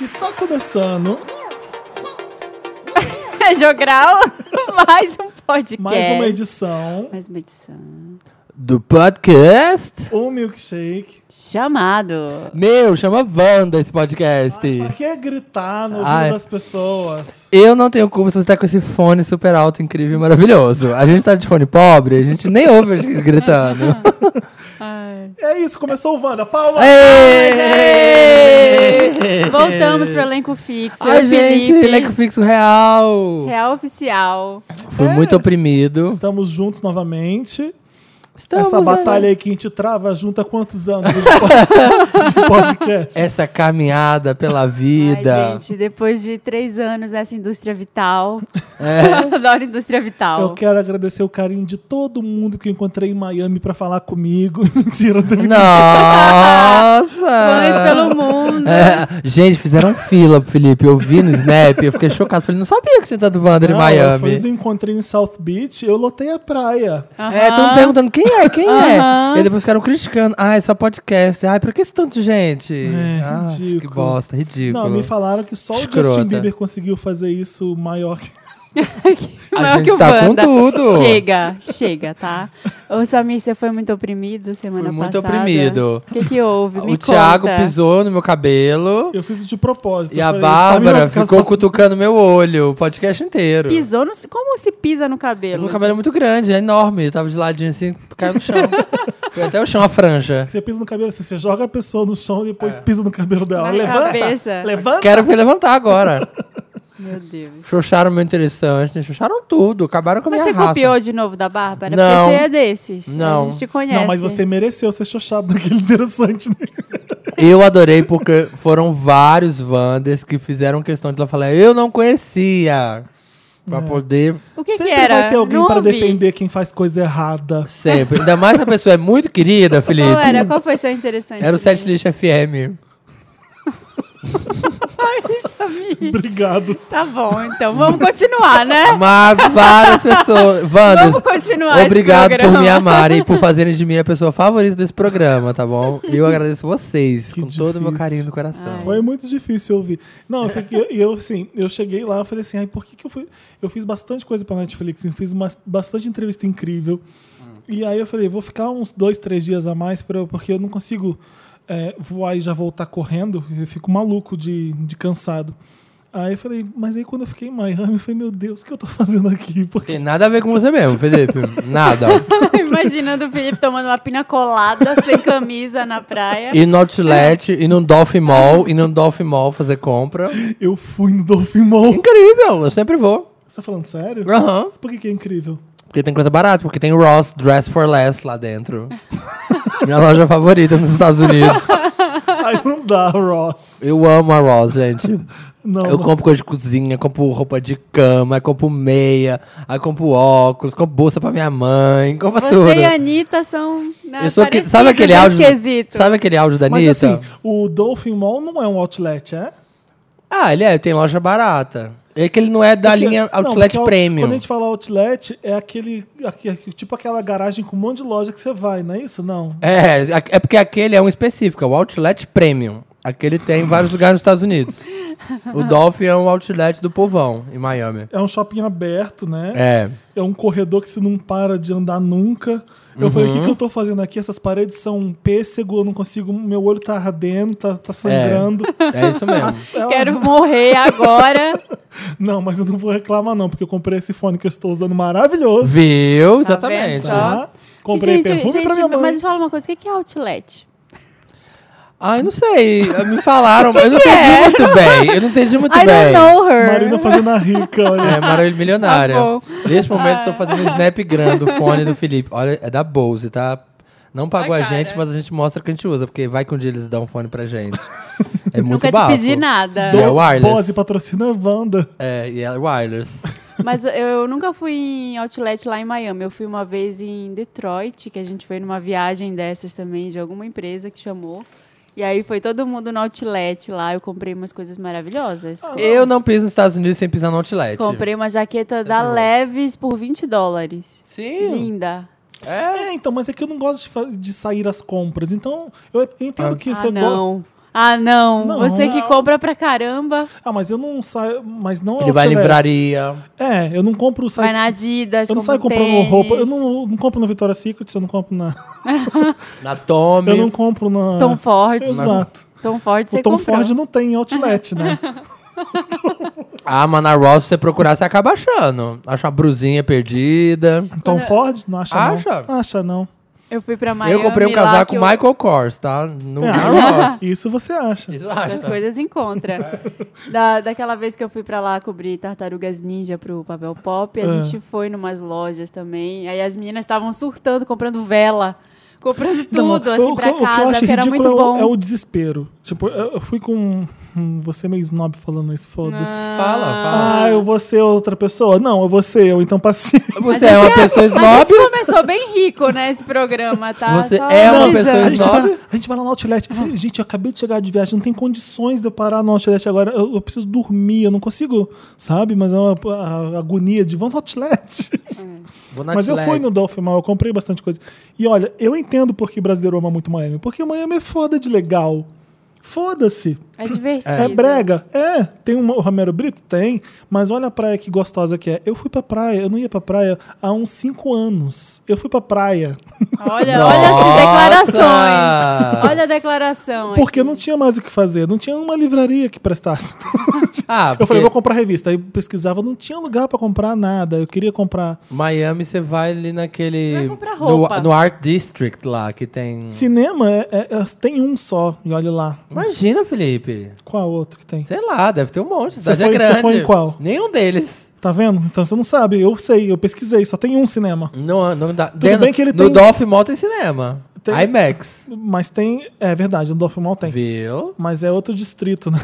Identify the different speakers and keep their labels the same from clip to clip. Speaker 1: Está começando
Speaker 2: É Jogral, mais um podcast.
Speaker 1: mais uma edição,
Speaker 2: Mais uma edição.
Speaker 3: Do podcast?
Speaker 1: o Milkshake.
Speaker 2: Chamado.
Speaker 3: Meu, chama Wanda esse podcast.
Speaker 1: Pra que gritar no ouvido
Speaker 3: Ai.
Speaker 1: das pessoas?
Speaker 3: Eu não tenho culpa se você tá com esse fone super alto, incrível e maravilhoso. A gente tá de fone pobre, a gente nem ouve a gente gritando.
Speaker 2: Ai.
Speaker 1: É isso, começou o Wanda. Palma!
Speaker 3: É. Ei!
Speaker 2: é. Voltamos pro elenco fixo.
Speaker 3: É. Ai,
Speaker 2: Eu,
Speaker 3: gente,
Speaker 2: Felipe,
Speaker 3: leque fixo real.
Speaker 2: Real oficial.
Speaker 3: Fui muito oprimido.
Speaker 1: Estamos juntos novamente.
Speaker 3: Estamos,
Speaker 1: Essa
Speaker 3: né?
Speaker 1: batalha aí que a gente trava junta há quantos anos de pod- de podcast?
Speaker 3: Essa caminhada pela vida.
Speaker 2: Ai, gente, depois de três anos nessa indústria vital.
Speaker 3: É.
Speaker 2: Adoro indústria
Speaker 1: Eu
Speaker 2: vital.
Speaker 1: quero agradecer o carinho de todo mundo que eu encontrei em Miami pra falar comigo. Mentira, eu teve
Speaker 2: Fãs
Speaker 3: Nossa!
Speaker 2: pelo mundo.
Speaker 3: É, gente, fizeram fila pro Felipe. Eu vi no Snap, eu fiquei chocado. Falei, não sabia que tinha tanto Wander em
Speaker 1: Não, Eu
Speaker 3: Miami.
Speaker 1: fiz um encontrinho em South Beach, eu lotei a praia.
Speaker 3: É, todo mundo perguntando quem é, quem
Speaker 2: Aham.
Speaker 3: é. E depois ficaram criticando. Ah, é só podcast. Ai, pra que esse tanto de gente?
Speaker 1: É,
Speaker 3: ah,
Speaker 1: ridículo.
Speaker 3: que bosta, ridículo.
Speaker 1: Não, me falaram que só o
Speaker 3: Escrota.
Speaker 1: Justin Bieber conseguiu fazer isso maior que.
Speaker 3: A
Speaker 2: Maior
Speaker 3: gente
Speaker 2: que o
Speaker 3: tá
Speaker 2: Wanda.
Speaker 3: com tudo.
Speaker 2: Chega, chega, tá? Ô, Samir, você foi muito oprimido semana
Speaker 3: Fui muito
Speaker 2: passada?
Speaker 3: oprimido.
Speaker 2: O que que houve? Me
Speaker 3: o Thiago
Speaker 2: conta.
Speaker 3: pisou no meu cabelo.
Speaker 1: Eu fiz isso de propósito.
Speaker 3: E
Speaker 1: eu
Speaker 3: a
Speaker 1: falei, sabe uma
Speaker 3: Bárbara
Speaker 1: casa-
Speaker 3: ficou cutucando meu olho o podcast inteiro.
Speaker 2: Pisou no... Como se pisa no cabelo?
Speaker 3: Meu cabelo é muito grande, é enorme. Eu tava de ladinho assim, caiu no chão. Foi até o chão a franja.
Speaker 1: Você pisa no cabelo assim, você joga a pessoa no chão e depois pisa no cabelo dela.
Speaker 2: Na
Speaker 1: Então, levanta!
Speaker 2: cabeça.
Speaker 1: Levanta!
Speaker 3: Quero me levantar agora.
Speaker 2: Meu Deus.
Speaker 3: Xoxaram meu interessante, né? xoxaram tudo, acabaram com a
Speaker 2: Mas
Speaker 3: minha
Speaker 2: você
Speaker 3: raça.
Speaker 2: copiou de novo da Bárbara?
Speaker 3: Não.
Speaker 2: Porque você é desses.
Speaker 3: Não.
Speaker 2: A gente te conhece.
Speaker 1: Não, mas você mereceu ser xoxado naquele interessante. Né?
Speaker 3: Eu adorei porque foram vários Wanders que fizeram questão de ela falar, eu não
Speaker 1: É.
Speaker 3: conhecia. Pra poder
Speaker 2: O que, que
Speaker 1: Sempre
Speaker 2: era?
Speaker 1: vai ter alguém
Speaker 2: Não
Speaker 1: pra
Speaker 2: ouvi.
Speaker 1: defender quem faz coisa errada.
Speaker 3: sempre. Ainda mais se a pessoa é muito querida, Felipe.
Speaker 2: Qual era? Qual foi seu interessante?
Speaker 3: Era o Sete Lixo FM.
Speaker 2: Samir.
Speaker 1: Obrigado.
Speaker 2: Tá bom, então. Vamos continuar, né?
Speaker 3: Mas várias pessoas. Wanders,
Speaker 2: Vamos continuar
Speaker 3: obrigado
Speaker 2: esse
Speaker 3: por
Speaker 2: programa.
Speaker 3: me amarem e por fazerem de mim a pessoa favorita desse programa, tá bom? E eu agradeço vocês,
Speaker 1: Que
Speaker 3: com todo o meu
Speaker 1: difícil.
Speaker 3: carinho do coração.
Speaker 2: Ai.
Speaker 1: Foi muito difícil ouvir. Não, eu, fiquei, e eu assim, eu cheguei lá, eu falei assim, ai, por que, que eu fui. Eu fiz bastante coisa pra Netflix, eu fiz uma- bastante entrevista incrível. E aí eu falei, vou ficar uns dois, três dias a mais, pra, porque eu não consigo é, voar e já voltar correndo. Eu fico maluco de, de cansado. Aí eu falei, mas aí quando eu fiquei em Miami, eu falei, meu Deus, o que eu tô fazendo aqui? Porque
Speaker 3: Tem nada a ver com você mesmo, Felipe. Nada.
Speaker 2: Imaginando o Felipe tomando uma pina colada sem camisa na praia.
Speaker 3: E no Outlet, e no Dolphin Mall, e no Dolphin Mall fazer compra.
Speaker 1: eu fui no Dolphin Mall.
Speaker 3: Incrível, eu sempre vou.
Speaker 1: Você tá falando sério?
Speaker 3: Aham.
Speaker 1: Por que, que é incrível?
Speaker 3: Porque tem coisa barata, porque tem Ross Dress for Less lá dentro. Minha loja favorita nos Estados Unidos.
Speaker 1: Aí não dá, Ross.
Speaker 3: Eu amo a Ross, gente.
Speaker 1: Não, não.
Speaker 3: Eu compro coisa de cozinha, compro roupa de cama, aí compro meia, aí compro óculos, compro bolsa pra minha mãe, compro
Speaker 2: Você
Speaker 3: tudo.
Speaker 2: e a Anitta são. Né,
Speaker 3: Eu sou que-
Speaker 2: parecidas
Speaker 3: sabe aquele
Speaker 2: nesse
Speaker 3: áudio?
Speaker 2: Quesito.
Speaker 3: Sabe aquele áudio da
Speaker 1: Mas
Speaker 3: Anitta?
Speaker 1: assim, o Dolphin Mall não é um outlet, é?
Speaker 3: Ah, ele é, tem loja barata. É que ele não é da
Speaker 1: Porque-
Speaker 3: linha
Speaker 1: não,
Speaker 3: Outlet
Speaker 1: porque o-
Speaker 3: Premium.
Speaker 1: Quando a gente fala outlet, é aquele, aque- tipo aquela garagem com um monte de loja que você vai, não é isso? Não.
Speaker 3: É, a- é porque aquele é um específico, é o Outlet Premium. Aquele tem em vários lugares nos Estados Unidos. O Dolphin é um outlet do povão, em Miami.
Speaker 1: É um shopping aberto, né?
Speaker 3: É.
Speaker 1: É, um corredor que você não para de andar nunca. Eu falei, o
Speaker 3: Uhum.
Speaker 1: que, que eu tô fazendo aqui? Essas paredes são um pêssego, eu não consigo, meu olho tá ardendo, tá, tá sangrando.
Speaker 3: É isso mesmo.
Speaker 1: Ela-
Speaker 2: Quero morrer agora.
Speaker 1: Não, mas eu não vou reclamar não, porque eu comprei esse fone que eu estou usando maravilhoso.
Speaker 3: Viu?
Speaker 2: Tá
Speaker 3: Exatamente.
Speaker 2: vendo só?
Speaker 1: tá? Comprei
Speaker 2: gente,
Speaker 1: perfume
Speaker 2: gente,
Speaker 1: pra minha mãe.
Speaker 2: mas me fala uma coisa: o que que é outlet?
Speaker 3: Ai, não sei. Me falaram, mas eu
Speaker 2: É.
Speaker 3: não entendi muito bem. Eu não entendi muito
Speaker 2: I don't
Speaker 3: bem.
Speaker 2: know her.
Speaker 1: Marina fazendo a rica, olha.
Speaker 3: É maravilha milionária.
Speaker 2: Tá bom. É.
Speaker 3: Neste momento, eu tô fazendo um snap grande do fone do Felipe. Olha, é da Bose, tá? Não pagou
Speaker 2: Na
Speaker 3: a
Speaker 2: cara.
Speaker 3: gente, mas a gente mostra que a gente usa, porque vai que um dia eles dão fone pra gente. É muito
Speaker 2: Nunca te
Speaker 3: bafo.
Speaker 2: pedi nada.
Speaker 3: Do- É wireless.
Speaker 1: Pose patrocina a Wanda.
Speaker 3: É, e é wireless.
Speaker 2: Mas eu, eu nunca fui em outlet lá em Miami. Eu fui uma vez em Detroit, que a gente foi numa viagem dessas também, de alguma empresa que chamou. E aí foi todo mundo no outlet lá. Eu comprei umas coisas maravilhosas.
Speaker 1: Ah.
Speaker 3: Eu não piso nos Estados Unidos sem pisar no outlet.
Speaker 2: Comprei uma jaqueta
Speaker 1: é
Speaker 2: da Leves por 20 dólares.
Speaker 3: Sim.
Speaker 2: Linda.
Speaker 3: É.
Speaker 1: É, então, mas é que eu não gosto de, fa- de sair às compras. Então, eu eu entendo que
Speaker 2: Ah,
Speaker 1: você gosta.
Speaker 2: não. Ah, não.
Speaker 1: Não,
Speaker 2: Você que
Speaker 1: não.
Speaker 2: compra pra caramba,
Speaker 1: Ah, mas eu não saio. Mas não é
Speaker 3: Ele vai à
Speaker 1: outlet.
Speaker 3: livraria.
Speaker 1: É, eu não compro
Speaker 2: vai
Speaker 1: site.
Speaker 2: na Adidas,
Speaker 1: Eu não
Speaker 2: compra
Speaker 1: saio
Speaker 2: um
Speaker 1: comprando
Speaker 2: tênis.
Speaker 1: roupa. Eu não, não compro na Victoria's Secret, eu não compro na.
Speaker 3: Na Tommy.
Speaker 1: Eu não compro na.
Speaker 2: Tom Ford.
Speaker 1: Exato.
Speaker 2: Tom Ford você
Speaker 1: O Tom
Speaker 2: comprou.
Speaker 1: Ford não tem outlet, né?
Speaker 3: Ah, mas na Ross, se você procurar, você acaba achando. Acha uma brusinha perdida.
Speaker 1: Tom Ford? Não acha,
Speaker 3: Acha?
Speaker 1: não. Acha, não.
Speaker 2: Eu fui pra Miami
Speaker 3: eu comprei um
Speaker 2: lá
Speaker 3: casaco
Speaker 2: que eu-
Speaker 3: Michael Kors, tá? No
Speaker 1: É,
Speaker 3: na Ross.
Speaker 1: Isso você acha.
Speaker 3: Isso
Speaker 2: Essas
Speaker 3: acha.
Speaker 2: coisas encontra. da, daquela vez que eu fui pra lá cobrir Tartarugas Ninja pro Papel Pop, a
Speaker 1: Ah.
Speaker 2: gente foi numas lojas também. Aí as meninas estavam surtando, comprando vela, comprando tudo,
Speaker 1: Não,
Speaker 2: assim,
Speaker 1: o
Speaker 2: pra
Speaker 1: que- o que Então, eu
Speaker 2: casa,
Speaker 1: acho
Speaker 2: que, era
Speaker 1: ridículo
Speaker 2: muito
Speaker 1: é o-
Speaker 2: bom.
Speaker 1: É o desespero. Tipo, eu eu fui com. Hum, Você meio snob falando isso, foda-se.
Speaker 3: Fala, fala.
Speaker 1: Ah, eu vou ser outra pessoa? Não, eu vou ser eu, então passei.
Speaker 3: Você
Speaker 2: a
Speaker 3: é uma
Speaker 2: gente
Speaker 3: pessoa
Speaker 2: A
Speaker 3: snob?
Speaker 2: gente começou bem rico, né, esse programa, tá?
Speaker 3: Você é uma
Speaker 2: avisando.
Speaker 3: pessoa
Speaker 1: A gente,
Speaker 3: snob.
Speaker 1: vai, a gente vai lá no outlet. Eu falei, gente, eu acabei de chegar de viagem, não tem condições de eu parar no outlet agora. Eu, eu preciso dormir, eu não consigo, sabe? Mas é uma a- a agonia de vamos no outlet.
Speaker 3: Vou na
Speaker 1: Mas eu
Speaker 3: Outlet.
Speaker 1: fui no Dolphin Mall, eu comprei bastante coisa. E olha, eu entendo porque brasileiro ama muito Miami. Porque Miami é foda de legal. Foda-se.
Speaker 2: É divertido.
Speaker 1: É brega? É. Tem uma- o Romero Brito? Tem. Mas olha a praia que gostosa que é. Eu fui pra praia, eu não ia pra praia há uns cinco anos. Eu fui pra praia.
Speaker 2: Olha, olha as
Speaker 3: Nossa!
Speaker 2: declarações. Olha a declaração.
Speaker 1: Porque
Speaker 2: aqui.
Speaker 1: não tinha mais o que fazer. Não tinha uma livraria que prestasse.
Speaker 3: Ah,
Speaker 1: Eu falei, vou
Speaker 3: porque
Speaker 1: comprar revista. Aí eu pesquisava, não tinha lugar pra comprar nada. Eu queria comprar
Speaker 3: Miami, você vai ali naquele...
Speaker 2: Você vai comprar
Speaker 3: no-
Speaker 2: roupa.
Speaker 3: No, Art District lá, que tem...
Speaker 1: cinema, é- é- é- tem um só. E olha lá.
Speaker 3: Imagina, Felipe.
Speaker 1: Qual é outro que tem?
Speaker 3: Sei lá, deve ter um monte. Você
Speaker 1: foi-
Speaker 3: é
Speaker 1: você
Speaker 3: grande.
Speaker 1: foi em qual?
Speaker 3: Nenhum deles.
Speaker 1: Tá vendo? Então você não sabe. Eu sei, eu pesquisei. Só tem um cinema.
Speaker 3: Não, não dá. Dentro-
Speaker 1: bem que ele
Speaker 3: no
Speaker 1: tem-
Speaker 3: Dolphin Mall tem cinema.
Speaker 1: Tem-
Speaker 3: IMAX.
Speaker 1: Mas tem. É verdade, no Dolphin Mall tem.
Speaker 3: Viu?
Speaker 1: Mas é outro distrito, né?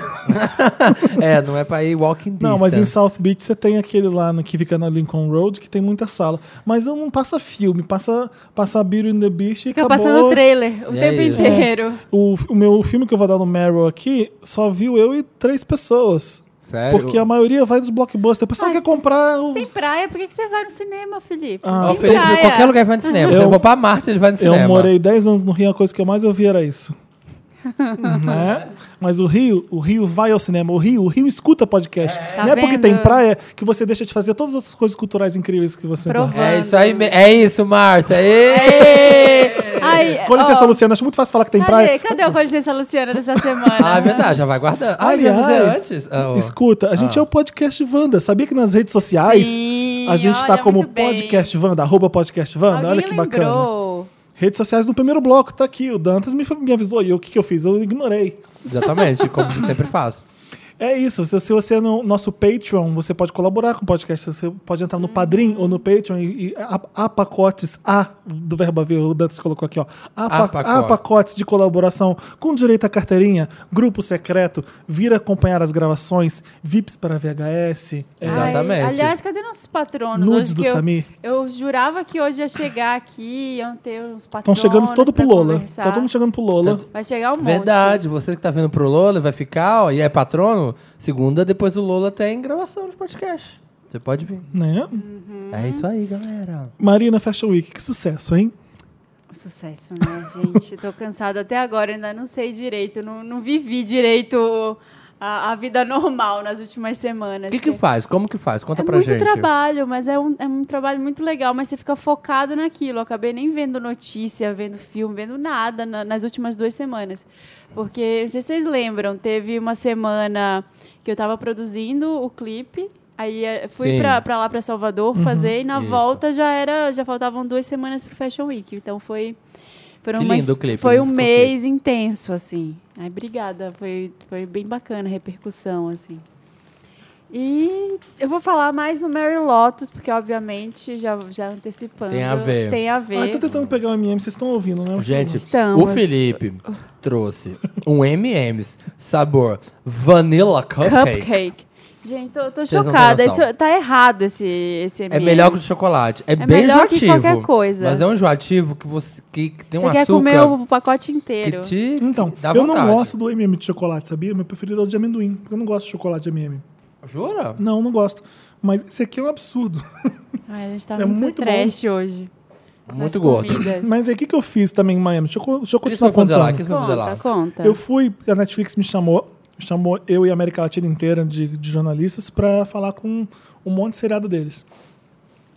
Speaker 3: é, não é pra ir walking distance.
Speaker 1: Não, mas em South Beach você tem aquele lá no, que fica na Lincoln Road, que tem muita sala. Mas não passa filme, passa, passa Beauty and the Beast e
Speaker 2: Fica
Speaker 1: acabou.
Speaker 2: passando o trailer o
Speaker 3: E é
Speaker 2: tempo
Speaker 3: isso.
Speaker 2: inteiro.
Speaker 1: O, o meu filme que eu vou dar no Meryl aqui só viu eu e três pessoas.
Speaker 3: Sério?
Speaker 1: Porque a maioria vai dos blockbusters. O pessoal
Speaker 2: Mas
Speaker 1: quer comprar os...
Speaker 2: Tem praia, por que, que você vai no cinema, Felipe?
Speaker 1: É. Ah,
Speaker 3: Ó,
Speaker 2: Tem
Speaker 1: sim.
Speaker 3: Felipe,
Speaker 2: praia.
Speaker 3: qualquer lugar vai no cinema.
Speaker 1: Eu-
Speaker 3: Se eu vou pra Marte, ele vai no cinema.
Speaker 1: Eu morei 10 anos no Rio, a coisa que eu mais ouvi era isso. né? Mas o Rio, o Rio vai ao cinema, o Rio, o Rio escuta podcast.
Speaker 2: Tá
Speaker 1: Não é porque
Speaker 2: vendo?
Speaker 1: tem praia que você deixa de fazer todas as outras coisas culturais incríveis que você
Speaker 2: Prova-
Speaker 1: gosta.
Speaker 3: É isso aí, me- é isso, Márcia. Ê!
Speaker 2: Ai,
Speaker 1: Com licença,
Speaker 2: É, ó,
Speaker 1: Luciana, é acho muito fácil falar que tem
Speaker 2: Cadê,
Speaker 1: praia.
Speaker 2: cadê o Com Licença Luciana dessa semana?
Speaker 3: Ah, é verdade, já vai guardando. Ah, já avisei antes? Ah, ó.
Speaker 1: Escuta, a gente é o podcast Wanda. Sabia que nas redes sociais
Speaker 2: Sim,
Speaker 1: Ah, a gente tá
Speaker 2: olha,
Speaker 1: como
Speaker 2: muito bem.
Speaker 1: podcast Wanda, arroba podcast Wanda,
Speaker 2: Alguém
Speaker 1: olha que bacana.
Speaker 2: lembrou.
Speaker 1: Redes sociais no primeiro bloco, tá aqui. O Dantas me, me avisou e eu, o que, que eu fiz? Eu ignorei.
Speaker 3: Exatamente, como eu sempre faço.
Speaker 1: É isso. Se, se você é no nosso Patreon, você pode colaborar com o podcast. Você pode entrar no Padrim ou no Patreon e, e há, há pacotes A do Verba V, o Dantas colocou aqui, ó. Há,
Speaker 3: Há
Speaker 1: pa- há
Speaker 3: pacote.
Speaker 1: pacotes de colaboração com direito à carteirinha, grupo secreto, vir acompanhar as gravações, VIPs para VHS. é,
Speaker 2: Ai,
Speaker 3: Exatamente.
Speaker 2: aliás, cadê nossos patronos?
Speaker 1: Nudes
Speaker 2: hoje
Speaker 1: do
Speaker 2: que eu-
Speaker 1: Samir.
Speaker 2: Eu jurava que hoje ia chegar aqui, iam ter uns
Speaker 1: Estão
Speaker 2: patronos
Speaker 1: chegando todo
Speaker 2: pra
Speaker 1: pro Lola.
Speaker 2: conversar.
Speaker 1: Tá todo mundo chegando pro Lola.
Speaker 2: Vai chegar um monte.
Speaker 3: Verdade, você que tá vindo pro Lola vai ficar, ó, e é patrono, segunda depois do Lola tem gravação de podcast. Você pode vir.
Speaker 1: Né?
Speaker 2: Hum.
Speaker 3: É isso aí, galera.
Speaker 1: Marina Fashion Week, que sucesso, hein?
Speaker 2: Sucesso, né, gente? Tô cansada até agora, ainda não sei direito, não, não vivi direito a, a vida normal nas últimas semanas.
Speaker 3: O que que faz? Como que faz? Conta
Speaker 2: é
Speaker 3: pra
Speaker 2: muito
Speaker 3: gente.
Speaker 2: trabalho, mas é um, é um trabalho muito legal, mas você fica focado naquilo. Eu acabei nem vendo notícia, vendo filme, vendo nada na- nas últimas duas semanas. Porque, não sei se vocês lembram, teve uma semana que eu tava produzindo o clipe, aí eh, fui
Speaker 3: Sim. Uhum.
Speaker 2: pra, pra lá, pra Salvador, fazer, e na
Speaker 3: Isso.
Speaker 2: volta já era, já faltavam duas semanas pro Fashion Week. Então foi... Foram
Speaker 3: Que
Speaker 2: umas-
Speaker 3: lindo o clipe,
Speaker 2: Foi
Speaker 3: né?
Speaker 2: um
Speaker 3: Ficou
Speaker 2: mês intenso, assim. Ai, obrigada, foi, foi bem bacana a repercussão, assim. E eu vou falar mais no Mary Lotus, porque obviamente já, já antecipando.
Speaker 3: Tem a ver.
Speaker 2: Tem a ver.
Speaker 1: Ah, eu tô tentando pegar o MM, vocês estão ouvindo, né?
Speaker 3: Gente,
Speaker 2: Estamos.
Speaker 3: o Felipe trouxe um M&M's sabor Vanilla Cupcake.
Speaker 2: Cupcake. Gente, tô, tô
Speaker 3: Vocês não
Speaker 2: chocada.
Speaker 3: têm noção.
Speaker 2: Isso, tá errado esse, esse
Speaker 3: É
Speaker 2: MM.
Speaker 3: melhor que o de chocolate. É, bem
Speaker 2: melhor que
Speaker 3: enjoativo.
Speaker 2: qualquer coisa.
Speaker 3: Mas é um enjoativo que você que, que tem
Speaker 2: Você
Speaker 3: um
Speaker 2: quer
Speaker 3: açúcar
Speaker 2: comer o pacote inteiro.
Speaker 3: que te
Speaker 1: Então,
Speaker 3: dá
Speaker 1: eu não
Speaker 3: vontade.
Speaker 1: gosto do MM de chocolate, sabia? Meu preferido é o de amendoim, porque eu não gosto de chocolate de MM.
Speaker 3: Jura?
Speaker 1: Não, não gosto. Mas esse aqui é um absurdo.
Speaker 2: Ai, a gente tá
Speaker 1: É
Speaker 2: muito,
Speaker 1: muito bom.
Speaker 2: trash hoje.
Speaker 3: É Muito gordo.
Speaker 1: Mas aí o que, que eu fiz também em Miami? Deixa eu, co- deixa eu
Speaker 3: O que eles vão
Speaker 1: continuar
Speaker 3: fazer lá?
Speaker 1: contando.
Speaker 3: O que eles vão fazer
Speaker 2: Conta,
Speaker 3: lá?
Speaker 2: conta.
Speaker 1: Eu fui, a Netflix me chamou, chamou eu e a América Latina inteira de, de jornalistas pra falar com um monte de seriado deles.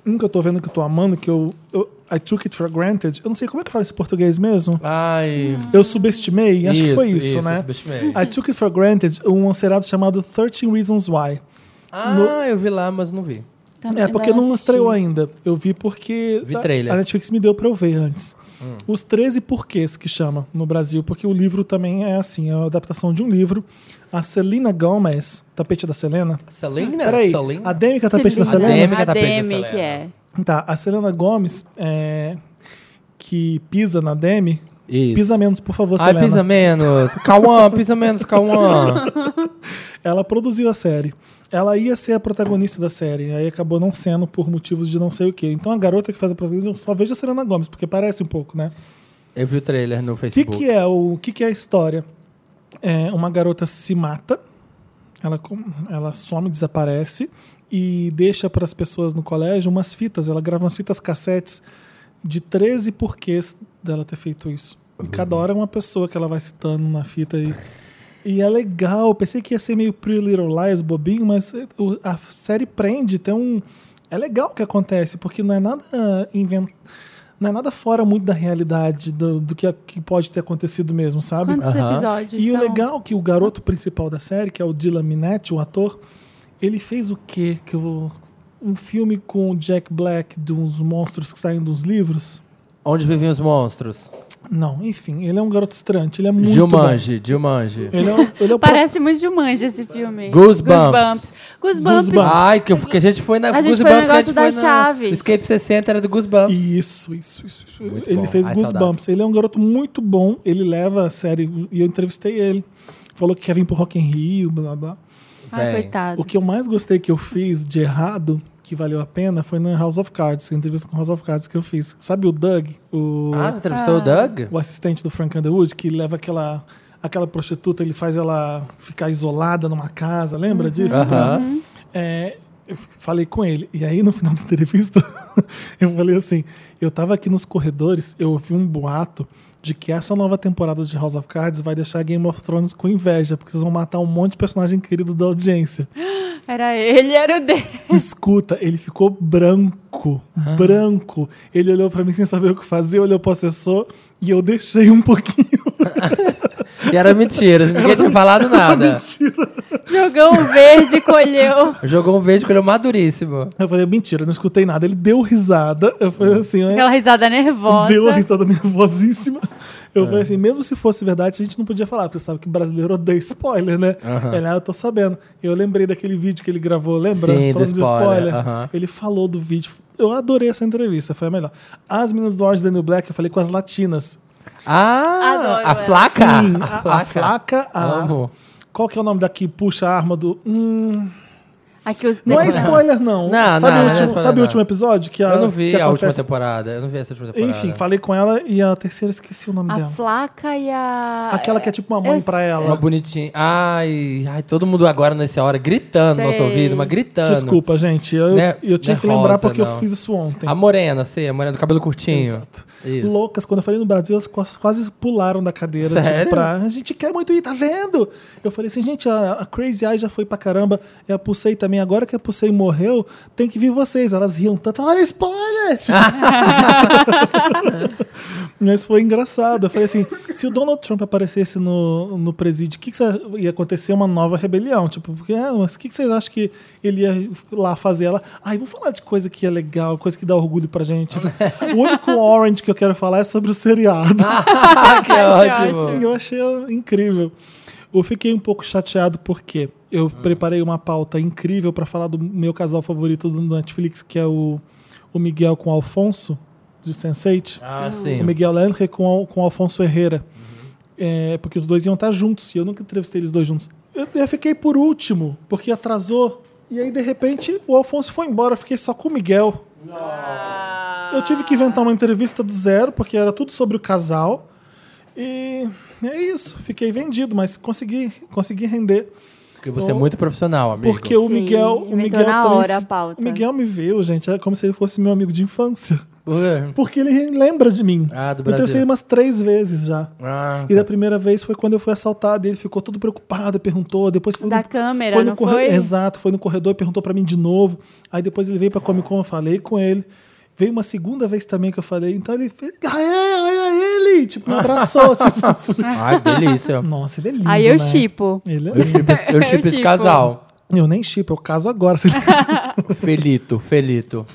Speaker 1: Um que eu tô vendo que eu tô amando, que eu, eu. I took it for granted. Eu não sei como é que fala esse português mesmo.
Speaker 3: Ai.
Speaker 1: Eu subestimei, acho que foi isso, né?
Speaker 3: subestimei.
Speaker 1: I took it for granted, um seriado chamado 13 Reasons Why.
Speaker 3: Ah, eu vi lá, mas não vi.
Speaker 2: Também
Speaker 1: É,
Speaker 2: ainda
Speaker 1: porque não
Speaker 2: assisti.
Speaker 1: estreou ainda. Eu vi porque
Speaker 3: Vi
Speaker 1: a-
Speaker 3: trailer. Hum.
Speaker 1: a Netflix me deu pra eu ver antes. Os 13 porquês que chama no Brasil, porque o livro também é assim, é uma adaptação de um livro. A Selena Gomez, tapete da Selena.
Speaker 3: Selena?
Speaker 1: Peraí,
Speaker 3: é Selena?
Speaker 1: Adêmica tapete da
Speaker 2: Celina.
Speaker 1: Selena?
Speaker 3: Adêmica da Peixe
Speaker 2: Ademe,
Speaker 3: Celena.
Speaker 2: que é.
Speaker 1: Tá, a Selena Gomes, é, que pisa na Demi,
Speaker 3: Isso.
Speaker 1: pisa menos, por favor,
Speaker 3: Ai,
Speaker 1: Selena.
Speaker 3: pisa menos. Cauã, pisa menos, Cauã.
Speaker 1: Ela produziu a série. Ela ia ser a protagonista da série, aí acabou não sendo por motivos de não sei o quê. Então a garota que faz a protagonista, eu só vejo a Selena Gomes, porque parece um pouco, né?
Speaker 3: Eu vi o trailer no
Speaker 1: O que,
Speaker 3: Facebook.
Speaker 1: que é o que, que é a história? É, uma garota se mata, ela, com- ela some, desaparece e deixa para as pessoas no colégio umas fitas. Ela grava umas fitas cassetes de 13 porquês dela ter feito isso. E cada hora é uma pessoa que ela vai citando na fita e e é legal. Pensei que ia ser meio Pretty Little Lies, bobinho, mas eh, o- a série prende. Tem um é legal o que acontece porque não é nada inven... não é nada fora muito da realidade do, do que, que pode ter acontecido mesmo, sabe?
Speaker 2: Quantos
Speaker 3: Aham.
Speaker 2: episódios
Speaker 1: E
Speaker 2: são?
Speaker 1: o legal é que o garoto principal da série, que é o Dylan Minetti, o ator, ele fez o quê? Que eu- um filme com o Jack Black de uns monstros que saem dos livros?
Speaker 3: Onde vivem os monstros?
Speaker 1: Não, enfim, ele é um garoto estranho, ele é muito
Speaker 3: Jumanji, Jumanji.
Speaker 1: bom. Ele é, o- ele é o
Speaker 2: Parece muito Jumanji esse filme.
Speaker 3: Goosebumps.
Speaker 2: Goosebumps. Goosebumps.
Speaker 1: Goosebumps.
Speaker 3: Ai, que, que a gente foi na
Speaker 2: A gente foi no
Speaker 3: Goosebumps, que a gente
Speaker 2: negócio das
Speaker 3: foi
Speaker 2: Chaves.
Speaker 3: Na... Escape 60 era do Goosebumps.
Speaker 1: Isso, isso, isso. isso.
Speaker 3: Muito
Speaker 1: ele
Speaker 3: bom.
Speaker 1: fez
Speaker 3: Ai,
Speaker 1: Goosebumps.
Speaker 3: saudades.
Speaker 1: Ele é um garoto muito bom, ele leva a série, e eu entrevistei ele. Falou que quer vir pro Rock in Rio, blá blá blá.
Speaker 2: Ai,
Speaker 3: Véi.
Speaker 2: coitado.
Speaker 1: O que eu mais gostei que eu fiz de errado, que valeu a pena, foi na House of Cards, a entrevista com House of Cards que eu fiz. Sabe o Doug, o,
Speaker 3: Ah, você entrevistou o Doug?
Speaker 1: o assistente do Frank Underwood, que leva aquela, aquela prostituta, ele faz ela ficar isolada numa casa, lembra disso?
Speaker 2: Uhum.
Speaker 3: Aham.
Speaker 1: É, eu f- falei com ele. E aí, no final da entrevista, eu falei assim: eu tava aqui nos corredores, eu ouvi um boato de que essa nova temporada de House of Cards vai deixar Game of Thrones com inveja, porque vocês vão matar um monte de personagem querido da audiência.
Speaker 2: Era ele, era o dele.
Speaker 1: Escuta, ele ficou branco, branco. Ele olhou pra mim sem saber o que fazer, olhou pro assessor e eu deixei um pouquinho.
Speaker 3: E era mentira, ninguém tinha falado nada.
Speaker 2: Jogão verde, colheu.
Speaker 3: Jogou um verde que ele é maduríssimo.
Speaker 1: Eu falei, mentira, não escutei nada. Ele deu risada. Eu falei assim, é,
Speaker 2: Aquela risada nervosa.
Speaker 1: Deu uma risada nervosíssima.
Speaker 3: É.
Speaker 1: Eu falei assim, mesmo se fosse verdade, a gente não podia falar, porque sabe que brasileiro odeia spoiler, né? Ele, ah, eu tô sabendo. Eu lembrei daquele vídeo que ele gravou, lembra?
Speaker 3: Sim, do
Speaker 1: de
Speaker 3: spoiler, aham.
Speaker 1: Ele falou do vídeo. Eu adorei essa entrevista, foi a melhor. As meninas do Orange Daniel Black, eu falei com as latinas.
Speaker 3: Ah,
Speaker 2: Adoro
Speaker 3: a
Speaker 2: ela.
Speaker 3: flaca?
Speaker 1: Sim,
Speaker 3: a
Speaker 1: a,
Speaker 3: flaca.
Speaker 1: a flaca, a-
Speaker 3: Amo.
Speaker 1: Qual que é o nome da que puxa a arma do. Hum,
Speaker 2: Aqui os
Speaker 1: não é spoiler, não. sabe
Speaker 3: Não, não,
Speaker 1: o
Speaker 3: não é
Speaker 1: último,
Speaker 3: spoiler,
Speaker 1: sabe o
Speaker 3: não.
Speaker 1: último episódio? Que a,
Speaker 3: Eu não vi
Speaker 1: que
Speaker 3: a última
Speaker 1: acontece-
Speaker 3: temporada. Eu não vi essa última temporada.
Speaker 1: Enfim, falei com ela e a terceira esqueci o nome
Speaker 2: A
Speaker 1: dela.
Speaker 2: flaca e a...
Speaker 1: Aquela que é tipo uma mãe
Speaker 2: Eu
Speaker 1: pra
Speaker 2: sei.
Speaker 1: ela.
Speaker 3: Uma bonitinha. Ai, ai, todo mundo agora nessa hora gritando no nosso
Speaker 2: Sei.
Speaker 3: ouvido, mas gritando.
Speaker 1: Desculpa, gente. Eu,
Speaker 3: Né-
Speaker 1: eu tinha que
Speaker 3: nervosa,
Speaker 1: lembrar porque
Speaker 3: não.
Speaker 1: eu fiz isso ontem.
Speaker 3: A morena, sei, a morena do cabelo curtinho.
Speaker 1: Exato.
Speaker 3: Isso.
Speaker 1: Loucas, quando eu falei no Brasil, elas quase- quase pularam da cadeira.
Speaker 3: Sério?
Speaker 1: Tipo, pra, a gente quer muito ir, tá vendo? Eu falei assim, gente, a, a Crazy Eye já foi pra caramba. E a Pulsei também. Agora que a Pulsei morreu, tem que vir vocês. Elas riam tanto. Olha, spoiler! Tipo, Mas foi engraçado. Eu falei assim: se o Donald Trump aparecesse no, no presídio, o que, que você- ia acontecer? Uma nova rebelião. Tipo, porque, ah, mas o que, que vocês acham que ele ia lá fazer? Ela, ai, vamos falar de coisa que é legal, coisa que dá orgulho pra gente. o único Orange que eu quero falar é sobre o seriado.
Speaker 3: Ah, que ótimo.
Speaker 1: Eu achei incrível. Eu fiquei um pouco chateado porque eu preparei uma pauta incrível pra falar do meu casal favorito do Netflix, que é o, o Miguel com o Alfonso, de Sense8.
Speaker 3: Ah,
Speaker 1: O
Speaker 3: sim.
Speaker 1: Miguel Lenre com, o- com o Alfonso Herrera. É, porque os dois iam estar juntos e eu nunca entrevistei eles dois juntos. Eu, eu fiquei por último, porque atrasou. E aí, de repente, o Alfonso foi embora, eu fiquei só com o Miguel.
Speaker 2: Ah.
Speaker 1: Eu tive que inventar uma entrevista do zero, porque era tudo sobre o casal. E é isso, fiquei vendido, mas consegui, consegui render.
Speaker 3: Porque você é muito profissional, amigo.
Speaker 1: Porque o
Speaker 2: Sim,
Speaker 1: Miguel. O
Speaker 2: inventou
Speaker 1: Miguel
Speaker 2: na
Speaker 1: trans-
Speaker 2: hora a pauta.
Speaker 1: O Miguel me viu, gente, é como se ele fosse meu amigo de infância.
Speaker 3: Por quê?
Speaker 1: Porque ele lembra de mim. Então
Speaker 3: Ah, do
Speaker 1: Eu
Speaker 3: Brasil.
Speaker 1: trocei umas três vezes já.
Speaker 3: Ah,
Speaker 1: E da primeira vez foi quando eu fui assaltado. e ele ficou todo preocupado, perguntou. Depois foi
Speaker 2: Da
Speaker 1: no,
Speaker 2: câmera,
Speaker 1: foi no
Speaker 2: não
Speaker 1: corre-
Speaker 2: foi?
Speaker 1: Exato, foi no corredor e perguntou pra mim de novo. Aí depois ele veio pra Comic Con, eu falei com ele. Veio uma segunda vez também que eu falei. Então ele fez. Ah, é, é ele! Tipo, me abraçou. tipo,
Speaker 3: Ai, delícia.
Speaker 1: nossa, ele é lindo.
Speaker 2: Aí eu
Speaker 1: né?
Speaker 2: chipo.
Speaker 1: Ele é
Speaker 3: Eu
Speaker 1: lindo.
Speaker 3: chip, eu chip esse
Speaker 2: tipo.
Speaker 3: casal.
Speaker 1: Eu nem chipo, eu caso agora, se ele
Speaker 3: Felito, Felito.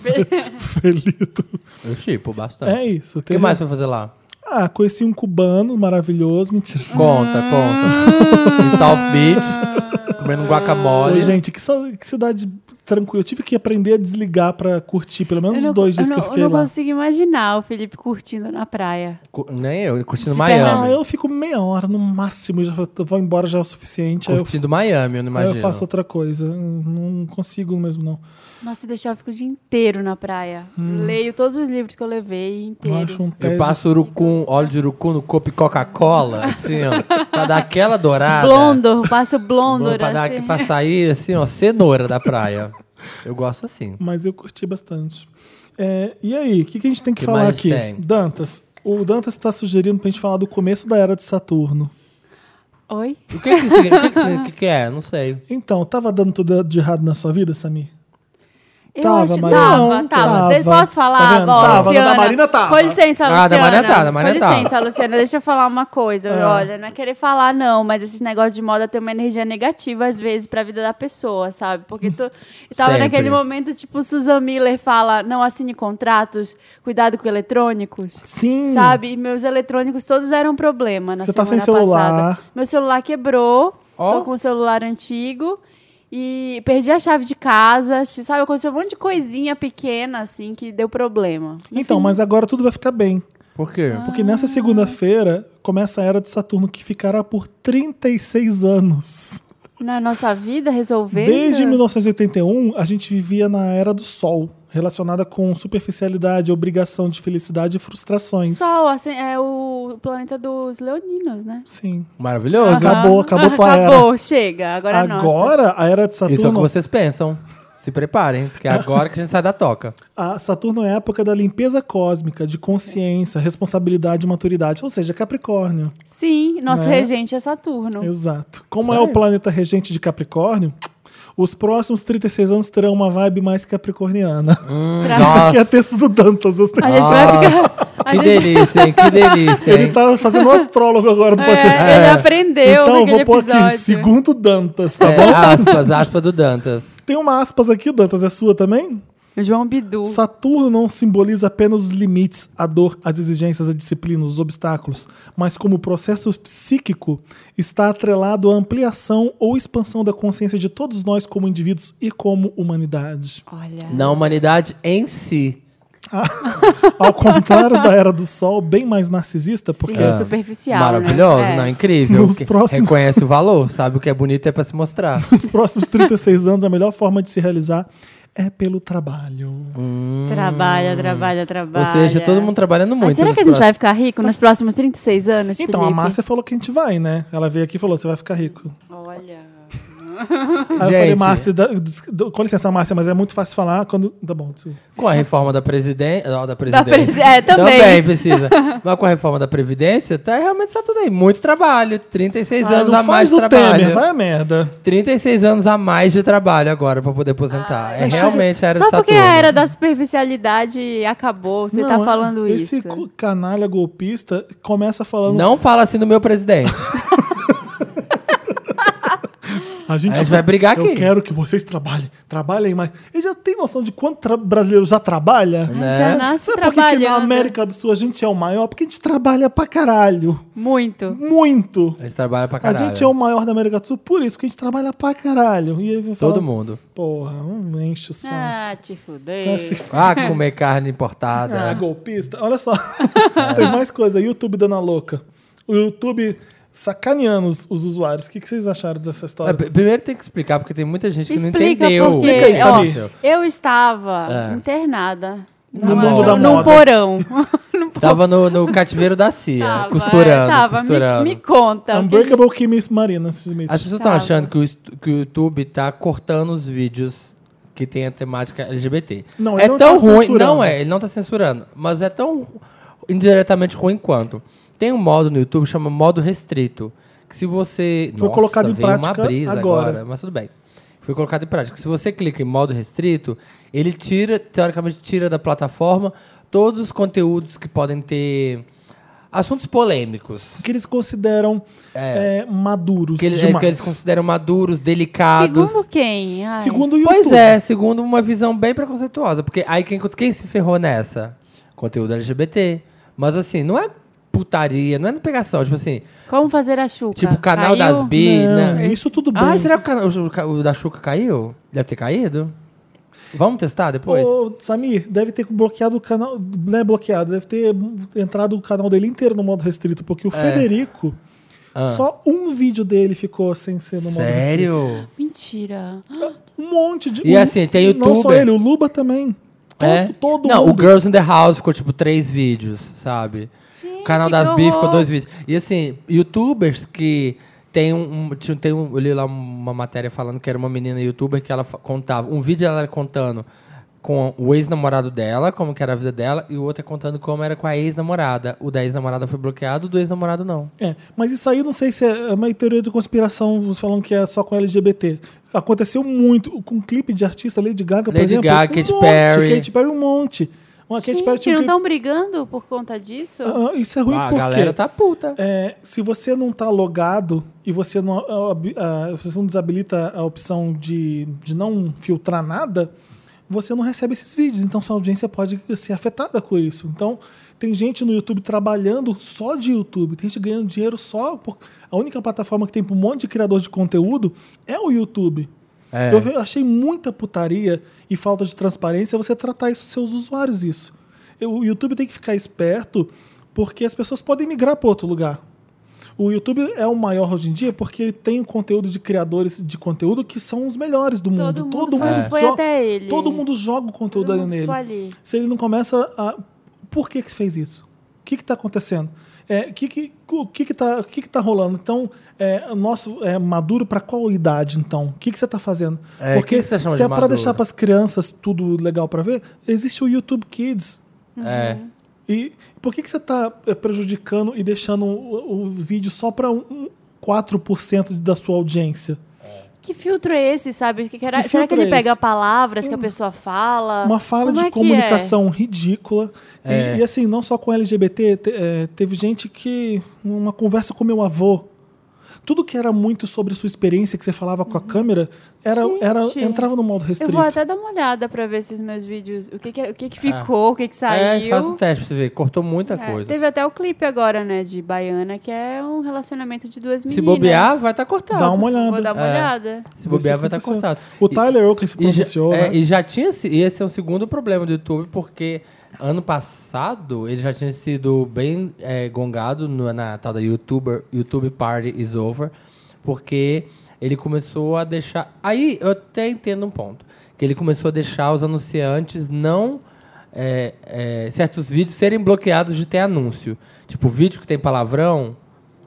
Speaker 1: felito.
Speaker 3: Eu chipo bastante.
Speaker 1: É isso.
Speaker 3: o que
Speaker 1: teve-
Speaker 3: mais vai fazer lá?
Speaker 1: Ah, conheci um cubano maravilhoso. Mentira.
Speaker 3: Conta, conta. Em South Beach, comendo um guacamole.
Speaker 1: Oi, Ah. gente, que, sa- que cidade tranquila. Eu tive que aprender a desligar pra curtir, pelo menos
Speaker 2: Eu
Speaker 1: os
Speaker 2: não-
Speaker 1: dois dias
Speaker 2: eu
Speaker 1: que eu
Speaker 2: não-
Speaker 1: fiquei
Speaker 2: eu não
Speaker 1: lá.
Speaker 2: consigo imaginar o Felipe curtindo na praia.
Speaker 3: Cu- Nem eu, curtindo
Speaker 2: De
Speaker 1: Ah,
Speaker 3: Miami.
Speaker 1: eu fico meia hora no máximo, já eu vou embora já é o suficiente. Aí eu,
Speaker 3: Curtindo Miami, eu não
Speaker 1: aí eu
Speaker 3: imagino.
Speaker 1: faço outra coisa. Eu Não consigo mesmo, não.
Speaker 2: Nossa, se deixar eu fico o dia inteiro na praia. Leio todos os livros que eu levei
Speaker 1: Hum. Eu
Speaker 2: inteiros.
Speaker 1: acho um
Speaker 3: Eu
Speaker 1: tédio.
Speaker 3: passo urucum, óleo de urucum no copo e Coca-Cola, assim, ó. pra dar aquela dourada.
Speaker 2: Blondor, passo
Speaker 3: Bom,
Speaker 2: Blondor
Speaker 3: pra, dar,
Speaker 2: assim.
Speaker 3: pra sair, assim, ó, cenoura da praia. Eu gosto assim.
Speaker 1: Mas eu curti bastante. É, e aí, o que, que a gente tem que,
Speaker 3: Que
Speaker 1: falar
Speaker 3: mais
Speaker 1: aqui?
Speaker 3: tem?
Speaker 1: Dantas, o Dantas tá sugerindo pra gente falar do começo da era de Saturno.
Speaker 2: Oi?
Speaker 3: O que que, significa- o que, que, o que que é? Não sei.
Speaker 1: Então, tava dando tudo de errado na sua vida, Samir?
Speaker 2: Eu
Speaker 1: Tava,
Speaker 2: acho,
Speaker 1: Marina?
Speaker 2: tava,
Speaker 1: Não,
Speaker 2: tava,
Speaker 1: tava.
Speaker 2: De- Posso
Speaker 1: Tá
Speaker 2: falar,
Speaker 1: vendo?
Speaker 2: vó,
Speaker 1: Tava,
Speaker 2: Luciana?
Speaker 1: da Marina tava.
Speaker 2: Com licença,
Speaker 3: Ah,
Speaker 2: Luciana.
Speaker 3: da Marina tá, da Marina
Speaker 2: Com
Speaker 3: tá.
Speaker 2: licença, Luciana, deixa eu falar uma coisa. Olha, não é querer falar, não, mas esse negócio de moda tem uma energia negativa, às vezes, pra vida da pessoa, sabe? Porque tu eu tava
Speaker 3: Sempre.
Speaker 2: naquele momento, tipo, Susan Miller fala, não assine contratos, cuidado com eletrônicos.
Speaker 1: Sim.
Speaker 2: Sabe? E meus eletrônicos todos eram problema na
Speaker 1: Hum. Você tá
Speaker 2: semana
Speaker 1: sem celular.
Speaker 2: passada. Meu celular quebrou,
Speaker 3: Ó.
Speaker 2: tô com um celular antigo e perdi a chave de casa, se- sabe? Aconteceu um monte de coisinha pequena, assim, que deu problema.
Speaker 1: Então, mas agora tudo vai ficar bem.
Speaker 3: Por quê?
Speaker 2: Ah.
Speaker 1: Porque nessa segunda-feira começa a era de Saturno, que ficará por 36 anos.
Speaker 2: Na nossa vida, então, resolvendo...
Speaker 1: Desde 1981, a gente vivia na era do Sol, relacionada com superficialidade, obrigação de felicidade e frustrações.
Speaker 2: Sol, assim, é o planeta dos leoninos, né?
Speaker 1: Sim.
Speaker 3: Maravilhoso.
Speaker 1: Aham. Acabou, acabou tua era.
Speaker 2: Acabou, chega, agora é nossa.
Speaker 1: Agora, a era de
Speaker 3: Isso é o que
Speaker 1: Saturno.
Speaker 3: vocês pensam. Se preparem, porque é agora que a gente sai da toca.
Speaker 1: A Saturno é a época da limpeza cósmica, de consciência, responsabilidade e maturidade. Ou seja, Capricórnio.
Speaker 2: Sim, nosso
Speaker 1: Né?
Speaker 2: regente é Saturno.
Speaker 1: Exato. Como é
Speaker 3: Sério?
Speaker 1: o planeta regente de Capricórnio, os próximos 36 anos terão uma vibe mais capricorniana.
Speaker 2: Pra-
Speaker 1: Isso
Speaker 3: Nossa.
Speaker 1: aqui é texto do Dantas. eu sei.
Speaker 2: A gente vai ficar...
Speaker 3: Nossa,
Speaker 2: a
Speaker 3: que
Speaker 2: gente-
Speaker 3: delícia, hein? Que delícia,
Speaker 1: Ele
Speaker 3: hein?
Speaker 1: tá fazendo um astrólogo agora do podcast.
Speaker 2: É, ele
Speaker 3: É.
Speaker 2: aprendeu
Speaker 1: então, eu vou
Speaker 2: naquele
Speaker 1: pôr
Speaker 2: episódio.
Speaker 1: aqui, segundo Dantas, tá
Speaker 3: É,
Speaker 1: bom?
Speaker 3: aspas, aspas do Dantas.
Speaker 1: Tem uma aspas aqui, Dantas, é sua também?
Speaker 2: João Bidu.
Speaker 1: Saturno não simboliza apenas os limites, a dor, as exigências, a disciplina, os obstáculos, mas como processo psíquico está atrelado à ampliação ou expansão da consciência de todos nós como indivíduos e como humanidade.
Speaker 2: Olha.
Speaker 3: Na humanidade em si.
Speaker 1: Ao contrário da era do sol, bem mais narcisista, porque
Speaker 2: Sim, é superficial.
Speaker 3: Maravilhoso,
Speaker 2: né?
Speaker 3: não?
Speaker 2: É.
Speaker 3: Incrível.
Speaker 1: Nos
Speaker 3: que
Speaker 1: próximos-
Speaker 3: Reconhece o valor, sabe o que é bonito é pra se mostrar.
Speaker 1: nos próximos 36 anos a melhor forma de se realizar é pelo trabalho.
Speaker 2: Trabalha, trabalha,
Speaker 3: Ou
Speaker 2: trabalha.
Speaker 3: seja, todo mundo trabalhando muito.
Speaker 2: Hum. é. Mas será
Speaker 3: nos
Speaker 2: que a gente
Speaker 3: próximos-
Speaker 2: vai ficar rico nos próximos 36 anos?
Speaker 1: Então, a
Speaker 2: Felipe?
Speaker 1: Márcia falou que a gente vai, né? Ela veio aqui e falou: você vai ficar rico.
Speaker 2: Olha.
Speaker 1: Aí eu
Speaker 3: Gente.
Speaker 1: falei, Márcia, da- des- do- com licença, Márcia, mas é muito fácil falar quando. Tá bom, desculpa.
Speaker 3: Com a reforma da presidência. Da presidência.
Speaker 2: presi- é, também.
Speaker 3: precisa. Mas com a reforma da Previdência, tá realmente está tudo aí. Muito trabalho. 36
Speaker 1: Ah,
Speaker 3: anos
Speaker 1: não
Speaker 3: a mais de
Speaker 1: faz o
Speaker 3: trabalho.
Speaker 1: Temer, vai a merda.
Speaker 3: 36 anos a mais de trabalho agora pra poder aposentar. é
Speaker 1: mas
Speaker 3: realmente a era
Speaker 2: Ah, Só
Speaker 3: de
Speaker 2: porque
Speaker 3: Saturno.
Speaker 2: a era da superficialidade acabou, você tá
Speaker 1: Não, é
Speaker 2: falando
Speaker 1: esse
Speaker 2: isso.
Speaker 1: cu- canalha golpista começa falando.
Speaker 3: Não fala assim do meu presidente.
Speaker 1: A gente,
Speaker 3: A gente vai brigar
Speaker 1: Eu
Speaker 3: aqui."
Speaker 1: quero que vocês trabalhem. Trabalhem mais. Ele já tem noção de quanto tra- brasileiro já trabalha?
Speaker 3: né?
Speaker 2: Já nasce
Speaker 1: Sabe por que que
Speaker 2: trabalhando.
Speaker 1: na América do Sul a gente é o maior? Porque a gente trabalha pra caralho.
Speaker 2: Muito.
Speaker 1: Muito.
Speaker 3: A gente trabalha pra
Speaker 1: A
Speaker 3: caralho.
Speaker 1: gente é o maior da América do Sul por isso, porque a gente trabalha pra caralho. E aí eu falo,
Speaker 3: Todo mundo.
Speaker 1: Porra, não enche o saco.
Speaker 2: Ah, te
Speaker 1: Ah,
Speaker 2: fudei.
Speaker 1: se f-
Speaker 3: Ah, comer carne importada.
Speaker 1: Ah, golpista. Olha só. Tem mais coisa. YouTube dando a louca. O YouTube sacaneando os, os usuários. O que, que vocês acharam dessa
Speaker 3: Ah,
Speaker 1: história?
Speaker 3: p- Primeiro tem que explicar, porque tem muita gente que
Speaker 2: Explica
Speaker 3: não entendeu.
Speaker 2: porque
Speaker 1: Explica aí,
Speaker 2: ó,
Speaker 1: Samir.
Speaker 2: eu estava
Speaker 3: É.
Speaker 2: internada
Speaker 1: No
Speaker 2: numa-
Speaker 1: mundo da
Speaker 2: num
Speaker 1: moda.
Speaker 2: porão.
Speaker 3: Tava no, no cativeiro da CIA,
Speaker 2: Tava,
Speaker 3: É,
Speaker 2: é,
Speaker 3: costurando,
Speaker 2: tava. Me-
Speaker 3: costurando.
Speaker 2: Me, conta. o que-
Speaker 1: Unbreakable Kim Marina, se admite.
Speaker 3: As pessoas estão
Speaker 2: Tava.
Speaker 3: achando que o, est- que o YouTube tá cortando os vídeos que tem a temática LGBT.
Speaker 1: Não, ele
Speaker 3: é
Speaker 1: não
Speaker 3: tão
Speaker 1: tá
Speaker 3: ruim,
Speaker 1: censurando.
Speaker 3: não é, ele não tá censurando, mas é tão indiretamente ruim quanto. Tem um modo no YouTube que chama modo restrito, que se você
Speaker 1: Foi
Speaker 3: Nossa,
Speaker 1: colocado em
Speaker 3: veio
Speaker 1: prática
Speaker 3: uma brisa
Speaker 1: agora.
Speaker 3: mas tudo bem. Foi colocado em prática. Se você clica em modo restrito, ele tira, teoricamente tira da plataforma todos os conteúdos que podem ter assuntos polêmicos.
Speaker 1: Que eles consideram é, maduros
Speaker 3: Que eles, é,
Speaker 1: demais.
Speaker 3: que eles consideram maduros, delicados.
Speaker 2: Segundo quem? Ai.
Speaker 1: Segundo o YouTube.
Speaker 3: Pois é, segundo uma visão bem preconceituosa. Porque aí quem, quem se ferrou nessa? Conteúdo LGBT. Mas assim, não é putaria, não é pegação. Tipo assim,
Speaker 2: Como fazer a chuca?
Speaker 3: tipo
Speaker 2: Caiu?
Speaker 3: canal das bi,
Speaker 1: Não,
Speaker 3: né?
Speaker 1: Isso tudo bem.
Speaker 3: Ah, será que o, canal, o ca- o da Xuca caiu? Deve ter caído? Vamos testar depois?
Speaker 1: Ô, Samir, deve ter bloqueado o canal. Não é bloqueado, deve ter entrado o canal dele inteiro no modo restrito, porque o
Speaker 3: É.
Speaker 1: Federico, só um vídeo dele ficou sem ser no modo restrito.
Speaker 3: Ah. Sério?
Speaker 2: Mentira.
Speaker 1: Um monte de.
Speaker 3: E
Speaker 1: um-
Speaker 3: assim, tem
Speaker 1: Não só
Speaker 3: youtuber.
Speaker 1: ele, o Luba também. Todo,
Speaker 3: É?
Speaker 1: todo
Speaker 3: Não,
Speaker 1: mundo.
Speaker 3: o Girls in the House ficou tipo três vídeos, sabe? o canal
Speaker 2: que
Speaker 3: das Bi ficou
Speaker 2: horror.
Speaker 3: dois vídeos. E assim, youtubers que tem um. um- tinha- tem um eu li lá uma matéria falando que era uma menina youtuber que ela fa- contava. Um vídeo ela era contando com o ex-namorado dela, como que era a vida dela, e o outro é contando como era com a ex-namorada. O da ex-namorada foi bloqueado, o do ex-namorado não.
Speaker 1: É, mas isso aí eu não sei se é uma teoria de conspiração falando que é só com LGBT. Aconteceu muito com um clipe de artista Lady Gaga, por
Speaker 3: Lady
Speaker 1: exemplo.
Speaker 3: Gaga,
Speaker 1: um
Speaker 3: Katy
Speaker 1: monte,
Speaker 3: Perry.
Speaker 1: Katy Perry um monte. Uma Katy Perry
Speaker 2: Gente,
Speaker 1: tinha um
Speaker 2: não
Speaker 1: clipe...
Speaker 2: estão brigando por conta disso?
Speaker 1: Ah, isso é ruim
Speaker 3: Ah, a
Speaker 1: porque
Speaker 3: galera tá puta.
Speaker 1: é, se você não tá logado e você não, ah, ab- ah, você não desabilita a opção de, de não filtrar nada, você não recebe esses vídeos. Então sua audiência pode ser afetada com isso. Então tem gente no YouTube trabalhando só de YouTube, tem gente ganhando dinheiro só. Por... A única plataforma que tem para um monte de criador de conteúdo é o YouTube.
Speaker 3: É.
Speaker 1: Eu ve- achei muita putaria e falta de transparência você tratar isso seus usuários isso. Eu- O YouTube tem que ficar esperto porque as pessoas podem migrar para outro lugar. O YouTube é o maior hoje em dia porque ele tem o conteúdo de criadores de conteúdo que são os melhores do mundo.
Speaker 2: Todo mundo foi- foi
Speaker 1: jo-
Speaker 2: até ele.
Speaker 1: Todo mundo joga o conteúdo
Speaker 2: Todo
Speaker 1: ali
Speaker 2: mundo
Speaker 1: nele.
Speaker 2: ficou ali.
Speaker 1: Se ele não começa a. Por que que fez isso? O que está acontecendo? É, que que, o que que tá, o que que tá rolando? Então, é, o nosso é maduro para qual idade, então? O que que você está fazendo?
Speaker 3: É, o que que você chama
Speaker 1: se
Speaker 3: de
Speaker 1: é para
Speaker 3: maduro?
Speaker 1: deixar para as crianças tudo legal para ver, existe o YouTube Kids.
Speaker 2: Uhum.
Speaker 3: É.
Speaker 1: E por que que você está prejudicando e deixando o, o vídeo só para um, um 4% da sua audiência?
Speaker 2: Que filtro é esse, sabe? Que que era-
Speaker 1: Que
Speaker 2: será que
Speaker 1: filtro
Speaker 2: ele
Speaker 1: é
Speaker 2: pega
Speaker 1: esse?
Speaker 2: palavras que a pessoa fala?
Speaker 1: Uma falha de
Speaker 2: Como é que é?
Speaker 1: comunicação ridícula. E-
Speaker 3: É.
Speaker 1: E, assim, não só com LGBT, te- eh, teve gente que. Uma conversa com meu avô. Tudo que era muito sobre sua experiência que você falava com a câmera era, era
Speaker 2: Uhum. Gente.
Speaker 1: entrava no modo
Speaker 2: Eu
Speaker 1: restrito.
Speaker 2: vou até dar uma olhada pra ver se os meus vídeos. O que, que, o que, que ficou, Tá o que, que saiu.
Speaker 3: Ah. É, faz um teste pra você ver. Cortou muita
Speaker 2: É,
Speaker 3: coisa.
Speaker 2: teve até o clipe agora, né, de Baiana, que é um relacionamento de duas meninas.
Speaker 3: Se bobear, vai estar tá cortado.
Speaker 1: Dá uma
Speaker 2: Vou dar
Speaker 1: olhada.
Speaker 2: uma
Speaker 3: É.
Speaker 2: olhada.
Speaker 3: Se bobear,
Speaker 1: Você
Speaker 3: vai estar
Speaker 1: fica pensando.
Speaker 3: cortado.
Speaker 1: O
Speaker 3: E-
Speaker 1: Tyler Oakley se
Speaker 3: E já,
Speaker 1: pronunciou,
Speaker 3: é,
Speaker 1: né?
Speaker 3: e já tinha se- e esse é o segundo problema do YouTube, porque ano passado ele já tinha sido bem é, gongado no- na tal da YouTuber, YouTube Party is Over, porque ele começou a deixar. Aí eu até entendo um ponto. Que ele começou a deixar os anunciantes não. é, é, certos vídeos serem bloqueados de ter anúncio. Tipo, vídeo que tem palavrão,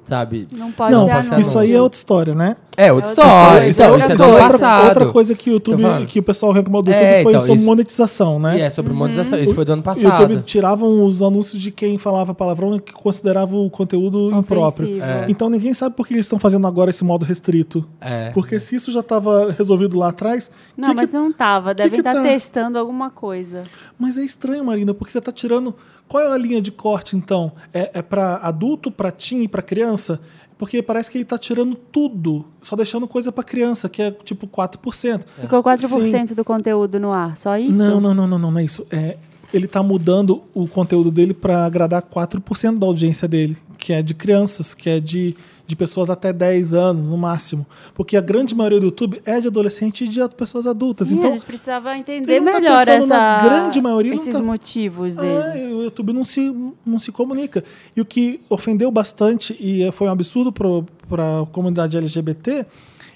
Speaker 3: sabe?
Speaker 2: Não pode
Speaker 1: não,
Speaker 2: ter
Speaker 3: tá
Speaker 2: anúncio.
Speaker 1: isso aí é outra história, né?
Speaker 3: É outra
Speaker 2: outra
Speaker 3: história.
Speaker 2: história.
Speaker 1: Isso é
Speaker 3: Então, isso é do ano
Speaker 1: outra,
Speaker 3: passado.
Speaker 1: outra coisa que o YouTube,
Speaker 3: Tô falando.
Speaker 1: que o pessoal reclamou do
Speaker 3: É,
Speaker 1: YouTube foi
Speaker 3: então,
Speaker 1: sobre
Speaker 3: isso-
Speaker 1: monetização, né?
Speaker 3: E é sobre monetização. Isso foi do ano
Speaker 1: O
Speaker 3: passado.
Speaker 1: YouTube tiravam os anúncios de quem falava palavrão e que considerava o conteúdo impróprio.
Speaker 2: É.
Speaker 1: Então ninguém sabe por que eles estão fazendo agora esse modo restrito.
Speaker 3: É.
Speaker 1: Porque se isso já estava resolvido lá atrás.
Speaker 2: Não,
Speaker 1: que
Speaker 2: mas
Speaker 1: que-
Speaker 2: não tava. Devem
Speaker 1: que
Speaker 2: estar
Speaker 1: tá?
Speaker 2: testando alguma coisa.
Speaker 1: Mas é estranho, Marina, porque você está tirando. Qual é a linha de corte, então? É, é para adulto, para teen e para criança? Porque parece que ele está tirando tudo, só deixando coisa para criança, que é tipo 4%.
Speaker 2: Ficou 4%
Speaker 1: É. Sim.
Speaker 2: do conteúdo no ar, só isso?
Speaker 1: Não, não, não, não, não, não é isso. É, ele tá mudando o conteúdo dele para agradar 4% da audiência dele, que é de crianças, que é de, de pessoas até 10 anos, no máximo. Porque a grande maioria do YouTube é de adolescente e de pessoas adultas.
Speaker 2: Sim, é
Speaker 1: então,
Speaker 2: a gente precisava entender
Speaker 1: ele não tá
Speaker 2: melhor
Speaker 1: pensando na
Speaker 2: essa,
Speaker 1: grande maioria, não
Speaker 2: esses
Speaker 1: tá-
Speaker 2: motivos
Speaker 1: é,
Speaker 2: dele.
Speaker 1: o YouTube não se, não se comunica. E o que ofendeu bastante e eh, foi um absurdo para a comunidade LGBT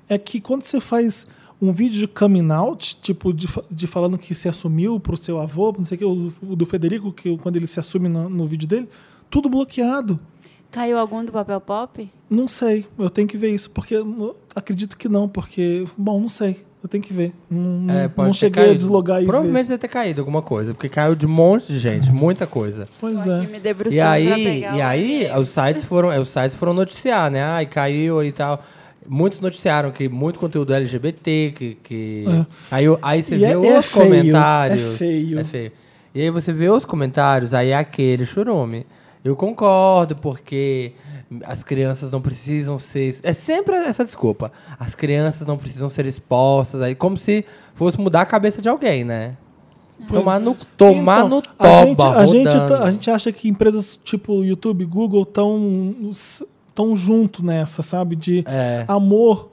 Speaker 1: é que quando você faz um vídeo de coming out, tipo, de, fa- de falando que se assumiu pro seu avô, não sei o que, o, o do Federico, que quando ele se assume no, no vídeo dele, tudo bloqueado.
Speaker 2: Caiu algum do papel pop?
Speaker 1: Não sei, eu tenho que ver isso, porque eu acredito que não, porque, bom, não sei. Eu tenho que ver. Não,
Speaker 3: É, pode
Speaker 1: não
Speaker 3: ter
Speaker 1: cheguei
Speaker 3: caído.
Speaker 1: a deslogar e ver.
Speaker 3: Provavelmente deve ter caído alguma coisa, porque caiu de um monte de gente, muita coisa.
Speaker 1: Pois
Speaker 2: Tô aqui
Speaker 1: é.
Speaker 2: me debruçando
Speaker 3: E
Speaker 2: pra
Speaker 3: aí,
Speaker 2: pegar
Speaker 3: e
Speaker 2: o
Speaker 3: aí
Speaker 2: endereço.
Speaker 3: os sites foram, os sites foram noticiar, né? Ai, caiu e tal. Muitos noticiaram que muito conteúdo LGBT, que. que...
Speaker 1: É.
Speaker 3: Aí, o- aí você
Speaker 1: E
Speaker 3: vê
Speaker 1: é- é
Speaker 3: os
Speaker 1: feio,
Speaker 3: comentários.
Speaker 1: é feio.
Speaker 3: É feio. E aí você vê os comentários, aí é aquele churume. Eu concordo, porque as crianças não precisam ser. É sempre essa desculpa. As crianças não precisam ser expostas, aí como se fosse mudar a cabeça de alguém, né? tomar no, tomar
Speaker 1: Então,
Speaker 3: no
Speaker 1: a gente,
Speaker 3: toba,
Speaker 1: a, gente,
Speaker 3: rodando.
Speaker 1: tá- a gente acha que empresas tipo YouTube, Google estão tão junto nessa, sabe? De
Speaker 3: É.
Speaker 1: amor.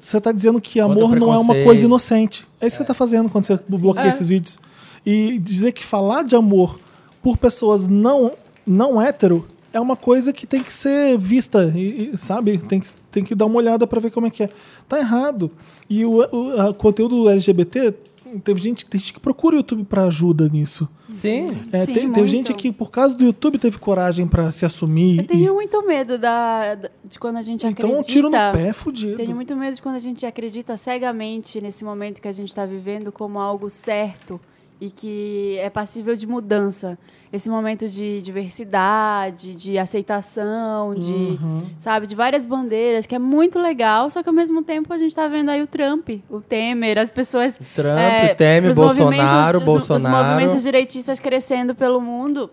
Speaker 1: Você está dizendo que
Speaker 3: Contra
Speaker 1: amor não é uma
Speaker 3: preconceito.
Speaker 1: coisa inocente. É isso que você está fazendo quando você bloqueia
Speaker 3: É.
Speaker 1: esses vídeos. E dizer que falar de amor por pessoas não, não hétero é uma coisa que tem que ser vista, e, e, sabe? Tem que, tem que dar uma olhada para ver como é que é. Tá errado. E o, o a- conteúdo LGBT, teve gente, tem gente que procura o YouTube para ajuda nisso.
Speaker 3: Sim.
Speaker 1: É,
Speaker 2: Sim,
Speaker 1: tem, tem
Speaker 2: muito.
Speaker 1: gente que, por causa do YouTube, teve coragem para se assumir.
Speaker 2: Eu tenho muito medo da, da- de quando a gente
Speaker 1: e, então, um
Speaker 2: acredita.
Speaker 1: tiro no pé é fudido.
Speaker 2: Tenho muito medo de quando a gente acredita cegamente nesse momento que a gente está vivendo como algo certo e que é passível de mudança. Esse momento de diversidade, de aceitação, de,
Speaker 3: Uhum.
Speaker 2: sabe, de várias bandeiras, que é muito legal, só que ao mesmo tempo a gente está vendo aí o Trump, o Temer, as pessoas...
Speaker 3: Trump, Temer,
Speaker 2: É, os
Speaker 3: Bolsonaro,
Speaker 2: movimentos- os-
Speaker 3: Bolsonaro.
Speaker 2: Os movimentos direitistas crescendo pelo mundo.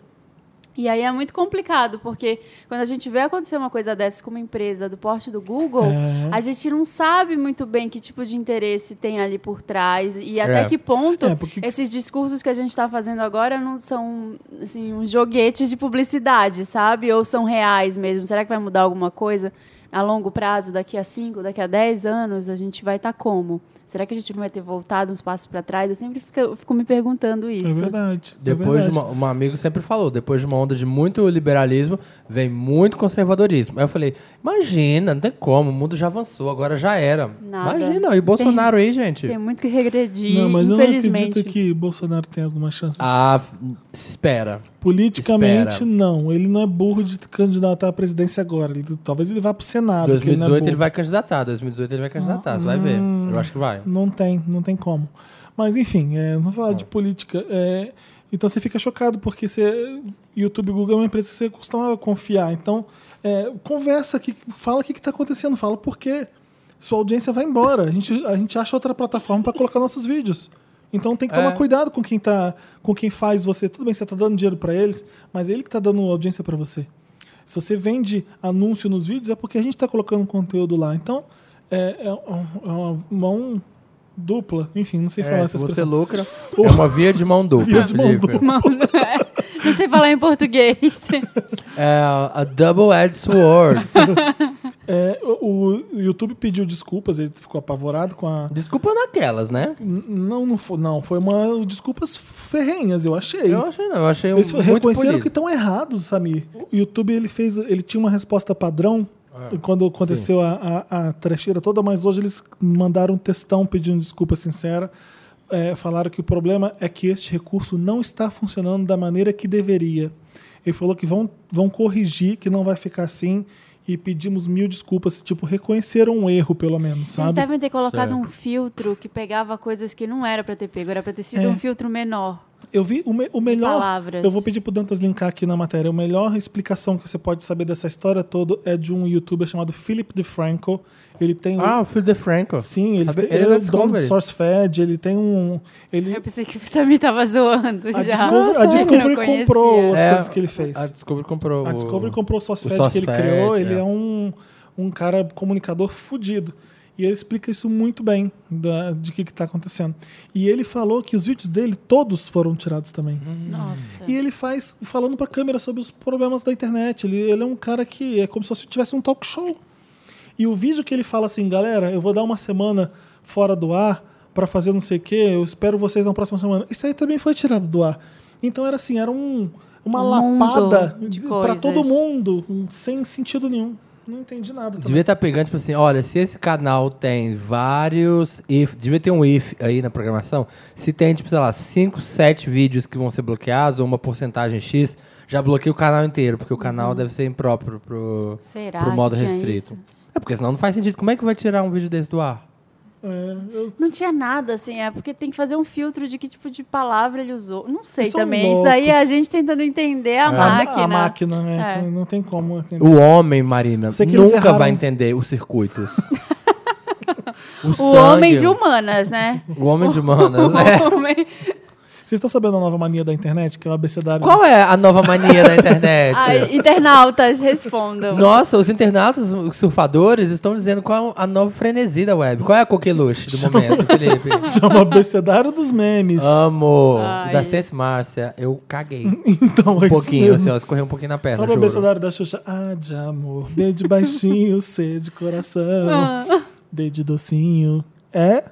Speaker 2: E aí é muito complicado, porque quando a gente vê acontecer uma coisa dessas com uma empresa do porte do Google,
Speaker 1: É.
Speaker 2: a gente não sabe muito bem que tipo de interesse tem ali por trás e até
Speaker 3: É.
Speaker 2: que ponto
Speaker 1: É, porque-
Speaker 2: esses discursos que a gente está fazendo agora não são assim, uns joguetes de publicidade, sabe? Ou são reais mesmo. Será que vai mudar alguma coisa a longo prazo, daqui a 5, daqui a 10 anos? A gente vai estar como? Será que a gente não vai ter voltado uns passos para trás? Eu sempre fico, fico me perguntando
Speaker 1: É
Speaker 2: isso.
Speaker 1: verdade. é
Speaker 3: Depois de
Speaker 1: verdade.
Speaker 3: uma, um amigo sempre falou, depois de uma onda de muito liberalismo, vem muito conservadorismo. Aí eu falei, imagina, não tem como, o mundo já avançou, agora já era.
Speaker 2: Nada.
Speaker 3: Imagina, e Bolsonaro aí, gente?
Speaker 2: Tem muito que regredir,
Speaker 1: Não, mas eu não
Speaker 2: infelizmente.
Speaker 1: acredito que Bolsonaro tem alguma chance. de-
Speaker 3: Ah, f- se espera.
Speaker 1: Politicamente,
Speaker 3: espera.
Speaker 1: não. Ele não é burro de candidatar à presidência agora. Ele- talvez ele vá pro Senado. porque ele não, é
Speaker 3: 2018 ele
Speaker 1: burro. Hum.
Speaker 3: vai candidatar, 2018 ele vai candidatar, você vai ver. Eu acho que vai.
Speaker 1: não tem, não tem como. Mas enfim, é, não vou falar de política. é, então você fica chocado, porque você, YouTube e Google é uma empresa que você costuma confiar. Então, é, conversa aqui, fala o que está acontecendo, fala por quê. Sua audiência vai embora. A gente, a gente acha outra plataforma para colocar nossos vídeos. Então tem que tomar
Speaker 3: É.
Speaker 1: cuidado com quem tá, com quem faz você. Tudo bem, você está dando dinheiro para eles, mas é ele que está dando audiência para você. Se você vende anúncio nos vídeos, é porque a gente está colocando conteúdo lá. Então, é, é um- é uma mão dupla. Enfim, não sei falar
Speaker 3: É,
Speaker 1: essa
Speaker 3: se você
Speaker 1: expressão.
Speaker 3: lucra, é uma via de mão dupla,
Speaker 1: Via de mão
Speaker 3: Felipe.
Speaker 1: dupla.
Speaker 2: Mano, não sei falar em português.
Speaker 3: É a double-edged sword.
Speaker 1: É, o, o YouTube pediu desculpas, ele ficou apavorado com a.
Speaker 3: Desculpa naquelas, né?
Speaker 1: N- Não, não foi, não, foi uma desculpas ferrenhas, eu achei.
Speaker 3: Eu achei não, eu achei um
Speaker 1: Eles
Speaker 3: muito
Speaker 1: reconheceram que
Speaker 3: polido.
Speaker 1: estão errados, Samir. O YouTube ele fez, ele tinha uma resposta padrão quando aconteceu a, a, a trecheira toda, mas hoje eles mandaram um textão pedindo desculpa sincera. É, falaram que o problema é que este recurso não está funcionando da maneira que deveria. Ele falou que vão, vão corrigir, que não vai ficar assim. E pedimos mil desculpas, tipo, reconheceram um erro, pelo menos,
Speaker 2: Vocês
Speaker 1: sabe?
Speaker 2: devem ter colocado
Speaker 3: Certo.
Speaker 2: um filtro que pegava coisas que não era pra ter pego, era pra ter sido
Speaker 1: É.
Speaker 2: um filtro menor.
Speaker 1: Eu vi o, me- o melhor.
Speaker 2: palavras.
Speaker 1: Eu vou pedir pro Dantas linkar aqui na matéria. A melhor explicação que você pode saber dessa história toda é de um youtuber chamado Philip DeFranco. Ele tem. um-
Speaker 3: Ah, o filho de Franco.
Speaker 1: Sim, ele,
Speaker 3: Sabe,
Speaker 1: tem,
Speaker 3: ele é
Speaker 1: ele
Speaker 3: da
Speaker 1: é dono do
Speaker 3: Discovery.
Speaker 1: SourceFed, ele tem um. Ele,
Speaker 2: Eu pensei que o Samir tava zoando
Speaker 1: a,
Speaker 2: já.
Speaker 1: Discovery, a
Speaker 2: Eu não
Speaker 1: Discovery
Speaker 2: conhecia.
Speaker 1: comprou as
Speaker 3: É,
Speaker 1: coisas que ele fez.
Speaker 3: A Discovery comprou.
Speaker 1: A
Speaker 3: o-
Speaker 1: Discovery Ah, comprou o SourceFed
Speaker 3: o
Speaker 1: que ele
Speaker 3: SourceFed,
Speaker 1: criou. Ele
Speaker 3: é.
Speaker 1: é um, um cara comunicador fudido. E ele explica isso muito bem da, de que está acontecendo. E ele falou que os vídeos dele todos foram tirados também.
Speaker 3: Uhum.
Speaker 2: Nossa.
Speaker 1: E ele faz falando pra câmera sobre os problemas da internet. Ele, ele é um cara que é como se fosse- tivesse um talk show. E o vídeo que ele fala assim, galera, eu vou dar uma semana fora do ar pra fazer não sei o quê, eu espero vocês na próxima semana. Isso aí também foi tirado do ar. Então era assim, era um, uma
Speaker 2: Um mundo
Speaker 1: lapada
Speaker 2: de
Speaker 1: pra
Speaker 2: coisas.
Speaker 1: todo mundo, sem sentido nenhum. Não entendi nada. Também.
Speaker 3: Devia estar pegando, tipo assim, olha, se esse canal tem vários if, devia ter um if aí na programação, se tem, tipo, sei lá, 5, 7 vídeos que vão ser bloqueados, ou uma porcentagem X, já bloqueia o canal inteiro, porque o
Speaker 1: Uhum.
Speaker 3: canal deve ser impróprio pro,
Speaker 2: Será
Speaker 3: pro modo
Speaker 2: que tinha
Speaker 3: restrito.
Speaker 2: isso?
Speaker 3: É, porque senão não faz sentido. Como é que vai tirar um vídeo desse do ar?
Speaker 1: É, É, eu-
Speaker 2: Não tinha nada, assim, é porque tem que fazer um filtro de que tipo de palavra ele usou. Não sei
Speaker 1: Eles são
Speaker 2: também. Isso aí é a
Speaker 1: loucos.
Speaker 2: gente tentando entender a
Speaker 3: É.
Speaker 1: a
Speaker 2: máquina.
Speaker 1: A máquina, é,
Speaker 2: É.
Speaker 1: Não tem como. entender.
Speaker 3: O homem, Marina,
Speaker 1: Sei que eles
Speaker 3: nunca
Speaker 1: erraram.
Speaker 3: vai entender os circuitos. o
Speaker 2: O homem
Speaker 3: sangue,
Speaker 2: de humanas, né?
Speaker 3: O homem de humanas, né?
Speaker 2: O homem-
Speaker 1: Vocês estão sabendo a nova mania da internet, que é o abecedário?
Speaker 3: Qual é a nova mania da internet?
Speaker 2: Ai, internautas, respondam.
Speaker 3: Nossa, os internautas, os surfadores, estão dizendo qual a nova frenesi da web. Qual é a coqueluche do momento, Felipe?
Speaker 1: Chama é abecedário dos memes.
Speaker 3: Ah, Amo.
Speaker 2: Ai.
Speaker 3: Da Cês Márcia, eu caguei.
Speaker 1: então,
Speaker 3: Um
Speaker 1: é isso
Speaker 3: pouquinho,
Speaker 1: mesmo.
Speaker 3: assim, ó, escorreu um pouquinho na perna,
Speaker 1: Sabe o
Speaker 3: juro.
Speaker 1: abecedário da Xuxa? A de amor, B de baixinho, C de coração,
Speaker 2: Ah.
Speaker 1: D de docinho, E,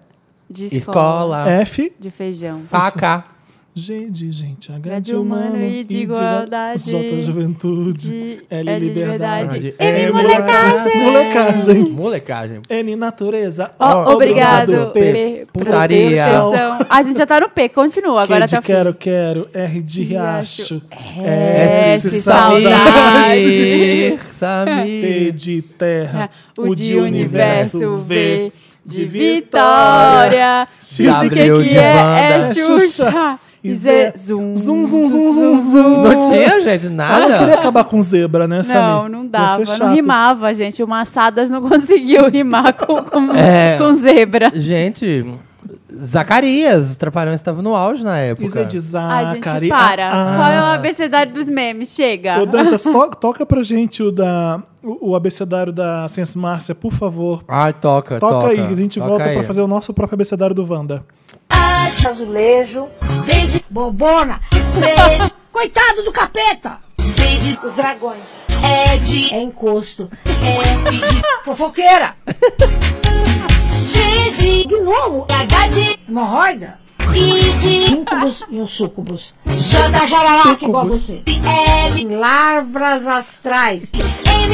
Speaker 2: De escola.
Speaker 3: Escola,
Speaker 1: F,
Speaker 2: De feijão.
Speaker 3: faca,
Speaker 1: G de gente, H
Speaker 2: É
Speaker 1: de humano, I de igualdade, J juventude,
Speaker 2: De
Speaker 1: L
Speaker 2: L
Speaker 1: liberdade,
Speaker 2: liberdade.
Speaker 3: É
Speaker 2: M
Speaker 1: molecagem, molecagem,
Speaker 3: molecagem.
Speaker 1: N natureza,
Speaker 2: Ó,
Speaker 1: O
Speaker 2: obrigado. P.
Speaker 3: Putaria.
Speaker 2: proteção. A gente já tá no P, continua.
Speaker 1: Q
Speaker 2: Agora
Speaker 1: de
Speaker 2: tá
Speaker 1: quero, quero, R de riacho,
Speaker 2: S,
Speaker 1: S
Speaker 2: saudade.
Speaker 3: Samir,
Speaker 1: T
Speaker 3: Samir.
Speaker 1: de terra,
Speaker 2: É, O de universo V de Vitória.
Speaker 1: X
Speaker 2: Diz o
Speaker 1: de
Speaker 2: que, que
Speaker 3: de
Speaker 2: é, é
Speaker 3: Wanda.
Speaker 2: Xuxa. E Z. Zum,
Speaker 1: Zum, zum, zum, zum, zum.
Speaker 3: Não tinha, gente,
Speaker 1: Ela queria
Speaker 3: nada.
Speaker 1: acabar com zebra, né,
Speaker 2: Não,
Speaker 1: Samir?
Speaker 2: não
Speaker 1: Ia
Speaker 2: dava,
Speaker 1: ser
Speaker 2: não
Speaker 1: chato.
Speaker 2: rimava, gente. O Massadas não conseguiu rimar com, com,
Speaker 3: É.
Speaker 2: com zebra.
Speaker 3: Gente, Zacarias, o Trapalhão estava no auge na
Speaker 1: Isa
Speaker 3: época.
Speaker 1: é de
Speaker 2: Ai, gente,
Speaker 1: Zacari.
Speaker 2: para.
Speaker 1: Ah,
Speaker 2: Qual é o abecedário dos memes? Chega.
Speaker 1: Ô, Dantas, to- toca pra gente o, da, o, o abecedário da Sense Márcia, por favor.
Speaker 3: Ai, toca,
Speaker 1: Toca,
Speaker 3: toca.
Speaker 1: aí, a gente
Speaker 3: toca
Speaker 1: volta
Speaker 3: aí.
Speaker 1: pra fazer o nosso próprio abecedário do Wanda.
Speaker 4: azulejo, vende bobona, vende coitado do capeta, vende os dragões, é de é encosto, é de fofoqueira, G de gnomo, H de hemorroida, I de íncubos e um os súcubos, J da jararaca igual você, L larvas astrais,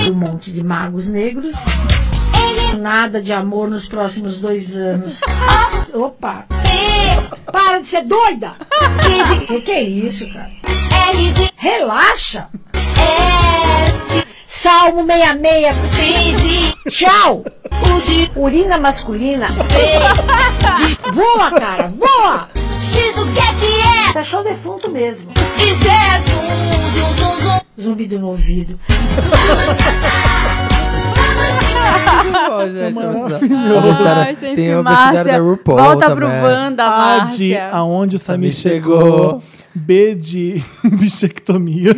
Speaker 4: um monte de magos negros, nada de amor nos próximos dois anos. Opa! Para de ser doida! O que, que é isso, cara? Relaxa! Salmo 66. Tchau! Urina masculina. Voa, cara, voa!
Speaker 5: X o que que é?
Speaker 4: Você achou defunto mesmo.
Speaker 5: Isso é zum, zum, zum, zum.
Speaker 4: Zumbido no ouvido.
Speaker 3: Pô, gente,
Speaker 1: maravilhoso.
Speaker 3: vamos dar-
Speaker 2: Ai,
Speaker 3: tem
Speaker 2: Sense
Speaker 3: o abecedário
Speaker 2: Márcia.
Speaker 3: da RuPaul
Speaker 2: Volta pro
Speaker 3: também.
Speaker 2: Wanda,
Speaker 1: A Ah, de
Speaker 2: Márcia.
Speaker 1: aonde o Samir
Speaker 3: Samir chegou.
Speaker 1: chegou. B de bichectomia.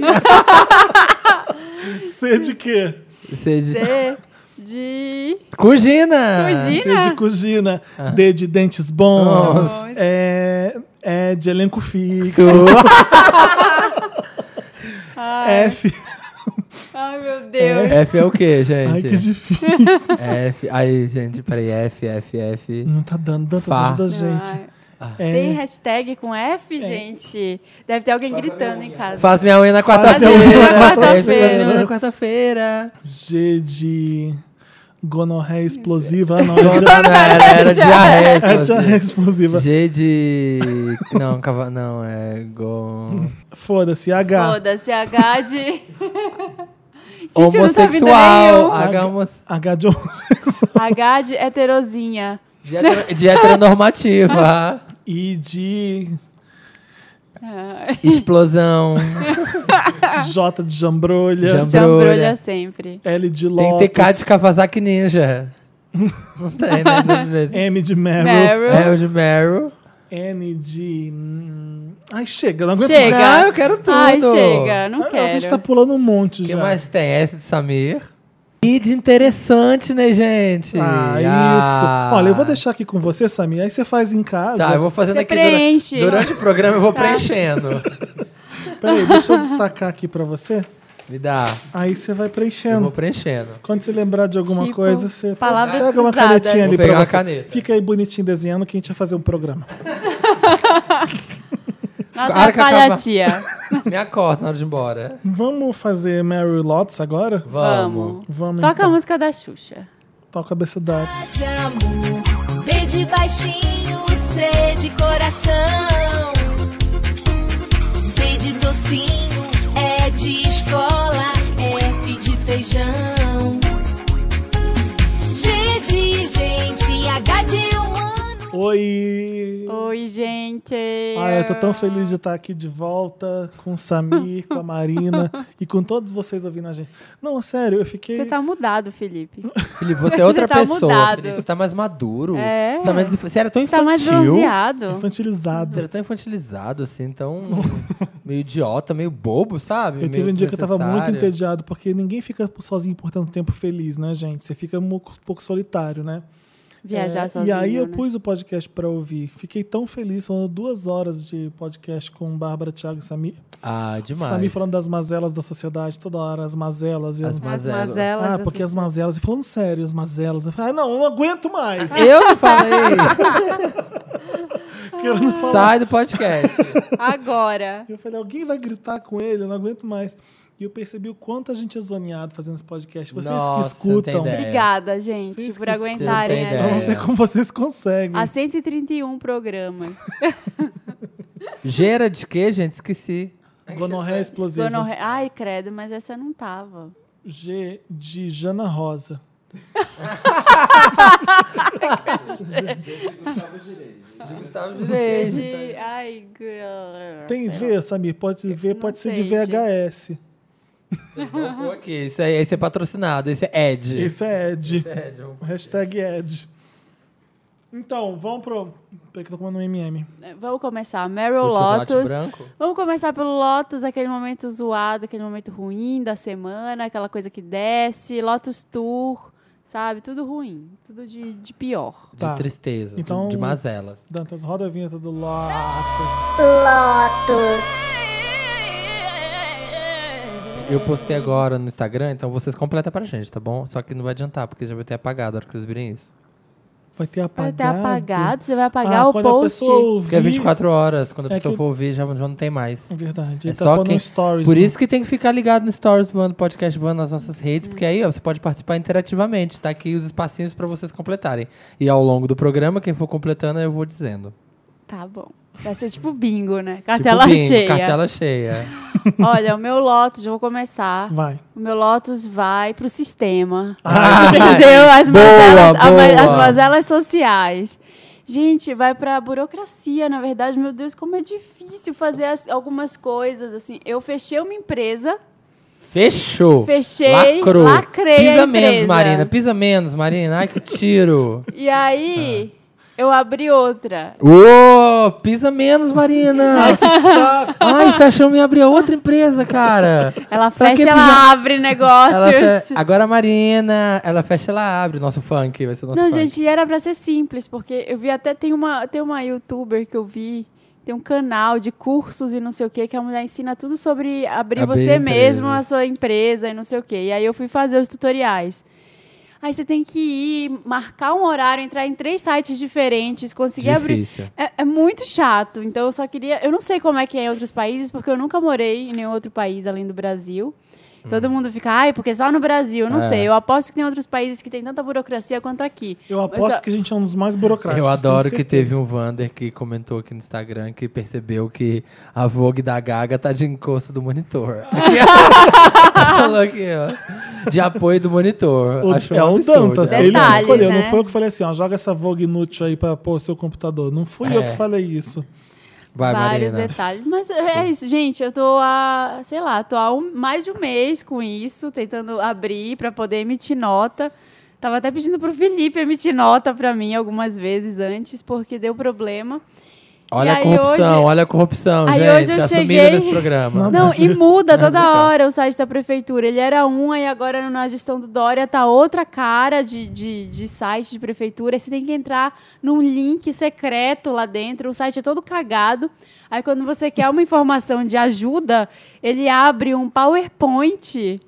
Speaker 1: C de quê?
Speaker 3: Você diz-
Speaker 2: C É de...
Speaker 3: Cugina!
Speaker 1: C de
Speaker 2: Imagina.
Speaker 1: cugina.
Speaker 3: Ah.
Speaker 1: D de dentes bons.
Speaker 2: Bons.
Speaker 1: É, é de elenco fixo.
Speaker 3: Su-
Speaker 1: F. É.
Speaker 2: Ai, meu Deus.
Speaker 3: F é o quê,
Speaker 1: Ai, que
Speaker 3: gente?
Speaker 1: difícil.
Speaker 3: F. Aí, gente, peraí. F, F, F.
Speaker 1: Não tá dando tanta
Speaker 3: Fá.
Speaker 1: ajuda, gente.
Speaker 2: Ai. Tem
Speaker 1: É,
Speaker 2: hashtag com F, gente? Deve ter alguém gritando em casa.
Speaker 3: Faz minha unha na quarta-feira.
Speaker 2: minha unha na
Speaker 3: F, Faz minha
Speaker 2: quarta-feira.
Speaker 3: unha na quarta-feira.
Speaker 1: G de gonorreia explosiva. Ah, Não, é
Speaker 3: Não,
Speaker 1: de-
Speaker 3: não, não, era, era diarreia.
Speaker 1: é de
Speaker 3: só-
Speaker 1: diarreia explosiva.
Speaker 3: G de... Não, cava... Não, é... Go...
Speaker 1: Foda-se. H.
Speaker 2: Foda-se, H de... Gente, eu não tô vindo
Speaker 3: Homossexual.
Speaker 2: nenhum.
Speaker 3: H homosse-
Speaker 1: H de homossexual.
Speaker 2: H de heterozinha.
Speaker 3: de hetero- De heteronormativa.
Speaker 1: I de
Speaker 3: Explosão.
Speaker 2: Ah.
Speaker 1: J de jambrolha.
Speaker 3: Jam-
Speaker 2: Jambrolha sempre.
Speaker 1: L de
Speaker 3: Tem que ter K de
Speaker 1: lótus.
Speaker 3: Kawasaki Ninja. Não tem, né?
Speaker 1: M de Meryl.
Speaker 2: Meryl.
Speaker 3: É o de Meryl.
Speaker 1: N de... hum, Ai, chega. Não aguento
Speaker 2: Chega.
Speaker 1: mais.
Speaker 3: Não, Ah, eu quero tudo.
Speaker 2: Ai, chega. Não
Speaker 1: Ah, A gente
Speaker 2: quero.
Speaker 1: tá pulando um monte
Speaker 3: O que
Speaker 1: já.
Speaker 3: mais tem? S de Samir. E de interessante, né, gente?
Speaker 1: Ah,
Speaker 3: Ah.
Speaker 1: isso. Olha, eu vou deixar aqui com você, Samir. Aí você faz em casa.
Speaker 3: Tá, eu vou fazendo
Speaker 2: Você
Speaker 3: aqui dura-
Speaker 2: preenche. Tá.
Speaker 3: durante o programa, eu vou preenchendo.
Speaker 1: Peraí, deixa eu destacar aqui pra você.
Speaker 3: Me dá.
Speaker 1: Aí você vai
Speaker 3: Eu
Speaker 1: preenchendo.
Speaker 3: vou preenchendo.
Speaker 1: Quando você lembrar de alguma
Speaker 2: Tipo,
Speaker 1: coisa, você
Speaker 2: palavras
Speaker 1: pega uma
Speaker 2: cruzadas.
Speaker 1: canetinha ali
Speaker 3: Vou pegar
Speaker 1: pra
Speaker 3: uma
Speaker 1: você.
Speaker 3: caneta.
Speaker 1: Fica aí bonitinho desenhando que a gente vai fazer um programa.
Speaker 2: Não
Speaker 3: Cara que acaba-
Speaker 2: atrapalha a tia.
Speaker 3: Me acorda na hora de ir embora.
Speaker 1: Vamos fazer Mary Lots agora?
Speaker 3: Vamos.
Speaker 2: Vamos.
Speaker 1: Vamos
Speaker 2: Toca um. a
Speaker 1: então.
Speaker 2: música da Xuxa.
Speaker 1: Toca a BCW.
Speaker 5: de amor, B de baixinho, C de coração. B de docinho, E de escola, F de feijão. G de gente, H de humano,
Speaker 1: Oi!
Speaker 2: Oi, ah. gente!
Speaker 1: Ai, eu tô tão feliz de estar aqui de volta com o Samir, com a Marina e com todos vocês ouvindo a gente. Não, sério, eu fiquei.
Speaker 2: Você tá mudado, Felipe.
Speaker 3: Felipe, você é outra
Speaker 2: tá
Speaker 3: pessoa.
Speaker 2: mudado.
Speaker 3: Felipe. Você tá mais maduro.
Speaker 2: É.
Speaker 3: Você, tá mais, você era tão
Speaker 2: Você
Speaker 3: infantil.
Speaker 2: tá mais bronzeado.
Speaker 1: infantilizado.
Speaker 3: Você era tão infantilizado, assim, tão meio idiota, meio bobo, sabe?
Speaker 1: Eu tive um dia que eu tava muito entediado, porque ninguém fica sozinho por tanto tempo feliz, né, gente? Você fica um pouco- pouco solitário, né?
Speaker 2: Viajar
Speaker 1: É,
Speaker 2: sozinho.
Speaker 1: E aí eu
Speaker 2: né?
Speaker 1: pus o podcast pra ouvir. Fiquei tão feliz, foram duas horas de podcast com Bárbara, Thiago e Samir.
Speaker 3: Ah, demais.
Speaker 1: Samir falando das mazelas da sociedade toda hora, as mazelas e
Speaker 3: As
Speaker 1: as,
Speaker 3: ma-
Speaker 2: As
Speaker 3: Mazela.
Speaker 2: mazelas. assim.
Speaker 1: Ah, porque as mazelas. E falando sério, as mazelas. Eu falei, ah, não, eu não aguento mais.
Speaker 3: Eu não falei!
Speaker 1: Quero não falar.
Speaker 3: Sai do podcast.
Speaker 2: assim. Agora.
Speaker 1: Eu falei, alguém vai gritar com ele, eu não aguento mais. E eu percebi o quanto a gente é zoneado fazendo esse podcast. Vocês
Speaker 3: Nossa,
Speaker 1: que escutam.
Speaker 3: não tem ideia.
Speaker 2: Obrigada, gente,
Speaker 1: Vocês
Speaker 2: por
Speaker 1: É. que-
Speaker 2: aguentarem
Speaker 3: Você não tem
Speaker 1: Eu não
Speaker 2: a gente.
Speaker 1: sei como vocês conseguem.
Speaker 2: Há 131 programas.
Speaker 3: Gera de quê, gente? Esqueci.
Speaker 1: Gonorreia explosiva.
Speaker 2: Gonorre- Ai, credo, mas essa eu não tava.
Speaker 1: G de Jana Rosa.
Speaker 3: Gustavo
Speaker 2: De... Ai, girl.
Speaker 1: tá. Tem V, Samir? Pode ver, pode ser de
Speaker 2: sei, gente.
Speaker 1: VHS.
Speaker 3: Aqui, isso aí, esse é patrocinado, esse é Ed.
Speaker 1: Esse é Ed.
Speaker 3: Ed, vamos-
Speaker 1: Hashtag Ed. Então, vamos pro. Peraí que eu tô comendo um MM.
Speaker 2: É, Vamos começar. Meryl
Speaker 3: O chocolate
Speaker 2: Lotus.
Speaker 3: branco?
Speaker 2: Vamos começar pelo Lotus, aquele momento zoado, aquele momento ruim da semana, aquela coisa que desce. Lotus Tour, sabe? Tudo ruim. Tudo de, de pior.
Speaker 3: De
Speaker 1: Tá.
Speaker 3: tristeza, assim,
Speaker 1: Então-
Speaker 3: de mazelas.
Speaker 1: Dantas, roda a vinheta do Lotus.
Speaker 3: Eu postei agora no Instagram, então vocês completam pra gente, tá bom? Só que não vai adiantar, porque já vai ter apagado a hora que vocês virem isso.
Speaker 1: Vai ter
Speaker 2: Vai
Speaker 1: apagado.
Speaker 2: ter apagado, você vai apagar
Speaker 1: ah,
Speaker 2: o
Speaker 1: quando a
Speaker 2: post.
Speaker 1: pessoa ouvir...
Speaker 3: Porque é 24 horas, quando
Speaker 1: É
Speaker 3: a pessoa
Speaker 1: que-
Speaker 3: for ouvir, já, já não tem mais.
Speaker 1: É verdade.
Speaker 3: É
Speaker 1: Ele tá
Speaker 3: só
Speaker 1: pondo
Speaker 3: quem-
Speaker 1: um stories.
Speaker 3: Por
Speaker 1: né?
Speaker 3: isso que tem que ficar ligado no Stories Van, no Podcast Van, nas nossas redes,
Speaker 2: Hum.
Speaker 3: porque aí ó, você pode participar interativamente. Tá aqui os espacinhos pra vocês completarem. E ao longo do programa, quem for completando, eu vou dizendo.
Speaker 2: Tá bom. Vai ser tipo bingo, né?
Speaker 3: Tipo
Speaker 2: Cartela
Speaker 3: bingo,
Speaker 2: cheia.
Speaker 3: Cartela cheia.
Speaker 2: Olha, o meu Lotus, já vou começar.
Speaker 1: Vai.
Speaker 2: O meu Lotus vai pro sistema.
Speaker 3: Ah,
Speaker 2: Entendeu? As,
Speaker 3: boa,
Speaker 2: mazelas, a ma-
Speaker 3: boa.
Speaker 2: as mazelas sociais. Gente, vai pra burocracia, na verdade. Meu Deus, como é difícil fazer as- algumas coisas. Assim, eu fechei uma empresa,
Speaker 3: Fechou.
Speaker 2: Fechei,
Speaker 3: Lacrou.
Speaker 2: lacrei
Speaker 3: Pisa
Speaker 2: a
Speaker 3: menos,
Speaker 2: empresa.
Speaker 3: Marina. Pisa menos, Marina. Ai, que tiro.
Speaker 2: e
Speaker 3: Ah.
Speaker 2: aí eu abri outra.
Speaker 3: Ô, pisa menos, Marina. Ai, que saco. Ai, fechou, me abriu outra empresa, cara.
Speaker 2: Ela
Speaker 3: Pra que
Speaker 2: fecha, ela
Speaker 3: pisar-
Speaker 2: abre
Speaker 3: Ela fe-
Speaker 2: negócios.
Speaker 3: Agora a Marina, ela fecha, ela abre o nosso funk. Vai ser o nosso
Speaker 2: Não,
Speaker 3: funk.
Speaker 2: gente, e era pra ser simples, porque eu vi até tem uma, tem uma youtuber que eu vi, tem um canal de cursos e não sei o que, que a mulher ensina tudo sobre abrir,
Speaker 3: Abrir
Speaker 2: você
Speaker 3: empresa.
Speaker 2: mesmo, a sua empresa e não sei o que. E aí eu fui fazer os tutoriais. Aí você tem que ir, marcar um horário, entrar em três sites diferentes, conseguir abrir.
Speaker 3: Difícil.
Speaker 2: É, é muito chato. Então eu só queria. Eu não sei como é que é em outros países, porque eu nunca morei em nenhum outro país além do Brasil. Todo mundo fica, ai, porque só no Brasil, eu não
Speaker 3: Hum. É.
Speaker 2: sei. Eu aposto que tem outros países que tem tanta burocracia quanto aqui.
Speaker 1: Eu aposto
Speaker 2: Essa-
Speaker 1: que a gente é um dos mais burocráticos.
Speaker 3: Eu adoro
Speaker 1: tenho
Speaker 3: que teve um Vander que comentou aqui no Instagram que percebeu que a Vogue da Gaga tá de encosto do monitor. Falou aqui, ó. De apoio do monitor.
Speaker 1: O-
Speaker 3: Achou
Speaker 1: é
Speaker 3: um
Speaker 1: o
Speaker 3: absurdo.
Speaker 1: Dantas,
Speaker 2: né?
Speaker 1: ele não
Speaker 2: Detalhes,
Speaker 1: escolheu.
Speaker 2: né?
Speaker 1: Não foi eu que falei assim, ó, joga essa Vogue inútil aí pra pôr seu computador. Não fui eu
Speaker 3: É.
Speaker 1: que falei isso.
Speaker 3: Vai,
Speaker 2: vários
Speaker 3: Marina.
Speaker 2: detalhes. Mas é isso, gente. Eu tô há, sei lá, tô há um- mais de um mês com isso, tentando abrir pra poder emitir nota. Tava até pedindo pro Felipe emitir nota pra mim algumas vezes antes, porque deu problema.
Speaker 3: Olha
Speaker 2: E
Speaker 3: a
Speaker 2: aí
Speaker 3: corrupção,
Speaker 2: hoje-
Speaker 3: olha a corrupção,
Speaker 2: Aí
Speaker 3: gente.
Speaker 2: hoje eu
Speaker 3: assumindo
Speaker 2: cheguei-
Speaker 3: nesse programa.
Speaker 2: Não, e muda toda
Speaker 3: complicado.
Speaker 2: hora o site da prefeitura. Ele era um, aí agora na gestão do Dória tá outra cara de, de, de site de prefeitura. Aí você tem que entrar num link secreto lá dentro. O site é todo cagado. Aí quando você quer uma informação de ajuda, ele abre um PowerPoint.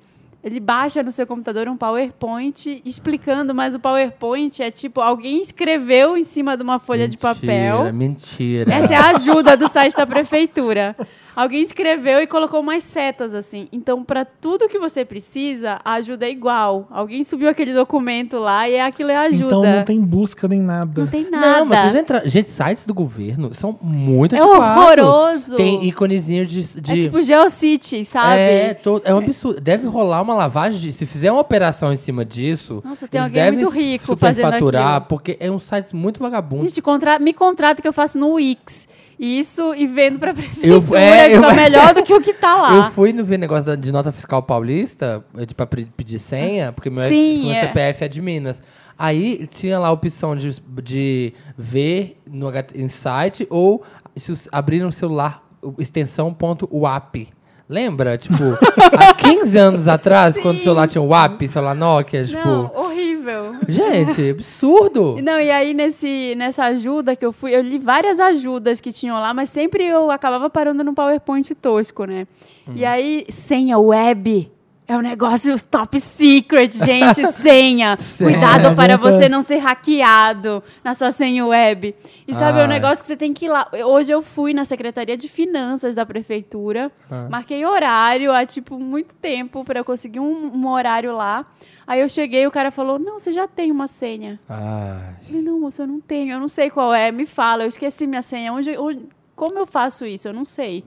Speaker 2: Ele baixa no seu computador um PowerPoint explicando, mas o PowerPoint é tipo alguém escreveu em cima de uma folha de papel.
Speaker 3: Mentira, Mentira.
Speaker 2: Essa é a ajuda do site da prefeitura. Alguém escreveu e colocou umas setas assim. Então, para tudo que você precisa, a ajuda é igual. Alguém subiu aquele documento lá e aquilo é ajuda.
Speaker 1: Então não tem busca nem nada.
Speaker 2: Não tem nada.
Speaker 3: Não, mas vocês entra... Gente, sites do governo são muito
Speaker 2: É
Speaker 3: antiquados.
Speaker 2: horroroso.
Speaker 3: Tem íconezinho de... de...
Speaker 2: É tipo GeoCity, sabe?
Speaker 3: É, to- é um absurdo. Deve rolar uma lavagem. de- Se fizer uma operação em cima disso.
Speaker 2: Nossa, tem
Speaker 3: eles
Speaker 2: alguém
Speaker 3: devem
Speaker 2: muito rico
Speaker 3: superfaturar,
Speaker 2: fazendo aquilo.
Speaker 3: porque é um site muito vagabundo.
Speaker 2: Gente, contra... me contrata que eu faço no Wix. Isso e vendo pra prefeitura,
Speaker 3: Eu- é,
Speaker 2: que
Speaker 3: eu-
Speaker 2: tá melhor do que o que tá lá.
Speaker 3: Eu fui no ver negócio da- de nota fiscal paulista eh, de, pra pre- pedir senha, porque meu,
Speaker 2: Sim,
Speaker 3: meu
Speaker 2: é.
Speaker 3: CPF é de Minas. Aí tinha lá a opção de, de ver no, H- em site ou se os- abrir no celular o- extensão.uap. Lembra? Tipo, há 15 anos atrás, quando o celular tinha um WAP, celular Nokia, tipo.
Speaker 2: Não, horrível.
Speaker 3: Gente, absurdo!
Speaker 2: E Não, e aí nesse, nessa ajuda que eu fui, eu li várias ajudas que tinham lá, mas sempre eu acabava parando num PowerPoint tosco, né? E aí, senha web. É um negócio top secret, gente. Senha. Cuidado para você não ser hackeado na sua senha web. E sabe, é um
Speaker 3: Ai.
Speaker 2: negócio que você tem que ir lá. Hoje eu fui na Secretaria de Finanças da Prefeitura, marquei horário há, tipo, muito tempo para eu conseguir um, um horário lá. Aí eu cheguei e o cara falou: Não, você já tem uma senha.
Speaker 3: Ai.
Speaker 2: Eu Falei, não, moço, eu não tenho, eu não sei qual é, me fala, eu esqueci minha senha, onde, onde- como eu faço isso? Eu não sei.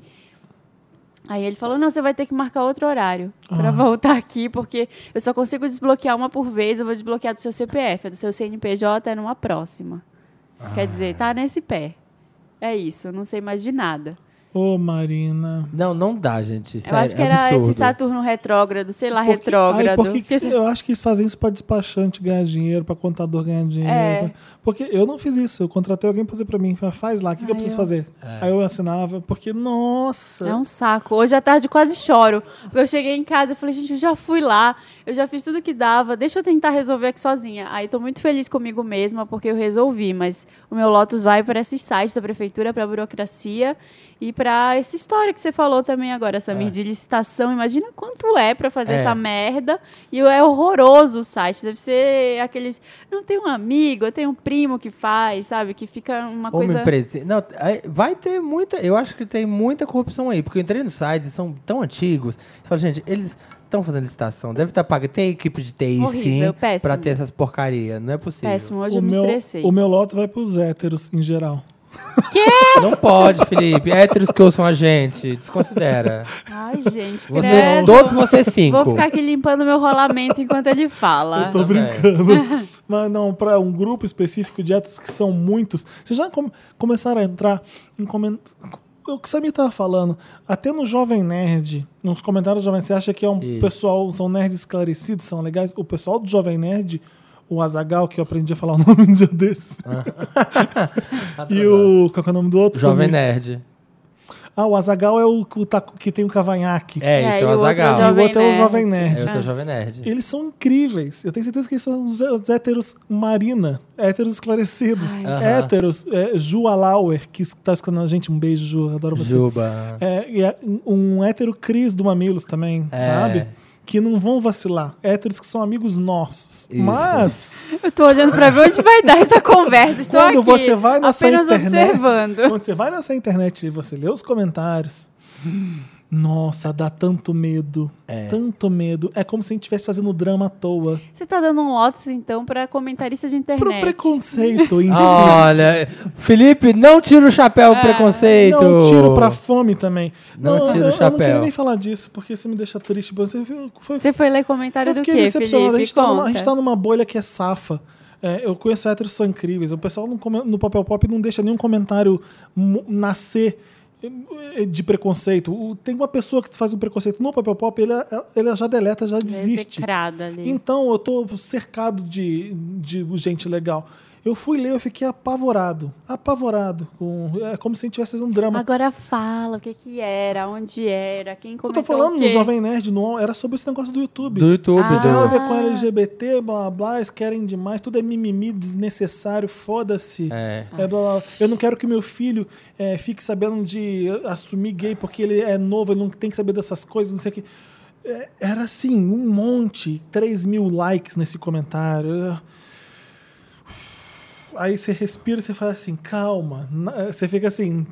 Speaker 2: Aí ele falou, não, você vai ter que marcar outro horário
Speaker 1: Ah.
Speaker 2: pra voltar aqui, porque eu só consigo desbloquear uma por vez, eu vou desbloquear do seu CPF, é do seu CNPJ é numa próxima. Quer dizer,
Speaker 1: Ah.
Speaker 2: tá nesse pé. É isso, eu não sei mais de nada.
Speaker 1: Ô, Marina.
Speaker 3: Não, não dá, gente.
Speaker 2: eu acho que era esse Saturno retrógrado, sei lá,
Speaker 1: Por que- Ai,
Speaker 2: retrógrado.
Speaker 1: por que que cê- eu acho que eles fazem isso pra despachante ganhar dinheiro, pra contador ganhar dinheiro.
Speaker 2: É.
Speaker 1: pra- Porque eu não fiz isso. Eu contratei alguém pra fazer pra mim. Falei, Faz lá, o que, que eu preciso fazer? Aí eu assinava, porque, nossa.
Speaker 2: É um saco. Hoje à tarde quase choro. Porque eu cheguei em casa e falei, gente, eu já fui lá, eu já fiz tudo que dava, deixa eu tentar resolver aqui sozinha. Aí tô muito feliz comigo mesma porque eu resolvi, mas o meu Lotus vai para esses sites da prefeitura, para burocracia e para essa história que você falou também agora,
Speaker 1: É.
Speaker 2: Samir, de licitação. Imagina quanto é para fazer
Speaker 3: É.
Speaker 2: essa merda. E é horroroso o site. Deve ser aqueles. Não, tem um amigo, eu tenho um primo que faz, sabe? Que fica uma
Speaker 3: Uma
Speaker 2: coisa.
Speaker 3: empresa. Não, aí vai ter muita. Eu acho que tem muita corrupção aí, porque eu entrei nos sites e são tão antigos. Você fala, gente, eles estão fazendo licitação, deve estar pago. Tem equipe de TI
Speaker 2: Horrível,
Speaker 3: sim
Speaker 2: péssimo.
Speaker 3: pra ter essas porcaria. Não é possível.
Speaker 2: Péssimo,
Speaker 1: o
Speaker 2: hoje eu me
Speaker 1: meu,
Speaker 2: estressei.
Speaker 1: o meu lote vai pros héteros, em geral.
Speaker 3: Não pode, Felipe. Héteros que ouçam a gente. Desconsidera.
Speaker 2: Ai, gente,
Speaker 3: Vocês,
Speaker 2: credo.
Speaker 3: todos vocês cinco.
Speaker 2: Vou ficar aqui limpando meu rolamento enquanto ele fala.
Speaker 1: Eu tô
Speaker 3: Também.
Speaker 1: brincando. Mas não, pra um grupo específico de héteros que são muitos, vocês já com- começaram a entrar em comentários. O que o Samir tava falando, até no Jovem Nerd, nos comentários do Jovem Nerd, você acha que é um pessoal, são nerds esclarecidos, são legais? O pessoal do Jovem Nerd, o Azagal, que eu aprendi a falar o nome um dia desse,
Speaker 3: Ah,
Speaker 1: e o. Qual que é o nome do outro?
Speaker 3: Jovem
Speaker 1: Samir?
Speaker 3: Nerd.
Speaker 1: Ah, o Azagal é o que, tá- que tem o cavanhaque.
Speaker 3: É, isso
Speaker 2: aí
Speaker 3: é o
Speaker 2: outro
Speaker 3: Azagal.
Speaker 1: E o outro é o Jovem Nerd.
Speaker 3: Eu tô Jovem Nerd.
Speaker 1: Eles são incríveis. Eu tenho certeza que eles são os, os héteros Marina, héteros esclarecidos.
Speaker 3: Aham.
Speaker 1: Héteros, é, Ju Alauer, que está escutando a gente, um beijo, Ju, adoro você.
Speaker 3: Juba.
Speaker 1: É, e é um hétero Cris do Mamilos também,
Speaker 3: É.
Speaker 1: sabe? Que não vão vacilar. Héteros que são amigos nossos.
Speaker 3: Isso.
Speaker 1: Mas,
Speaker 2: Eu tô olhando pra ver onde vai dar essa conversa. Estou
Speaker 1: quando
Speaker 2: aqui,
Speaker 1: você vai nessa
Speaker 2: apenas
Speaker 1: internet.
Speaker 2: observando.
Speaker 1: Quando você vai nessa internet e você lê os comentários. Nossa, dá tanto medo. Tanto medo. É como se a gente estivesse fazendo drama à toa.
Speaker 2: Você tá dando um lotus, então, pra comentarista de internet.
Speaker 1: Pro preconceito em si.
Speaker 3: Olha, Felipe, não tira o chapéu
Speaker 2: Ah.
Speaker 3: pro preconceito.
Speaker 1: Não, tiro pra fome também.
Speaker 3: Não
Speaker 1: eu-
Speaker 3: tira
Speaker 1: eu,
Speaker 3: o
Speaker 1: Eu não
Speaker 3: chapéu.
Speaker 1: queria nem falar disso, porque isso me deixa triste. Você viu- foi,
Speaker 2: Você foi ler comentário
Speaker 1: eu
Speaker 2: do
Speaker 1: fiquei
Speaker 2: quê,
Speaker 1: decepcionado.
Speaker 2: Felipe?
Speaker 1: A gente, tá numa, a
Speaker 2: Conta.
Speaker 1: gente tá numa bolha que é safa. É, eu conheço héteros que são incríveis. O pessoal no, come- no Papel Pop não deixa nenhum comentário mu- nascer eh, de preconceito. O- Tem uma pessoa que faz um preconceito no Papel Pop, ele, é, ele já deleta,
Speaker 2: é
Speaker 1: já desiste.
Speaker 2: Execrada ali.
Speaker 1: Então eu tô cercado de, de gente legal. Eu fui ler, eu fiquei apavorado. Apavorado. Com, é como se a gente tivesse fazendo um drama.
Speaker 2: Agora fala o que que era, onde era, quem
Speaker 1: Eu tô
Speaker 2: comentou
Speaker 1: falando
Speaker 2: é o quê.
Speaker 1: no Jovem Nerd, no, era sobre esse negócio do YouTube.
Speaker 3: Do YouTube,
Speaker 2: Ah.
Speaker 1: Tem nada a
Speaker 3: do...
Speaker 1: ver com LGBT, blá blá blá, eles querem demais, tudo é mimimi desnecessário, foda-se.
Speaker 3: É.
Speaker 1: É, blá, blá, blá. Eu não quero que meu filho é, fique sabendo de assumir gay porque ele é novo, ele não tem que saber dessas coisas, não sei o que. É, era assim, um monte, 3 mil likes nesse comentário. Eu- Aí você respira, você fala assim, calma. Na- Você fica assim,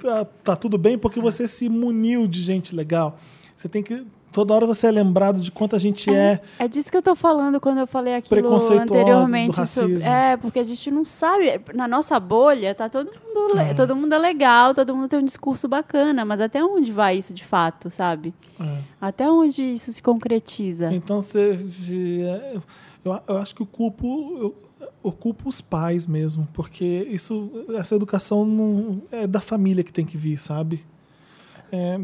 Speaker 1: tá, tá tudo bem, porque você se muniu de gente legal. Você tem que. Toda hora você é lembrado de quanta gente é.
Speaker 2: É disso que eu tô falando quando eu falei aquilo
Speaker 1: Preconceituosa,
Speaker 2: anteriormente.
Speaker 1: do racismo.
Speaker 2: sobre- é, porque a gente não sabe. Na nossa bolha, tá todo mundo, le- todo mundo é legal, todo mundo tem um discurso bacana, mas até onde vai isso de fato, sabe? Até onde isso se concretiza?
Speaker 1: Então você. é, Eu, eu acho que o culpo. Eu, eu culpo os pais mesmo, porque isso, essa educação não, é da família que tem que vir, sabe? É,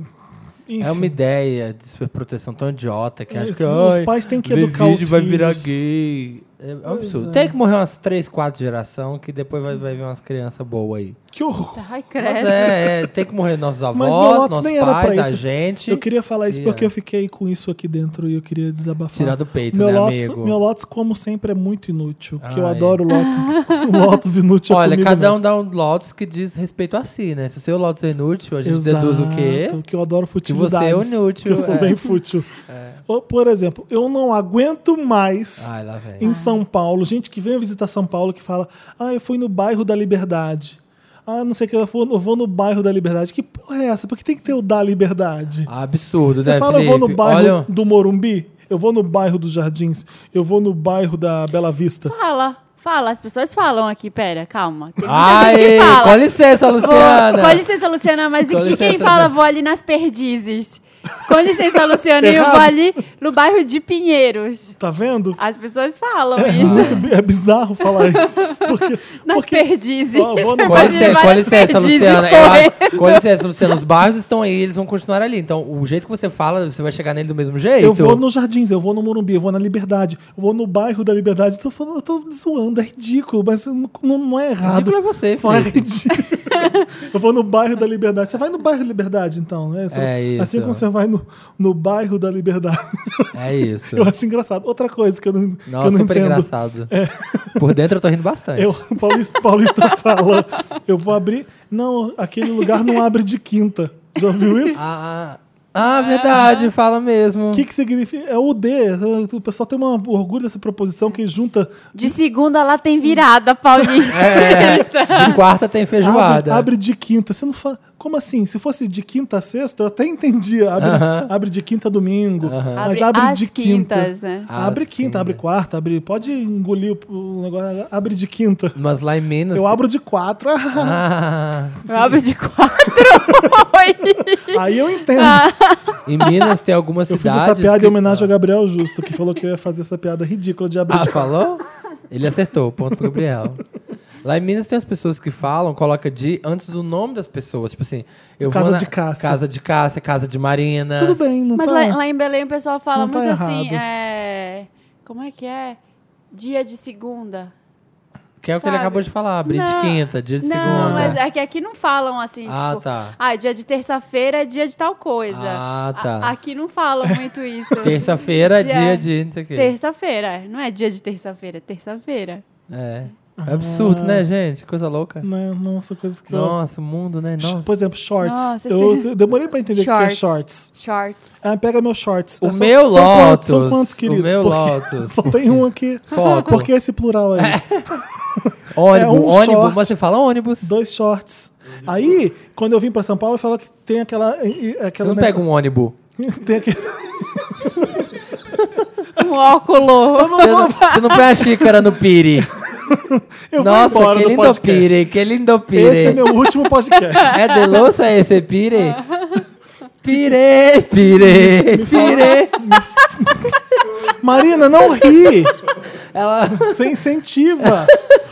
Speaker 3: É uma
Speaker 1: enfim.
Speaker 3: ideia de superproteção tão idiota que
Speaker 1: É,
Speaker 3: acho que
Speaker 1: os
Speaker 3: "Ai,
Speaker 1: pais têm que
Speaker 3: vê
Speaker 1: educar
Speaker 3: vídeo,
Speaker 1: os
Speaker 3: vai virar
Speaker 1: filhos."
Speaker 3: gay. É um
Speaker 1: Pois
Speaker 3: absurdo.
Speaker 1: é.
Speaker 3: Tem que morrer umas 3, 4 gerações que depois vai, vai vir umas crianças boas aí.
Speaker 1: Que horror!
Speaker 2: Ai,
Speaker 3: Mas
Speaker 2: credo.
Speaker 3: é, é, tem que morrer nossos
Speaker 1: Mas
Speaker 3: avós,
Speaker 1: Molotos
Speaker 3: nossos
Speaker 1: nem era
Speaker 3: pais,
Speaker 1: pra
Speaker 3: a
Speaker 1: isso.
Speaker 3: gente.
Speaker 1: Eu queria falar isso
Speaker 3: E,
Speaker 1: porque
Speaker 3: é.
Speaker 1: eu fiquei com isso aqui dentro e eu queria desabafar.
Speaker 3: Tirar do peito,
Speaker 1: meu
Speaker 3: né,
Speaker 1: Lotus,
Speaker 3: amigo?
Speaker 1: Meu Lotus, como sempre, é muito inútil. Porque eu
Speaker 3: Ai.
Speaker 1: adoro Lotus. Lotus inútil é
Speaker 3: Olha,
Speaker 1: comigo
Speaker 3: cada um
Speaker 1: mesmo.
Speaker 3: dá um Lotus que diz respeito a si, né? Se o seu Lotus é inútil, a gente deduz o quê?
Speaker 1: Exato, Que eu adoro futilidades.
Speaker 3: você é inútil,
Speaker 1: que eu sou
Speaker 3: é.
Speaker 1: bem fútil. Ou, por exemplo, eu não aguento mais
Speaker 3: Ai, lá vem.
Speaker 1: em São Paulo, gente que vem visitar São Paulo que fala: Ah, eu fui no bairro da Liberdade. Ah, não sei o que, eu vou, eu vou no bairro da Liberdade. Que porra é essa? Por que tem que ter o da Liberdade?
Speaker 3: Absurdo,
Speaker 1: Você
Speaker 3: né,
Speaker 1: fala, eu vou no
Speaker 3: Felipe?
Speaker 1: bairro
Speaker 3: Olha,
Speaker 1: do Morumbi, eu vou no bairro dos Jardins, eu vou no bairro da Bela Vista.
Speaker 2: Fala, fala. As pessoas falam aqui, pera, calma. Tem muita gente que
Speaker 3: Ai,
Speaker 2: fala.
Speaker 3: com licença, Luciana.
Speaker 2: Com licença, Luciana, mas
Speaker 3: Com
Speaker 2: e que quem
Speaker 3: licença.
Speaker 2: fala vou ali nas perdizes? Com licença, Luciana, eu vou
Speaker 1: Errado.
Speaker 2: ali no bairro de Pinheiros.
Speaker 1: Tá
Speaker 3: Ah,
Speaker 1: vendo?
Speaker 2: As pessoas falam isso.
Speaker 1: Muito bi- é bizarro falar isso. Porque,
Speaker 2: Nas
Speaker 1: porque
Speaker 2: perdizes.
Speaker 1: Ó, vou no-
Speaker 2: Eu
Speaker 3: Com
Speaker 2: imagino
Speaker 3: licença, com
Speaker 2: várias
Speaker 3: licença,
Speaker 2: perdizes
Speaker 3: Luciana. Eu
Speaker 2: correndo.
Speaker 3: acho- com licença, Luciana. Os bairros estão aí, eles vão continuar ali. Então, o jeito que você fala, você vai chegar nele do mesmo jeito.
Speaker 1: eu vou nos Jardins, eu vou no Morumbi, eu vou na Liberdade, eu vou no bairro da Liberdade. Tô falando, eu tô zoando, é ridículo, mas não, não- não é errado.
Speaker 3: Ridículo é você,
Speaker 1: Só é
Speaker 3: Felipe.
Speaker 1: ridículo. eu vou no bairro da Liberdade. Você vai no bairro da Liberdade, então, né? Você-
Speaker 3: É isso.
Speaker 1: Assim como você vai no, no bairro da Liberdade.
Speaker 3: É isso.
Speaker 1: Eu acho engraçado. Outra coisa que eu não, que eu
Speaker 3: Nossa,
Speaker 1: não
Speaker 3: super
Speaker 1: entendo. É.
Speaker 3: engraçado. Por dentro eu tô rindo bastante.
Speaker 1: Eu, o Paulista, o Paulista fala, eu vou abrir. Não, aquele lugar não abre de quinta. Já ouviu isso?
Speaker 3: Ah, ah, ah, verdade, fala mesmo.
Speaker 1: O que, que significa? É o D. O pessoal tem um orgulho dessa proposição que junta.
Speaker 2: De segunda lá tem virada, Paulinho.
Speaker 3: É, de quarta tem
Speaker 1: Abre,
Speaker 3: feijoada.
Speaker 1: abre de quinta. Você não fala. Como assim? Se fosse de quinta a sexta, eu até entendia. Abre,
Speaker 3: Aham.
Speaker 1: abre de quinta a domingo. Mas
Speaker 2: Abre
Speaker 1: abre,
Speaker 2: às
Speaker 1: de quinta.
Speaker 2: quintas, né?
Speaker 1: Abre
Speaker 3: Às
Speaker 1: quinta, abre
Speaker 3: quintas.
Speaker 1: quarta, abre. Pode engolir o- o negócio. Abre de quinta.
Speaker 3: Mas lá em Minas.
Speaker 1: Eu abro de quatro.
Speaker 3: Ah,
Speaker 2: Eu abro de quatro. Oi.
Speaker 1: Aí eu entendo.
Speaker 2: Ah.
Speaker 3: em Minas tem algumas
Speaker 1: Eu fiz
Speaker 3: cidades.
Speaker 1: essa piada
Speaker 3: que-
Speaker 1: em homenagem ao Gabriel Justo, que falou que eu ia fazer essa piada ridícula de abrir
Speaker 3: Ah,
Speaker 1: de
Speaker 3: falou? Ele acertou, ponto pro Gabriel. Lá em Minas tem as pessoas que falam, coloca de antes do nome das pessoas. Tipo assim, eu
Speaker 1: Casa
Speaker 3: vou na-
Speaker 1: de Cássia.
Speaker 3: Casa de Cássia, casa de Marina.
Speaker 1: Tudo bem, não
Speaker 2: Mas
Speaker 1: tá.
Speaker 2: lá, lá em Belém o pessoal fala
Speaker 1: Não tá
Speaker 2: muito assim,
Speaker 1: errado.
Speaker 2: é... Como é que é? Dia de segunda.
Speaker 3: Que é o que ele
Speaker 2: sabe?
Speaker 3: acabou de falar, abrir de
Speaker 2: Não,
Speaker 3: quinta, dia de
Speaker 2: não,
Speaker 3: segunda.
Speaker 2: mas é que aqui não falam assim,
Speaker 3: Ah,
Speaker 2: tipo,
Speaker 3: tá.
Speaker 2: ah, dia de terça-feira é dia de tal coisa.
Speaker 3: Ah,
Speaker 2: A-
Speaker 3: tá.
Speaker 2: aqui não falam muito isso.
Speaker 3: Terça-feira é dia
Speaker 2: Dia-
Speaker 3: de. Não sei o quê.
Speaker 2: Terça-feira, é. não é dia de terça-feira, é terça-feira.
Speaker 3: É. É absurdo,
Speaker 1: Ah.
Speaker 3: né, gente? Coisa louca.
Speaker 1: Né? Nossa, coisas que eu.
Speaker 3: Nossa, o mundo, né? Nossa.
Speaker 1: Por exemplo, shorts.
Speaker 2: Nossa,
Speaker 1: eu
Speaker 2: sim.
Speaker 1: demorei pra entender o que é shorts.
Speaker 2: Shorts.
Speaker 1: Ah, pega meu shorts.
Speaker 3: O
Speaker 1: É,
Speaker 3: meu
Speaker 1: quantos-
Speaker 3: Lotus,
Speaker 1: São quantos,
Speaker 3: o
Speaker 1: queridos?
Speaker 3: meu
Speaker 1: Porque-
Speaker 3: Lotus.
Speaker 1: Só tem um aqui.
Speaker 3: Foto. É.
Speaker 1: Por que esse plural aí?
Speaker 3: ônibus,
Speaker 1: é um
Speaker 3: ônibus.
Speaker 1: short.
Speaker 3: Mas você fala ônibus.
Speaker 1: Dois shorts. Aí, quando eu vim pra São Paulo, eu falo que tem aquela. e- e-
Speaker 3: Eu
Speaker 1: aquela
Speaker 3: não pego um ônibus.
Speaker 1: Tem aquele...
Speaker 2: Um óculo.
Speaker 3: Você não, você não põe a xícara no pire.
Speaker 1: Eu vou
Speaker 3: Nossa,
Speaker 1: embora
Speaker 3: que
Speaker 1: do
Speaker 3: lindo
Speaker 1: podcast.
Speaker 3: pire, que lindo pire.
Speaker 1: Esse é meu último podcast.
Speaker 3: É de louça esse pire? Pire, pire, pire.
Speaker 1: Marina, não ri!
Speaker 3: Ela... é
Speaker 1: Você incentiva!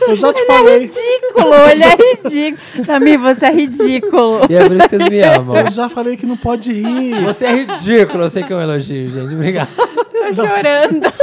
Speaker 1: Eu já te falei.
Speaker 2: Ridículo, ele é ridículo. Samir, você é ridículo.
Speaker 3: E é por isso que vocês me amam.
Speaker 1: Eu já falei que não pode rir.
Speaker 3: Você é ridículo, eu sei que é um elogio, gente. Obrigado.
Speaker 2: Tô chorando.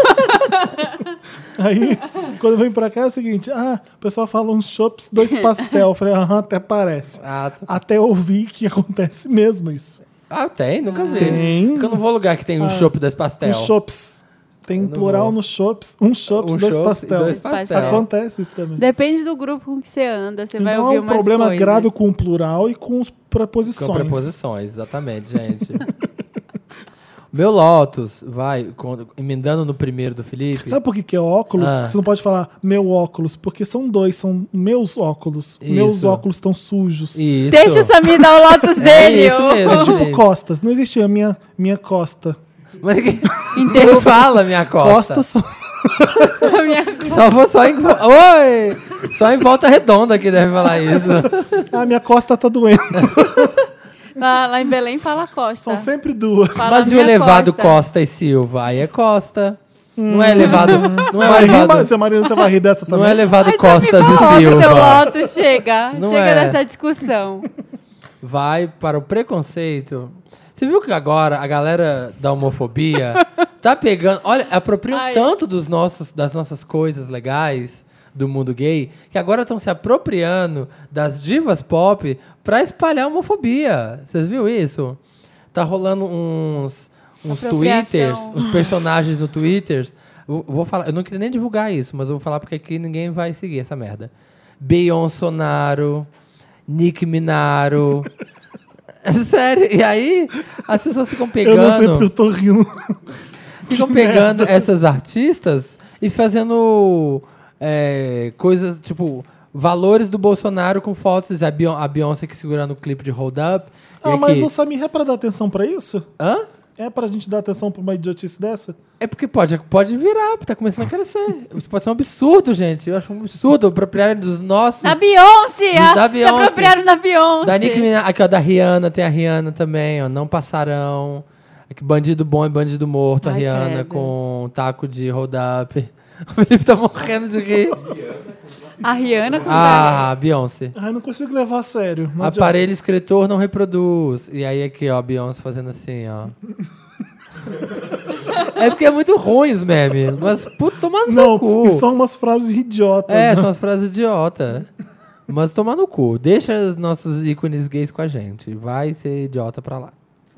Speaker 1: Aí, quando eu venho pra cá, é o seguinte: ah, o pessoal fala uns chops, dois pastel. Eu falei, aham, até parece.
Speaker 3: Ah, tá.
Speaker 1: Até eu ouvi que acontece mesmo isso.
Speaker 3: Ah, tem? Nunca vi.
Speaker 1: Tem. Ah.
Speaker 3: Porque eu não vou a lugar que tem um chopp das pastel.
Speaker 1: Uns chops. Tem
Speaker 3: não
Speaker 1: plural
Speaker 3: vou.
Speaker 1: no chops. Um chops,
Speaker 3: Um
Speaker 1: dois
Speaker 3: chopp e
Speaker 1: pastel.
Speaker 3: Dois
Speaker 2: Dois pastel.
Speaker 3: pastel.
Speaker 1: Acontece isso também.
Speaker 2: Depende do grupo com que você anda, você vai
Speaker 1: então
Speaker 2: ouvir
Speaker 1: é um
Speaker 2: umas
Speaker 1: problema
Speaker 2: coisas.
Speaker 1: grave com o plural e com os
Speaker 3: Com
Speaker 1: preposições.
Speaker 3: preposições, exatamente, gente. Meu Lotus, vai, quando- emendando no primeiro do Felipe.
Speaker 1: Sabe por que, que é óculos?
Speaker 3: Ah.
Speaker 1: Você não pode falar meu óculos, porque são dois, são meus óculos. Meus
Speaker 3: Isso.
Speaker 1: óculos estão sujos.
Speaker 3: Isso.
Speaker 2: Deixa o Samir dar o Lotus dele.
Speaker 3: isso mesmo.
Speaker 1: É tipo
Speaker 3: Direito.
Speaker 1: costas. Não existia minha, minha costa.
Speaker 3: Mas que... Não fala, minha costa.
Speaker 1: Costas são.
Speaker 3: Só vou só em... vo- Oi! Só em volta redonda que deve falar isso.
Speaker 1: Ah, minha costa tá doendo.
Speaker 2: Lá, lá em Belém fala Costa.
Speaker 1: São sempre duas.
Speaker 2: Fala
Speaker 3: Mas e o
Speaker 2: minha
Speaker 3: elevado
Speaker 2: costa. Hum.
Speaker 3: Costa. e Silva? Aí é Costa. Não é elevado... Não é o
Speaker 1: Vai rir,
Speaker 3: elevado...
Speaker 1: mas se a Marina você vai rir dessa também.
Speaker 3: Não é elevado
Speaker 2: Ai, Samir,
Speaker 3: Costas
Speaker 2: coloca
Speaker 3: e
Speaker 2: o seu
Speaker 3: Silva.
Speaker 2: Lotus, chega.
Speaker 3: Não
Speaker 2: chega
Speaker 3: é.
Speaker 2: dessa discussão.
Speaker 3: Vai para o preconceito. Você viu que agora a galera da homofobia tá pegando. Olha, apropriam
Speaker 2: Ai.
Speaker 3: tanto dos nossos, das nossas coisas legais do mundo gay que agora estão se apropriando das divas pop pra espalhar homofobia. Vocês viu isso? Tá rolando uns, uns
Speaker 2: Apropriação.
Speaker 3: twitters, uns personagens no Twitter. Eu, vou falar, eu não queria nem divulgar isso, mas eu vou falar porque aqui ninguém vai seguir essa merda. Beyoncé, Nick Minaro. É Sério, e aí as pessoas ficam
Speaker 1: Eu não sei porque
Speaker 3: pegando,
Speaker 1: eu tô rindo.
Speaker 3: ficam pegando essas artistas e fazendo é, coisas, tipo, valores do Bolsonaro com fotos, é a Beyon- a Beyoncé aqui segurando o clipe de Hold Up. e
Speaker 1: Ah, mas
Speaker 3: aqui-
Speaker 1: o Samir é pra dar atenção pra isso?
Speaker 3: Hã?
Speaker 1: É pra gente dar atenção pra uma idiotice dessa?
Speaker 3: É porque pode, pode virar, tá começando a crescer. Isso pode ser um absurdo, gente. Eu acho um absurdo apropriarem dos nossos.
Speaker 2: Na Beyoncé!
Speaker 3: Da
Speaker 2: a- Se
Speaker 3: Beyoncé.
Speaker 2: apropriaram da Beyoncé.
Speaker 3: Da Nicki Minaj, aqui ó, da Rihanna, tem a Rihanna também, ó, não passarão. Aqui, bandido bom e bandido morto, a
Speaker 2: Ai,
Speaker 3: Rihanna
Speaker 2: credo.
Speaker 3: com um taco de hold up. O Felipe tá morrendo de rir.
Speaker 2: A Rihanna com
Speaker 3: ah, Beyoncé.
Speaker 1: Ai, não consigo levar a sério. Não adianta.
Speaker 3: Aparelho escritor não reproduz. E aí aqui, ó, a Beyoncé fazendo assim, ó. é porque é muito ruim os memes. Mas, puta, tomando
Speaker 1: Não,
Speaker 3: no cu.
Speaker 1: e são umas frases idiotas.
Speaker 3: É,
Speaker 1: né?
Speaker 3: são as frases idiota. Mas tomar no cu. Deixa os nossos ícones gays com a gente. Vai ser idiota pra lá.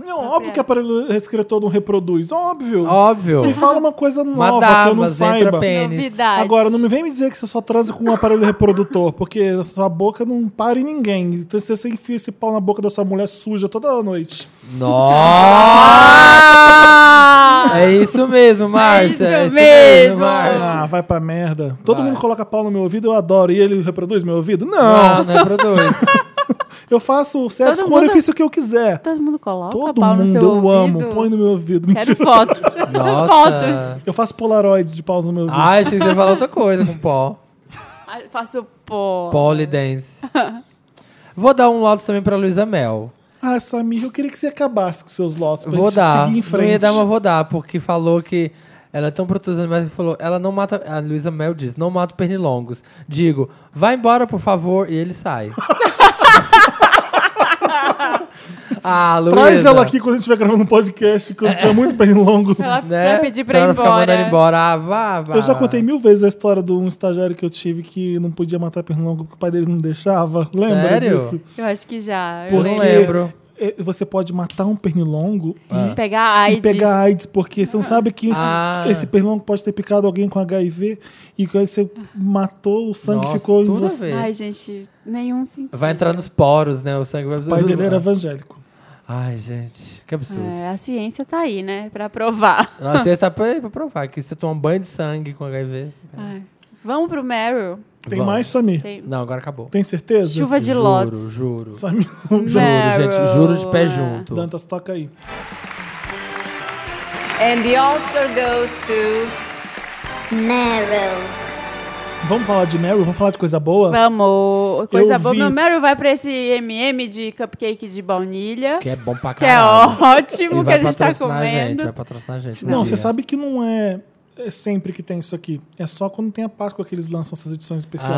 Speaker 1: Não, óbvio que aparelho escritor não reproduz. Óbvio.
Speaker 3: Óbvio.
Speaker 1: Me fala uma coisa nova que eu não
Speaker 3: Madamas, entra
Speaker 1: saiba.
Speaker 3: pênis.
Speaker 2: Novidade.
Speaker 1: Agora, não me vem me dizer que você só transa com um aparelho reprodutor, porque a sua boca não para em ninguém. Então você enfia esse pau na boca da sua mulher suja toda noite.
Speaker 3: Nossa! é isso mesmo, Márcia.
Speaker 2: É
Speaker 3: É
Speaker 2: isso
Speaker 3: isso
Speaker 2: mesmo.
Speaker 3: mesmo, Márcia.
Speaker 1: Ah, vai pra merda. Todo
Speaker 3: Vai.
Speaker 1: mundo coloca pau no meu ouvido, eu adoro. E ele reproduz meu ouvido? Não!
Speaker 3: Não, não é produz.
Speaker 1: Eu faço sexo
Speaker 2: Todo
Speaker 1: com o
Speaker 2: mundo-
Speaker 1: orifício que eu quiser.
Speaker 2: Todo mundo coloca
Speaker 1: Todo
Speaker 2: pau no
Speaker 1: mundo,
Speaker 2: seu
Speaker 1: eu
Speaker 2: ouvido.
Speaker 1: amo. Põe no meu ouvido.
Speaker 2: Quero
Speaker 1: Mentira.
Speaker 2: fotos.
Speaker 3: Nossa.
Speaker 2: fotos.
Speaker 1: Eu faço polaroids de paus no meu ouvido.
Speaker 3: Ai, Ah, achei que você ia falar outra coisa com pó.
Speaker 2: Ah, Faço pó.
Speaker 3: Polydance. Vou dar um lotus também pra Luísa Mel.
Speaker 1: Ah, Samir, eu queria que você acabasse com seus lotes pra
Speaker 3: Vou
Speaker 1: gente
Speaker 3: dar.
Speaker 1: seguir em
Speaker 3: Não
Speaker 1: frente.
Speaker 3: ia dar, mas vou dar, porque falou que ela é tão produzida, mas falou, ela não mata. A Luísa Mel diz, não mata pernilongos. Digo, vá embora, por favor, e ele sai. ah, Luísa.
Speaker 1: Traz ela aqui quando a gente estiver gravando um podcast,
Speaker 3: É.
Speaker 1: quando tiver muito bem longo.
Speaker 2: Ela
Speaker 3: Né?
Speaker 2: vai pedir pra, ir
Speaker 3: ela não ficar
Speaker 2: embora.
Speaker 3: mandando embora. Ah, vá, vá.
Speaker 1: Eu já contei mil vezes a história de um estagiário que eu tive que não podia matar pernilongo porque o pai dele não deixava. Lembra
Speaker 3: Sério?
Speaker 1: disso?
Speaker 2: Eu acho que já.
Speaker 3: Eu
Speaker 2: Eu
Speaker 3: não
Speaker 2: lembro.
Speaker 3: lembro.
Speaker 1: É, Você pode matar um pernilongo e-
Speaker 2: Pegar
Speaker 1: e,
Speaker 2: AIDS.
Speaker 1: pegar AIDS, porque você não sabe que esse,
Speaker 3: Ah.
Speaker 1: esse pernilongo pode ter picado alguém com HIV e quando você matou, o sangue
Speaker 3: Nossa,
Speaker 1: ficou em
Speaker 3: tudo a
Speaker 1: você.
Speaker 3: ver.
Speaker 2: Ai, gente, nenhum sentido.
Speaker 3: Vai entrar nos poros, né? O sangue vai
Speaker 1: O pai dele era evangélico.
Speaker 3: Ai, gente, que absurdo.
Speaker 2: É, a ciência tá aí, né? Pra provar.
Speaker 3: Nossa, você está pra, pra provar que você toma um banho de sangue com HIV.
Speaker 2: Ai. Vamos pro Meryl.
Speaker 1: Tem
Speaker 3: Vamos.
Speaker 1: mais, Samir? Tem,
Speaker 2: Tem
Speaker 3: Não, agora acabou.
Speaker 1: certeza?
Speaker 2: chuva de
Speaker 3: juro,
Speaker 2: lotes.
Speaker 3: juro.
Speaker 1: Samir,
Speaker 3: Juro,
Speaker 2: Meryl.
Speaker 3: gente, juro de pé
Speaker 2: é.
Speaker 3: junto.
Speaker 1: Dantas, toca aí.
Speaker 6: And the Oscar goes to.
Speaker 5: Meryl.
Speaker 1: Vamos falar de Meryl? Vamos falar de coisa boa?
Speaker 2: Vamos. Coisa
Speaker 1: Eu
Speaker 2: boa.
Speaker 1: vi.
Speaker 2: Meu Meryl vai pra esse MM de cupcake de baunilha.
Speaker 3: Que é bom pra
Speaker 2: Que é
Speaker 3: caralho.
Speaker 2: ótimo que a gente tá
Speaker 3: patrocinar a gente,
Speaker 2: comendo.
Speaker 3: vai patrocinar a gente. um
Speaker 1: Não,
Speaker 3: dia.
Speaker 1: você sabe que não é, é sempre que tem isso aqui. É só quando tem a Páscoa que eles lançam essas edições especiais.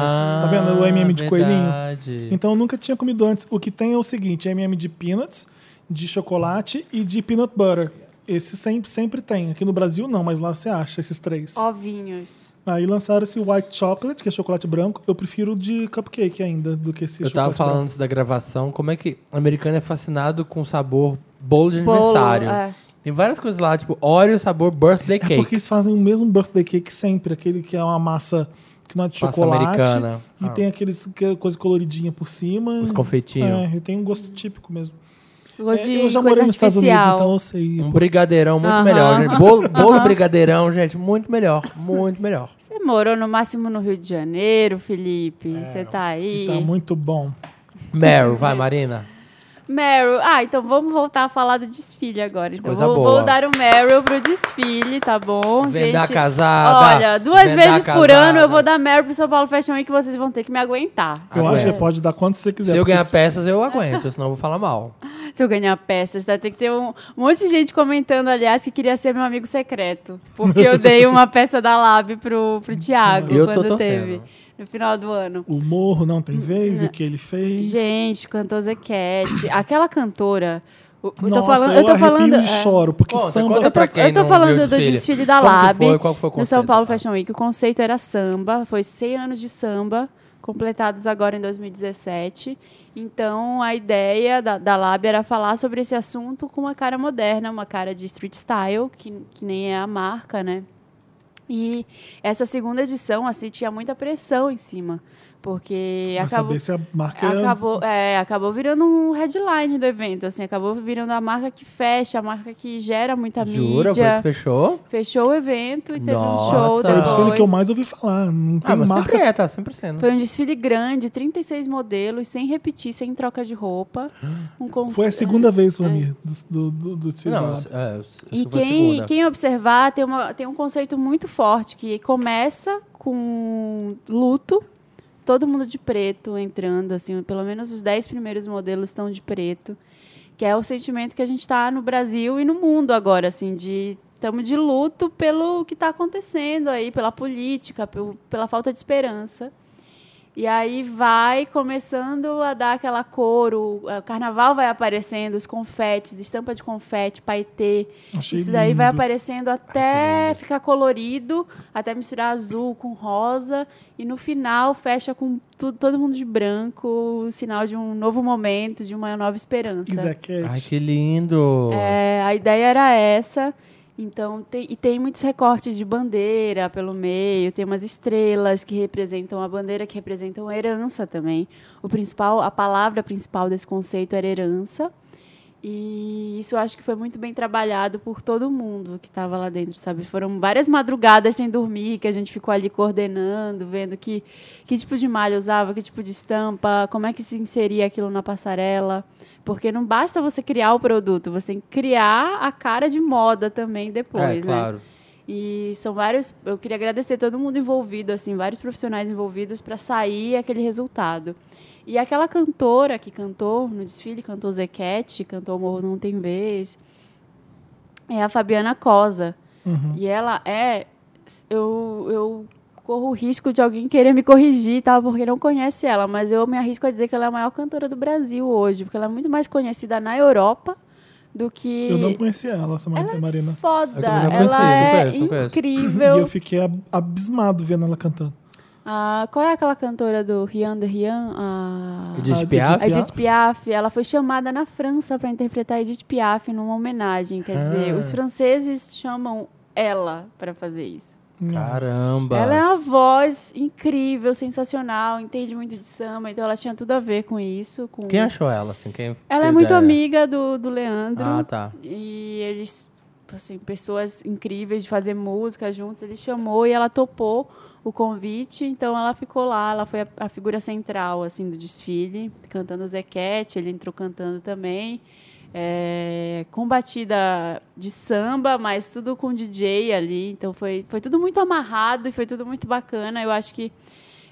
Speaker 1: tá
Speaker 3: Ah,
Speaker 1: vendo? O MM de coelhinho.
Speaker 3: verdade.
Speaker 1: Então eu nunca tinha comido antes. O que tem é o seguinte: MM de peanuts, de chocolate e de peanut butter. Esse sempre, sempre tem. Aqui no Brasil não, mas lá você acha esses três.
Speaker 2: Ovinhos.
Speaker 1: Aí lançaram esse white chocolate, que é chocolate branco. Eu prefiro o de cupcake ainda do que esse
Speaker 3: Eu tava
Speaker 1: chocolate
Speaker 3: falando
Speaker 1: branco.
Speaker 3: antes da gravação, como é que o americano é fascinado com sabor bolo de
Speaker 2: Bolo,
Speaker 3: aniversário.
Speaker 2: é.
Speaker 3: Tem várias coisas lá, tipo Oreo sabor birthday cake.
Speaker 1: É Porque eles fazem o mesmo birthday cake sempre, aquele que é uma massa que não é de
Speaker 3: Massa
Speaker 1: chocolate.
Speaker 3: americana.
Speaker 1: E
Speaker 3: Ah.
Speaker 1: tem aqueles que é coisa coloridinha por cima.
Speaker 3: Os confetinhos.
Speaker 1: É, e tem um gosto típico mesmo.
Speaker 2: Gosto de
Speaker 1: eu já
Speaker 2: coisa
Speaker 1: morei nos Estados Unidos,
Speaker 2: artificial.
Speaker 1: então eu sei.
Speaker 3: Um brigadeirão muito
Speaker 2: Aham.
Speaker 3: melhor, gente. Bolo, bolo brigadeirão, gente, muito melhor. Muito melhor.
Speaker 2: Você morou no máximo no Rio de Janeiro, Felipe. Você tá aí.
Speaker 1: É, Tá muito bom.
Speaker 3: Meryl, vai, Marina.
Speaker 2: Meryl. Ah, então vamos voltar a falar do desfile agora. Então
Speaker 3: Coisa
Speaker 2: vou,
Speaker 3: boa.
Speaker 2: vou dar o Meryl pro desfile, tá bom,
Speaker 3: Vendar
Speaker 2: gente?
Speaker 3: casada,
Speaker 2: Olha, duas
Speaker 3: vendar
Speaker 2: vezes por
Speaker 3: casada.
Speaker 2: ano eu vou dar Meryl pro São Paulo Fashion Week que vocês vão ter que me aguentar.
Speaker 1: Eu
Speaker 3: Aguenta.
Speaker 1: acho que pode dar quanto você quiser.
Speaker 3: Se eu
Speaker 1: porque-
Speaker 3: ganhar peças, eu aguento, senão eu vou falar mal.
Speaker 2: Se eu ganhar peças, tá? Tem que ter um, um monte de gente comentando, aliás, que queria ser meu amigo secreto. Porque eu dei uma peça da Lab pro, pro Thiago
Speaker 3: Eu tô
Speaker 2: quando
Speaker 3: torcendo.
Speaker 2: teve. No final do ano.
Speaker 1: O morro não tem vez, o que ele fez.
Speaker 2: Hum, é. Gente, cantou Zequete. Aquela cantora. o- Eu tô
Speaker 1: Nossa,
Speaker 2: falando.
Speaker 1: eu,
Speaker 2: Eu tô
Speaker 1: arrepio
Speaker 2: falando.
Speaker 1: e
Speaker 2: é.
Speaker 1: choro, porque
Speaker 3: Conta,
Speaker 1: o samba...
Speaker 3: conta
Speaker 2: Eu tô,
Speaker 3: pra quem
Speaker 2: eu tô
Speaker 3: não
Speaker 2: falando
Speaker 3: viu o
Speaker 2: do
Speaker 3: desfile.
Speaker 2: desfile da
Speaker 3: Qual que
Speaker 2: Lab.
Speaker 3: foi? Qual que foi o
Speaker 2: no
Speaker 3: conceito, então?
Speaker 2: São Paulo
Speaker 3: Lab?
Speaker 2: Fashion Week. O conceito era samba. Foi 100 anos de samba, completados agora em 2017. Então, a ideia da, da Lab era falar sobre esse assunto com uma cara moderna, uma cara de street style, que, que nem é a marca, né? E essa segunda edição, assim, tinha muita pressão em cima. Porque
Speaker 1: Pra
Speaker 2: acabou...
Speaker 1: saber se a marca é-
Speaker 2: Acabou, é, acabou virando um headline do evento, assim, acabou virando a marca que fecha, a marca que gera muita
Speaker 3: Jura? Foi que
Speaker 2: mídia.
Speaker 3: fechou?
Speaker 2: Fechou o evento e teve
Speaker 3: Nossa.
Speaker 2: um show
Speaker 3: Foi
Speaker 1: Foi o
Speaker 2: depois.
Speaker 1: desfile que eu mais ouvi falar. Não tem
Speaker 3: Ah, mas
Speaker 1: marca.
Speaker 3: sempre é, tá sempre sendo.
Speaker 2: Foi um desfile grande, 36 modelos, sem repetir, sem troca de roupa. Um cons-
Speaker 1: Foi a segunda vez
Speaker 2: É.
Speaker 1: pra mim do, do, do, do desfile da
Speaker 3: Não,
Speaker 1: Lab.
Speaker 3: é,
Speaker 2: E
Speaker 3: foi
Speaker 2: quem,
Speaker 3: segunda.
Speaker 2: quem observar tem, uma, tem um conceito muito forte que começa com luto, todo mundo de preto entrando, assim, pelo menos os dez primeiros modelos estão de preto, que é o sentimento que a gente está no Brasil e no mundo agora, assim, de estamos de luto pelo que está acontecendo aí, pela política, pelo- pela falta de esperança. E aí vai começando a dar aquela cor, o, o carnaval vai aparecendo, os confetes, estampa de confete, paetê.
Speaker 1: Achei
Speaker 2: Isso daí vai
Speaker 1: lindo.
Speaker 2: aparecendo até ficar colorido, até misturar azul com rosa. E no final fecha com tu- todo mundo de branco, sinal de um novo momento, de uma nova esperança.
Speaker 1: E Zequete.
Speaker 3: Ai, que lindo.
Speaker 2: É, a ideia era essa. Então, tem, e tem muitos recortes de bandeira pelo meio, tem umas estrelas que representam a bandeira, que representam a herança também. O principal, a palavra principal desse conceito era herança. E isso eu acho que foi muito bem trabalhado por todo mundo que estava lá dentro, sabe? Foram várias madrugadas sem dormir, que a gente ficou ali coordenando, vendo que, que tipo de malha usava, que tipo de estampa, como é que se inseria aquilo na passarela. Porque não basta você criar o produto, você tem que criar a cara de moda também depois,
Speaker 3: É,
Speaker 2: né?
Speaker 3: claro.
Speaker 2: E são vários. Eu queria agradecer todo mundo envolvido, assim, vários profissionais envolvidos para sair aquele resultado. E aquela cantora que cantou no desfile, cantou Zequete, cantou Morro Não Tem Vez, é a Fabiana Cosa.
Speaker 1: Uhum.
Speaker 2: E ela é. Eu, eu corro o risco de alguém querer me corrigir, tá? porque não conhece ela, mas eu me arrisco a dizer que ela é a maior cantora do Brasil hoje, porque ela é muito mais conhecida na Europa do que.
Speaker 1: Eu não conhecia ela, essa
Speaker 2: Ela
Speaker 1: Maria
Speaker 2: é
Speaker 1: Marina.
Speaker 2: foda.
Speaker 3: Eu também não
Speaker 2: ela
Speaker 3: conhecia, não
Speaker 2: é
Speaker 3: conheço, não conheço.
Speaker 1: E
Speaker 2: incrível.
Speaker 1: eu fiquei ab- abismado vendo ela cantando.
Speaker 2: Ah, qual é aquela cantora do Rian de Rian? Ah,
Speaker 3: Edith
Speaker 1: Ah,
Speaker 3: Piaf?
Speaker 2: a Edith Piaf. Ela foi chamada na França para interpretar Edith Piaf numa homenagem. Quer dizer,
Speaker 3: Ah.
Speaker 2: os franceses chamam ela para fazer isso.
Speaker 3: Caramba.
Speaker 2: Ela é uma voz incrível, sensacional, entende muito de samba, então ela tinha tudo a ver com isso. com-
Speaker 3: Quem achou ela, assim? Quem
Speaker 2: Ela é
Speaker 3: teve
Speaker 2: muito
Speaker 3: ideia?
Speaker 2: amiga do, do Leandro.
Speaker 3: Ah, tá.
Speaker 2: E eles, assim, pessoas incríveis de fazer música juntos, ele chamou e ela topou o convite, então ela ficou lá, ela foi a, a figura central, assim, do desfile, cantando o Zequete, ele entrou cantando também, é, com batida de samba, mas tudo com DJ ali, então foi, foi tudo muito amarrado e foi tudo muito bacana, eu acho que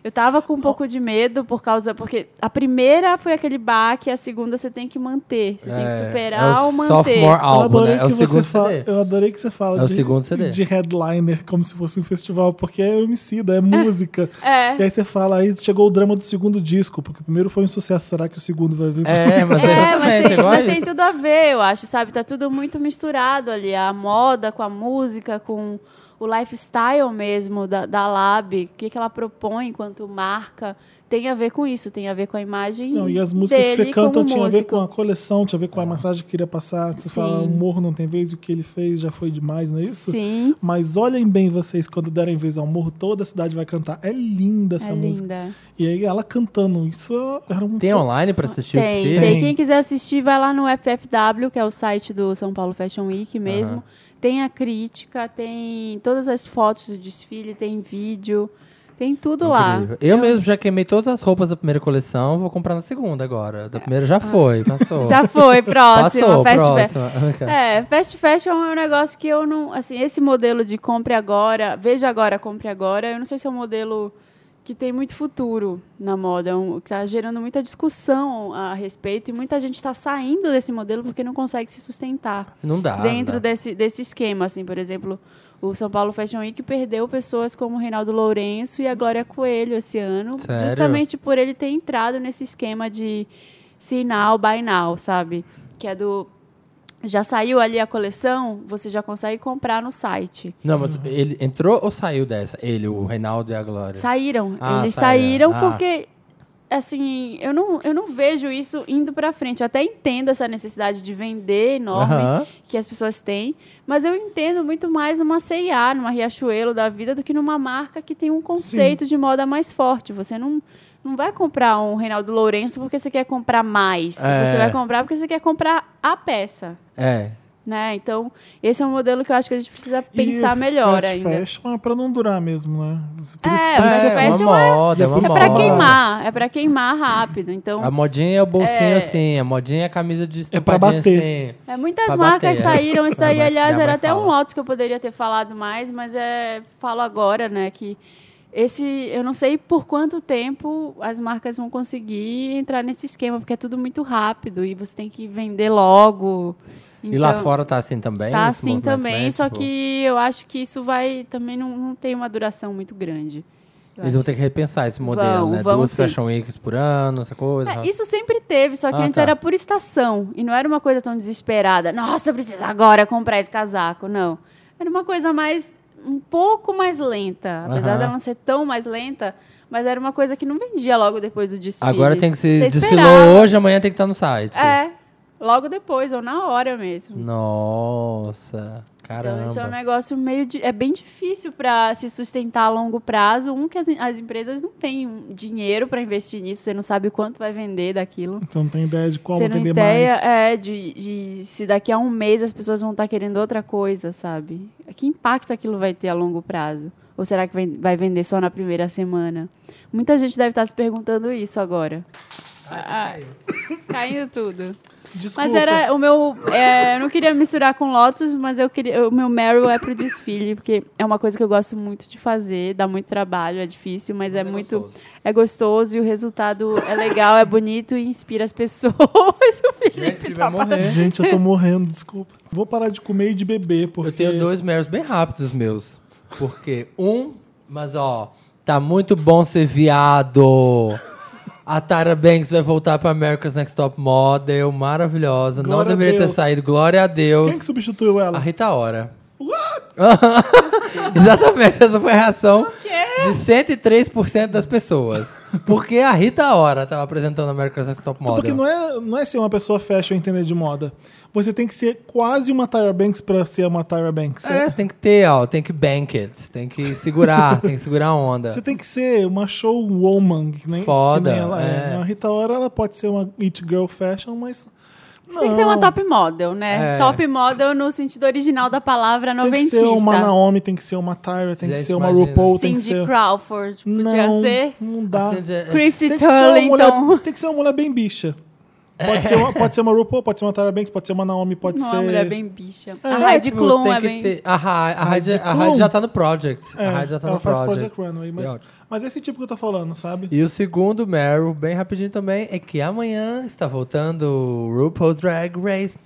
Speaker 2: eu tava com um pouco de medo por causa. Porque a primeira foi aquele baque, a segunda você tem que manter. Você tem que superar
Speaker 3: é o
Speaker 2: ou manter.
Speaker 3: Sophomore
Speaker 1: Eu
Speaker 3: álbum,
Speaker 1: adorei,
Speaker 3: né? É o
Speaker 1: que você
Speaker 3: segundo
Speaker 1: fala,
Speaker 3: CD.
Speaker 1: eu adorei que você fala
Speaker 3: É o
Speaker 1: de,
Speaker 3: segundo CD.
Speaker 1: de headliner como se fosse um festival, porque é homicida, é música.
Speaker 2: É.
Speaker 1: E aí você fala, aí chegou o drama do segundo disco, porque o primeiro foi um sucesso, será que o segundo vai vir?
Speaker 3: É,
Speaker 2: É, mas
Speaker 3: mas exatamente,
Speaker 2: tem,
Speaker 3: igual a
Speaker 2: mas tem
Speaker 3: isso.
Speaker 2: tudo a ver, eu acho, sabe? Tá tudo muito misturado ali. A moda com a música, com o lifestyle mesmo da, da Lab, o que, que ela propõe enquanto marca, tem a ver com isso, tem a ver com a imagem.
Speaker 1: Não, e as músicas que
Speaker 2: dele
Speaker 1: você canta
Speaker 2: como
Speaker 1: tinha a ver
Speaker 2: músico.
Speaker 1: com a coleção, tinha a ver com a mensagem que queria passar. Você
Speaker 2: Sim.
Speaker 1: fala, o morro não tem vez, o que ele fez já foi demais, não é isso?
Speaker 2: Sim,
Speaker 1: Mas olhem bem vocês, quando derem vez ao morro, toda a cidade vai cantar. É linda essa
Speaker 2: é
Speaker 1: música.
Speaker 2: linda.
Speaker 1: E aí ela cantando, isso era um.
Speaker 3: Tem online pra assistir o
Speaker 2: Tem,
Speaker 3: desfile?
Speaker 2: tem.
Speaker 1: Tem.
Speaker 2: Quem quiser assistir, vai lá no FFW, que é o site do São Paulo Fashion Week mesmo. Tem a crítica, tem todas as fotos do desfile, tem vídeo, tem tudo lá.
Speaker 3: Incrível. Eu mesmo já queimei todas as roupas da primeira coleção, vou comprar na segunda agora. Da primeira Ah. já foi, passou.
Speaker 2: Já foi, próxima,
Speaker 3: Passou,
Speaker 2: fast fa-
Speaker 3: próxima.
Speaker 2: É, fast fashion é um negócio que eu não. Assim, esse modelo de compre agora, veja agora, compre agora, eu não sei se é um modelo que tem muito futuro na moda, é um, que está gerando muita discussão a respeito e muita gente está saindo desse modelo porque não consegue se sustentar
Speaker 3: Não dá.
Speaker 2: dentro
Speaker 3: Ah, não dá.
Speaker 2: desse, desse esquema. Assim, por exemplo, o São Paulo Fashion Week perdeu pessoas como o Reinaldo Lourenço e a Glória Coelho esse ano,
Speaker 3: Sério?
Speaker 2: justamente por ele ter entrado nesse esquema de sinal by now, sabe? Que é do. Já saiu ali a coleção, você já consegue comprar no site.
Speaker 3: Não, mas ele entrou ou saiu dessa? Ele, o Reinaldo e a Glória.
Speaker 2: Saíram.
Speaker 3: Ah,
Speaker 2: Eles
Speaker 3: saíram.
Speaker 2: saíram,
Speaker 3: Ah.
Speaker 2: porque, assim, eu não, eu não vejo isso indo pra frente. Eu até entendo essa necessidade de vender enorme
Speaker 3: Aham.
Speaker 2: que as pessoas têm, mas eu entendo muito mais numa C&A, numa Riachuelo da vida, do que numa marca que tem um conceito de moda mais forte. Você não, não vai comprar um Reinaldo Lourenço porque você quer comprar mais.
Speaker 3: É.
Speaker 2: Você vai comprar porque você quer comprar a peça.
Speaker 3: É.
Speaker 2: Né? Então, esse é um modelo que eu acho que a gente precisa
Speaker 1: E
Speaker 2: pensar melhor
Speaker 1: fast
Speaker 2: ainda.
Speaker 1: fashion é pra não durar mesmo, né? Por
Speaker 2: É,
Speaker 1: isso,
Speaker 2: o
Speaker 1: por isso
Speaker 2: fast
Speaker 1: é,
Speaker 2: fashion
Speaker 3: uma moda, é
Speaker 1: é
Speaker 3: uma
Speaker 2: É
Speaker 3: moda.
Speaker 2: pra queimar, é pra queimar rápido. Então,
Speaker 3: A modinha é o bolsinho
Speaker 2: É.
Speaker 3: assim, a modinha é a camisa de
Speaker 1: É pra
Speaker 3: estampadinha
Speaker 1: bater.
Speaker 3: assim.
Speaker 2: É, muitas
Speaker 3: Pra
Speaker 2: marcas
Speaker 3: bater, é.
Speaker 2: saíram, isso
Speaker 3: Minha
Speaker 2: daí,
Speaker 3: mãe-
Speaker 2: aliás,
Speaker 3: minha
Speaker 2: era
Speaker 3: mãe
Speaker 2: até um
Speaker 3: fala.
Speaker 2: lote que eu poderia ter falado mais, mas é, falo agora, né, que esse, eu não sei por quanto tempo as marcas vão conseguir entrar nesse esquema, porque é tudo muito rápido e você tem que vender logo.
Speaker 3: e lá
Speaker 2: Então,
Speaker 3: fora tá assim também?
Speaker 2: Tá
Speaker 3: esse
Speaker 2: assim
Speaker 3: movimento,
Speaker 2: também,
Speaker 3: né?
Speaker 2: só
Speaker 3: Tipo,
Speaker 2: que eu acho que isso vai, também não, não tem uma duração muito grande. Eu
Speaker 3: Eles
Speaker 2: acho
Speaker 3: vão ter que repensar esse modelo,
Speaker 2: Vão,
Speaker 3: né?
Speaker 2: vão
Speaker 3: Duas
Speaker 2: sim.
Speaker 3: fashion weeks por ano, essa coisa.
Speaker 2: É, isso sempre teve, só que
Speaker 3: Ah,
Speaker 2: antes
Speaker 3: tá.
Speaker 2: era por estação. E não era uma coisa tão desesperada. Nossa, eu preciso agora comprar esse casaco. Não. Era uma coisa mais. um pouco mais lenta. Apesar
Speaker 3: Aham.
Speaker 2: dela não ser tão mais lenta, mas era uma coisa que não vendia logo depois do desfile.
Speaker 3: Agora tem que
Speaker 2: Você
Speaker 3: se desfilou
Speaker 2: esperava.
Speaker 3: hoje, amanhã tem que estar no site.
Speaker 2: É. Logo depois, ou na hora mesmo.
Speaker 3: Nossa, caramba.
Speaker 2: Então, isso é um negócio meio. de- é bem difícil para se sustentar a longo prazo. Um, que as, as empresas não têm dinheiro para investir nisso, você não sabe quanto vai vender daquilo.
Speaker 1: Você não tem ideia de como
Speaker 2: é. Você não
Speaker 1: vender
Speaker 2: ideia
Speaker 1: mais.
Speaker 2: é de, de se daqui a um mês as pessoas vão estar querendo outra coisa, sabe? Que impacto aquilo vai ter a longo prazo? Ou será que vem- vai vender só na primeira semana? Muita gente deve estar se perguntando isso agora. Ah, caindo tudo.
Speaker 1: Desculpa.
Speaker 2: Mas era o meu. é, eu não queria misturar com Lotus, mas eu queria. O meu Meryl é pro desfile, porque é uma coisa que eu gosto muito de fazer, dá muito trabalho, é difícil, mas é,
Speaker 3: é
Speaker 2: muito.
Speaker 3: gostoso.
Speaker 2: É gostoso e o resultado é legal, é bonito e inspira as pessoas. o
Speaker 3: Gente,
Speaker 2: Felipe
Speaker 3: ele
Speaker 2: tá
Speaker 3: vai morrer.
Speaker 1: Gente, eu tô morrendo, desculpa. Vou parar de comer e de beber, porque.
Speaker 3: É. Eu tenho dois meros bem rápidos meus. Porque um, mas ó, tá muito bom ser viado. A Tara Banks vai voltar pra America's Next Top Model, maravilhosa.
Speaker 1: Glória
Speaker 3: Não
Speaker 1: a
Speaker 3: deveria ter
Speaker 1: Deus.
Speaker 3: saído, glória a Deus.
Speaker 1: Quem é que substituiu
Speaker 3: A
Speaker 1: ela?
Speaker 3: Rita Ora. Exatamente, essa foi a reação de 103% das pessoas. Porque a Rita Ora tava apresentando a America's Next Top Model.
Speaker 1: Porque não é, não é ser uma pessoa fashion e entender de moda. Você tem que ser quase uma Tyra Banks pra ser uma Tyra Banks.
Speaker 3: É, você tem que ter, ó, tem que bank it, tem que segurar, tem que segurar a onda.
Speaker 1: Você tem que ser uma showwoman, que nem,
Speaker 3: Foda,
Speaker 1: que nem ela é.
Speaker 3: é.
Speaker 1: A Rita Ora, ela pode ser uma it girl fashion, mas...
Speaker 2: Você tem que ser uma top model, né?
Speaker 3: É.
Speaker 2: Top model no sentido original da palavra
Speaker 1: Tem que
Speaker 2: noventista.
Speaker 1: ser uma Naomi, tem que ser uma Tyra, tem que
Speaker 3: Gente,
Speaker 1: ser uma
Speaker 3: imagina.
Speaker 1: RuPaul, tem que
Speaker 2: Cindy
Speaker 1: ser...
Speaker 2: Crawford, tipo, podia
Speaker 1: não,
Speaker 2: ser.
Speaker 1: não dá.
Speaker 3: Assim, de-
Speaker 2: Chrissy
Speaker 1: Tem que, ser uma mulher,
Speaker 2: Turlington.
Speaker 1: tem que ser uma mulher bem bicha.
Speaker 3: É.
Speaker 1: Pode, ser uma, pode ser uma RuPaul, pode ser uma Tyra Banks, pode ser uma Naomi, pode
Speaker 2: Não é
Speaker 1: ser...
Speaker 2: uma mulher bem bicha. a
Speaker 3: É,
Speaker 2: Heidi
Speaker 3: tipo,
Speaker 2: Klum
Speaker 3: tem
Speaker 2: é
Speaker 3: que
Speaker 2: bem...
Speaker 3: ter- A, Ra- a, Heidi,
Speaker 1: Heidi
Speaker 3: a Heidi já
Speaker 1: Klum.
Speaker 3: tá no project.
Speaker 1: É,
Speaker 3: a Heidi já tá
Speaker 1: ela
Speaker 3: no
Speaker 1: faz
Speaker 3: project.
Speaker 1: Project Runway, mas,
Speaker 3: Project.
Speaker 1: mas é esse tipo que eu tô falando, sabe?
Speaker 3: E o segundo Meryl, bem rapidinho também, é que amanhã está voltando o RuPaul's Drag Race.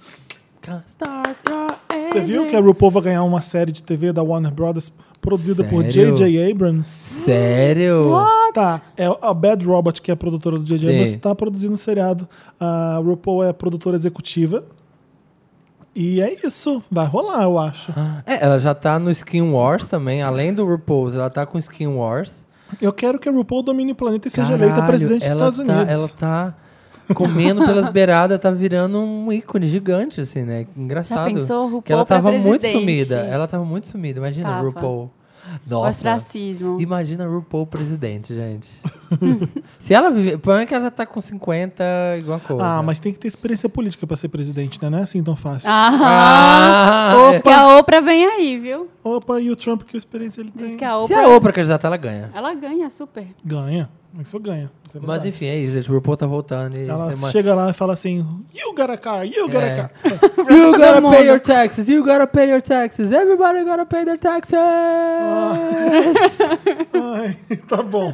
Speaker 3: Can't Start your
Speaker 1: Você viu que a
Speaker 3: engine.
Speaker 1: RuPaul vai ganhar uma série de TV da Warner Brothers produzida por
Speaker 3: Sério?
Speaker 1: J.J. Abrams?
Speaker 3: Sério?
Speaker 1: Tá, é a Bad Robot, que é a produtora do J.J.
Speaker 3: Sim.
Speaker 1: um Abrams, tá produzindo o seriado. A RuPaul é a produtora executiva. E é isso. Vai rolar, eu acho.
Speaker 3: É, ela já tá no Skin Wars também, além do RuPaul's, ela tá com Skin Wars.
Speaker 1: Eu quero que a RuPaul domine o planeta e seja eleita
Speaker 3: Caralho,
Speaker 1: presidente dos
Speaker 3: ela
Speaker 1: Estados
Speaker 3: tá-
Speaker 1: Unidos.
Speaker 3: Ela tá comendo pelas beiradas, tá virando um ícone gigante, assim, né? Engraçado.
Speaker 2: Já pensou? RuPaul
Speaker 3: que ela
Speaker 2: pra
Speaker 3: tava muito
Speaker 2: presidente.
Speaker 3: sumida. Ela tava muito sumida. Imagina,
Speaker 2: Tava.
Speaker 3: RuPaul. Nossa.
Speaker 2: Ostracismo.
Speaker 3: Imagina RuPaul presidente, gente. Se ela viver. O problema é que ela tá com 50, igual coisa.
Speaker 1: Ah, mas tem que ter experiência política pra ser presidente, né? Não é assim tão fácil.
Speaker 2: Ah,
Speaker 3: Ah,
Speaker 2: Diz que a Oprah vem aí, viu?
Speaker 1: Opa, e o Trump, que experiência ele
Speaker 2: Diz
Speaker 1: tem?
Speaker 2: que a
Speaker 3: é.
Speaker 2: Oprah.
Speaker 3: Se a Oprah candidatar, ela ganha.
Speaker 2: Ela ganha super.
Speaker 1: Ganha. Isso ganha. Isso é
Speaker 3: Mas
Speaker 1: verdade.
Speaker 3: enfim, é isso, gente. RuPaul tá voltando. E
Speaker 1: Ela
Speaker 3: semana-
Speaker 1: chega lá e fala assim: You got a car, you got
Speaker 3: É.
Speaker 1: a car.
Speaker 3: You gotta
Speaker 2: mundo.
Speaker 3: pay your taxes, you gotta pay your taxes, everybody gotta pay their taxes!
Speaker 1: Ah. Ai, tá bom.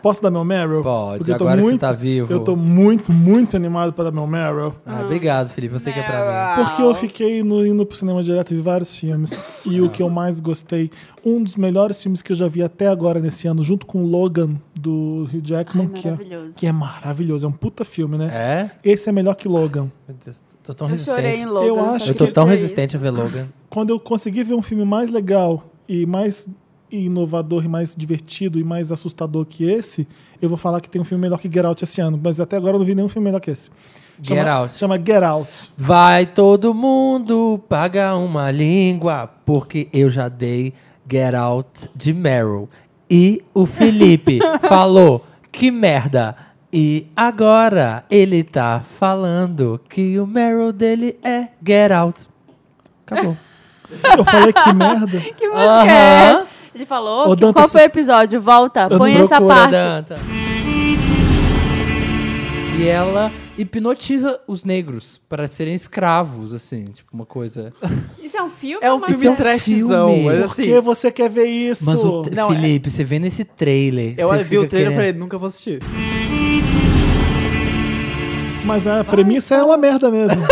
Speaker 1: Posso dar meu Meryl?
Speaker 3: Pode,
Speaker 1: eu tô
Speaker 3: agora que você tá vivo.
Speaker 1: Eu tô muito, muito animado pra dar meu Meryl.
Speaker 3: Ah, obrigado, Felipe, eu sei que é pra mim.
Speaker 1: Porque eu fiquei no, indo pro cinema direto e vi vários filmes. E o que eu mais gostei, um dos melhores filmes que eu já vi até agora nesse ano, junto com Logan, do Hugh Jackman,
Speaker 2: Ai,
Speaker 1: que, é,
Speaker 2: maravilhoso.
Speaker 1: que é maravilhoso. É um puta filme, né?
Speaker 3: É?
Speaker 1: Esse é melhor que Logan.
Speaker 3: Meu Deus, tô tão
Speaker 2: Eu chorei em
Speaker 3: resistente.
Speaker 2: Logan.
Speaker 1: Eu
Speaker 2: só
Speaker 1: acho
Speaker 3: Eu
Speaker 2: queria
Speaker 3: tô tão
Speaker 2: dizer
Speaker 3: resistente a ver Logan.
Speaker 1: Quando eu consegui ver um filme mais legal e mais inovador e mais divertido e mais assustador que esse, eu vou falar que tem um filme melhor que Get Out esse ano. Mas até agora eu não vi nenhum filme melhor que esse. Chama-
Speaker 3: Get Out.
Speaker 1: Chama Get Out.
Speaker 3: Vai todo mundo pagar uma língua, porque eu já dei Get Out de Meryl. E o Felipe falou, que merda. E agora ele tá falando que o Meryl dele é Get Out. Acabou.
Speaker 1: Eu falei que merda.
Speaker 2: isso. Que música é
Speaker 3: Aham.
Speaker 2: essa? Ele falou.
Speaker 1: Ô,
Speaker 2: que-
Speaker 1: Danta,
Speaker 2: qual
Speaker 1: se-
Speaker 2: foi o episódio? Volta,
Speaker 1: não-
Speaker 2: põe essa
Speaker 3: Procura,
Speaker 2: parte.
Speaker 3: Danta.
Speaker 7: E ela hipnotiza os negros para serem escravos, assim, tipo uma coisa.
Speaker 2: Isso é um filme?
Speaker 8: É um
Speaker 2: ou uma
Speaker 8: filme
Speaker 2: série?
Speaker 8: trashzão,
Speaker 3: filme.
Speaker 8: mas
Speaker 1: Por
Speaker 2: é
Speaker 8: assim.
Speaker 1: que você quer ver isso?
Speaker 3: Mas o t-
Speaker 8: Não, é-
Speaker 3: Felipe, você vê nesse trailer.
Speaker 8: Eu
Speaker 3: você
Speaker 8: vi o
Speaker 3: fica
Speaker 8: trailer e falei,
Speaker 3: querendo-
Speaker 8: nunca vou assistir.
Speaker 1: Mas a premissa é uma merda mesmo.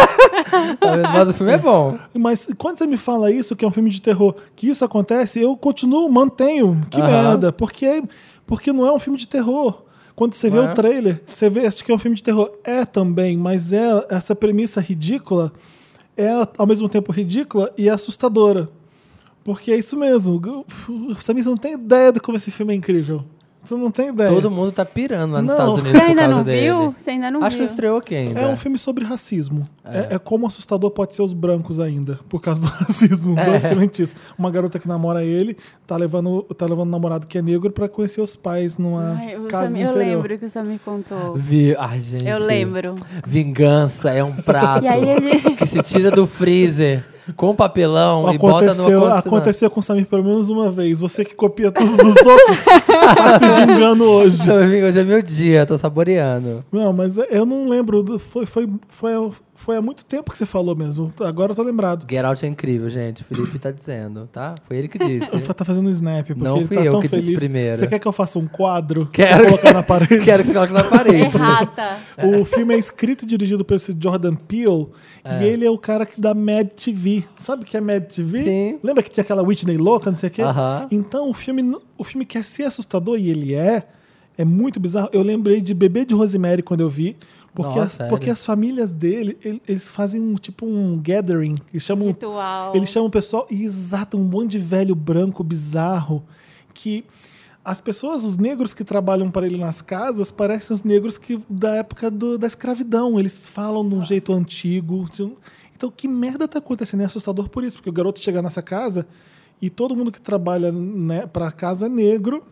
Speaker 3: Mas o filme é bom.
Speaker 1: Mas quando você me fala isso, que é um filme de terror, que isso acontece, eu continuo, mantenho. Que merda. Porque, porque não é um filme de terror. Quando você vê o trailer, você vê acho que é um filme de terror. É também, mas é essa premissa ridícula é ao mesmo tempo ridícula e assustadora. Porque é isso mesmo. Samir, você não tem ideia de como esse filme é incrível. Você não tem ideia.
Speaker 3: Todo mundo tá pirando lá nos
Speaker 1: Não.
Speaker 3: Estados Unidos
Speaker 2: Você
Speaker 3: por
Speaker 2: ainda
Speaker 3: causa
Speaker 2: não
Speaker 3: dele.
Speaker 2: viu? Você ainda não
Speaker 3: Acho que
Speaker 2: viu.
Speaker 3: não estreou aqui ainda.
Speaker 1: É um filme sobre racismo. É. é como assustador pode ser os brancos ainda, por causa do racismo.
Speaker 3: É.
Speaker 1: Basicamente isso. Uma garota que namora ele, tá levando, tá levando um namorado que é negro pra conhecer os pais numa
Speaker 2: Ai, o
Speaker 1: casa
Speaker 2: Sam-
Speaker 1: no
Speaker 2: eu
Speaker 1: interior.
Speaker 2: lembro que o Sam me contou.
Speaker 3: Vi... Ai, gente.
Speaker 2: Eu lembro.
Speaker 3: Vingança é um prato
Speaker 2: E aí ele-
Speaker 3: que se tira do freezer com papelão e bota né?
Speaker 1: Aconteceu,
Speaker 3: no acondicionado.
Speaker 1: aconteceu com o Samir pelo menos uma vez. Você que copia tudo dos outros tá se vingando hoje.
Speaker 3: Hoje é meu dia, tô saboreando.
Speaker 1: Não, mas é, eu não lembro. do- Foi, foi, foi, foi há muito tempo que você falou mesmo. Agora eu tô lembrado.
Speaker 3: Get Out é incrível, gente. O Felipe tá dizendo, tá? Foi ele que disse.
Speaker 1: Ele tá fazendo um snap, porque
Speaker 3: Não
Speaker 1: ele
Speaker 3: fui
Speaker 1: tá
Speaker 3: eu
Speaker 1: tão
Speaker 3: que disse
Speaker 1: feliz.
Speaker 3: primeiro.
Speaker 1: Você quer que eu faça um quadro?
Speaker 3: Quero.
Speaker 1: Pra colocar na parede?
Speaker 3: Quero que você coloque na
Speaker 2: é
Speaker 3: parede.
Speaker 2: Errata.
Speaker 1: O filme é escrito e dirigido por esse Jordan Peele. E ele é o cara que da Mad TV. Sabe o que é Mad TV?
Speaker 3: Sim.
Speaker 1: Lembra que tinha aquela Whitney louca, não sei o quê?
Speaker 3: Aham.
Speaker 1: Então o filme, n- o filme quer ser assustador e ele é. É muito bizarro. Eu lembrei de Bebê de Rosemary quando eu vi. Porque,
Speaker 3: Nossa,
Speaker 1: as,
Speaker 3: sério?
Speaker 1: porque as famílias dele, ele- eles fazem um tipo um gathering. Eles chamam,
Speaker 3: Então,
Speaker 1: um
Speaker 2: Ritual.
Speaker 1: Eles chamam o pessoal e exatam um monte de velho branco bizarro que as pessoas, os negros que trabalham para ele nas casas, parecem os negros que da época do- da escravidão. Eles falam de um jeito antigo. de um- Então, que merda tá acontecendo? É assustador por isso, porque o garoto chega nessa casa e todo mundo que trabalha né, para casa é negro.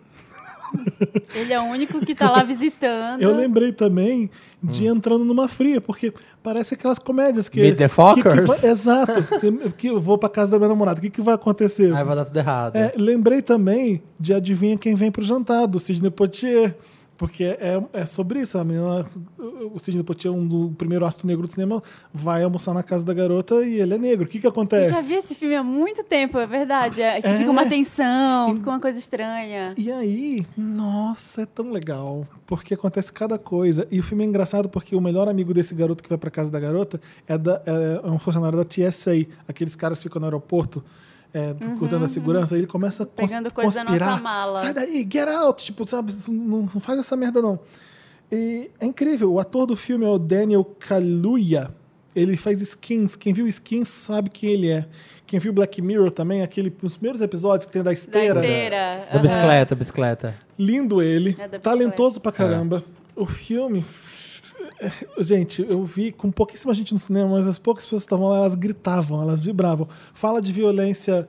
Speaker 2: Ele é o único que tá lá visitando.
Speaker 3: É.
Speaker 1: Eu lembrei também de entrando numa fria, porque parece aquelas comédias que.
Speaker 3: Hum. Meet the
Speaker 1: que- que vai-
Speaker 3: Fockers?
Speaker 1: exato. que, que eu vou pra casa da minha namorada. O que, que vai acontecer?
Speaker 3: Aí vai dar tudo errado.
Speaker 1: É, lembrei também de Adivinha Quem Vem pro Jantar, do Sidney Poitier. Porque é, é sobre isso. A menina, o Sidney Poitier, um do primeiro astro negro do cinema, vai almoçar na casa da garota e ele é negro. O que, que
Speaker 2: Eu
Speaker 1: acontece?
Speaker 2: já vi esse filme há muito tempo, é verdade. É, que fica uma tensão, fica uma coisa estranha.
Speaker 1: E aí, nossa, é tão legal. Porque acontece cada coisa. E o filme é engraçado porque o melhor amigo desse garoto que vai pra casa da garota é, da- é- é um funcionário da TSA. Aqueles caras que ficam no aeroporto é, cuidando da segurança. Aí ele começa a cons
Speaker 2: Uhum, Pegando coisa da nossa
Speaker 1: conspirar.
Speaker 2: mala.
Speaker 1: Sai daí, get out! Tipo, sabe? Não, não faz essa merda, não. E é incrível. O ator do filme é o Daniel Kaluuya. Ele faz skins. Quem viu skins sabe quem ele é. Quem viu Black Mirror também, aquele, nos primeiros episódios que tem da
Speaker 2: Da
Speaker 1: esteira.
Speaker 2: esteira.
Speaker 3: Da
Speaker 2: aham.
Speaker 3: bicicleta, bicicleta.
Speaker 1: Lindo ele.
Speaker 2: É da bicicleta.
Speaker 1: talentoso pra caramba. O filme. Gente, eu vi com pouquíssima gente no cinema, mas as poucas pessoas que estavam lá, elas gritavam, elas vibravam. Fala de violência.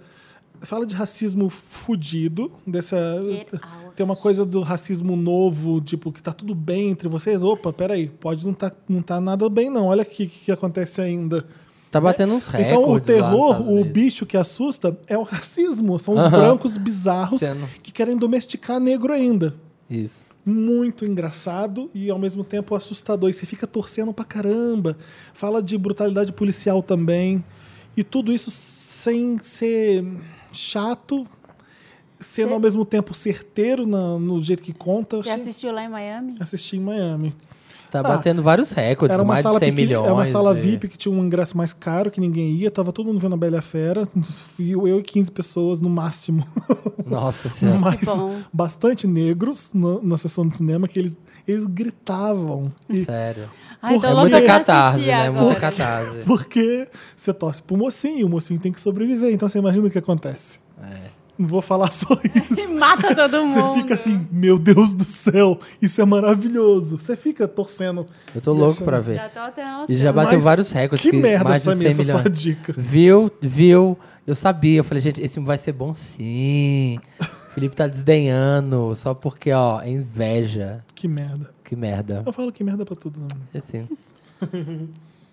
Speaker 1: Fala de racismo fudido, dessa.
Speaker 2: Get out.
Speaker 1: Tem uma coisa do racismo novo, tipo, que tá tudo bem entre vocês. Opa, peraí, pode não tá, não tá nada bem, não. Olha aqui o que, que acontece ainda.
Speaker 3: Tá batendo uns recordes.
Speaker 1: Então o
Speaker 3: lá nos Estados
Speaker 1: terror, o
Speaker 3: Unidos.
Speaker 1: bicho que assusta é o racismo. São os brancos bizarros
Speaker 3: Sendo.
Speaker 1: que querem domesticar negro ainda.
Speaker 3: Isso.
Speaker 1: Muito engraçado e ao mesmo tempo assustador. E você fica torcendo pra caramba. Fala de brutalidade policial também. E tudo isso sem ser chato, sendo
Speaker 2: Você-
Speaker 1: ao mesmo tempo certeiro na- no jeito que conta. Eu
Speaker 2: Você
Speaker 1: achei-
Speaker 2: assistiu lá em Miami?
Speaker 1: assisti em Miami.
Speaker 3: Tá
Speaker 1: Ah,
Speaker 3: batendo vários recordes,
Speaker 1: Era uma
Speaker 3: mais de
Speaker 1: sala
Speaker 3: 100
Speaker 1: pequena-
Speaker 3: milhões.
Speaker 1: Era uma sala
Speaker 3: de-
Speaker 1: VIP que tinha um ingresso mais caro que ninguém ia. Tava todo mundo vendo a Bela e a Fera. Fui Eu e 15 pessoas no máximo.
Speaker 3: Nossa senhora.
Speaker 1: Mas
Speaker 2: Que bom.
Speaker 1: bastante negros na, na sessão de cinema que eles, eles gritavam. E-
Speaker 3: Sério.
Speaker 2: Ai,
Speaker 1: Porra,
Speaker 2: tô
Speaker 1: é
Speaker 2: louca
Speaker 1: muita
Speaker 2: pra
Speaker 3: catarse,
Speaker 2: assistir
Speaker 3: né?
Speaker 2: agora.
Speaker 3: Muita catarse.
Speaker 1: porque você torce pro mocinho, e o mocinho tem que sobreviver. Então você imagina o que acontece.
Speaker 3: É.
Speaker 1: Não vou falar só isso.
Speaker 2: E mata todo mundo.
Speaker 1: Você fica assim, meu Deus do céu, isso é maravilhoso. Você fica torcendo.
Speaker 3: Eu tô louco
Speaker 1: achando-
Speaker 3: pra
Speaker 2: Já
Speaker 3: ver.
Speaker 2: tô até anotando.
Speaker 3: E já bateu
Speaker 1: Mas
Speaker 3: vários recordes.
Speaker 1: que merda,
Speaker 3: mais de 100
Speaker 1: Samir, essa
Speaker 3: milhões.
Speaker 1: sua dica.
Speaker 3: Viu, viu. Eu sabia. Eu falei, gente, esse filme vai ser bom sim. O Felipe tá desdenhando só porque, ó, é inveja.
Speaker 1: Que merda.
Speaker 3: Que merda.
Speaker 1: Eu falo que merda pra tudo. Né?
Speaker 3: É Assim.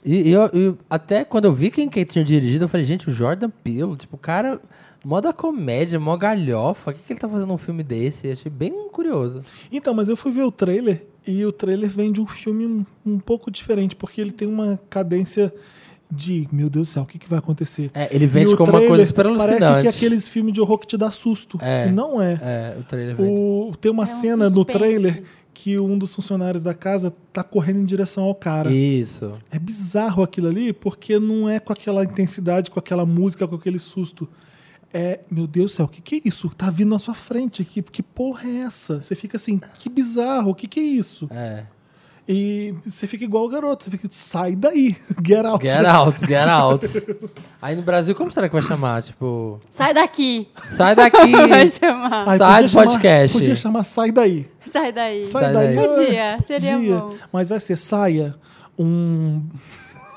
Speaker 3: E, e eu, e até quando eu vi quem que tinha dirigido, eu falei, gente, o Jordan Peele, tipo, o cara, mó da comédia, mó galhofa, o que, que ele tá fazendo num filme desse? Eu achei bem curioso.
Speaker 1: Então, mas eu fui ver o trailer e o trailer vem de um filme um, um pouco diferente, porque ele tem uma cadência de, meu Deus do céu, o que, que vai acontecer?
Speaker 3: É, ele
Speaker 1: E
Speaker 3: vende
Speaker 1: o
Speaker 3: como uma
Speaker 1: trailer
Speaker 3: coisa super
Speaker 1: Parece
Speaker 3: alucinante.
Speaker 1: que é aqueles filmes de horror que te dá susto.
Speaker 3: É.
Speaker 1: E Não é.
Speaker 3: É, o trailer vende.
Speaker 1: O- tem uma
Speaker 2: É um
Speaker 1: cena no
Speaker 2: suspense.
Speaker 1: trailer que um dos funcionários da casa tá correndo em direção ao cara.
Speaker 3: Isso.
Speaker 1: É bizarro aquilo ali, porque não é com aquela intensidade, com aquela música, com aquele susto. É, meu Deus do céu, o que, que é isso? Tá vindo na sua frente. Que, que porra é essa? Você fica assim, que bizarro, o que, que é isso?
Speaker 3: É.
Speaker 1: E você fica igual o garoto, você fica, sai daí, get out.
Speaker 3: Get out, get out. Aí no Brasil, como será que vai chamar? Tipo,
Speaker 2: Sai daqui.
Speaker 3: sai daqui.
Speaker 2: Vai chamar.
Speaker 1: Aí
Speaker 3: Sai
Speaker 1: podia
Speaker 3: do
Speaker 1: chamar-
Speaker 3: podcast.
Speaker 1: Podia chamar Sai Daí.
Speaker 2: Sai daí.
Speaker 1: Sai
Speaker 3: Sai
Speaker 1: daí.
Speaker 3: daí.
Speaker 2: Podia, seria bom.
Speaker 1: Mas vai ser saia, um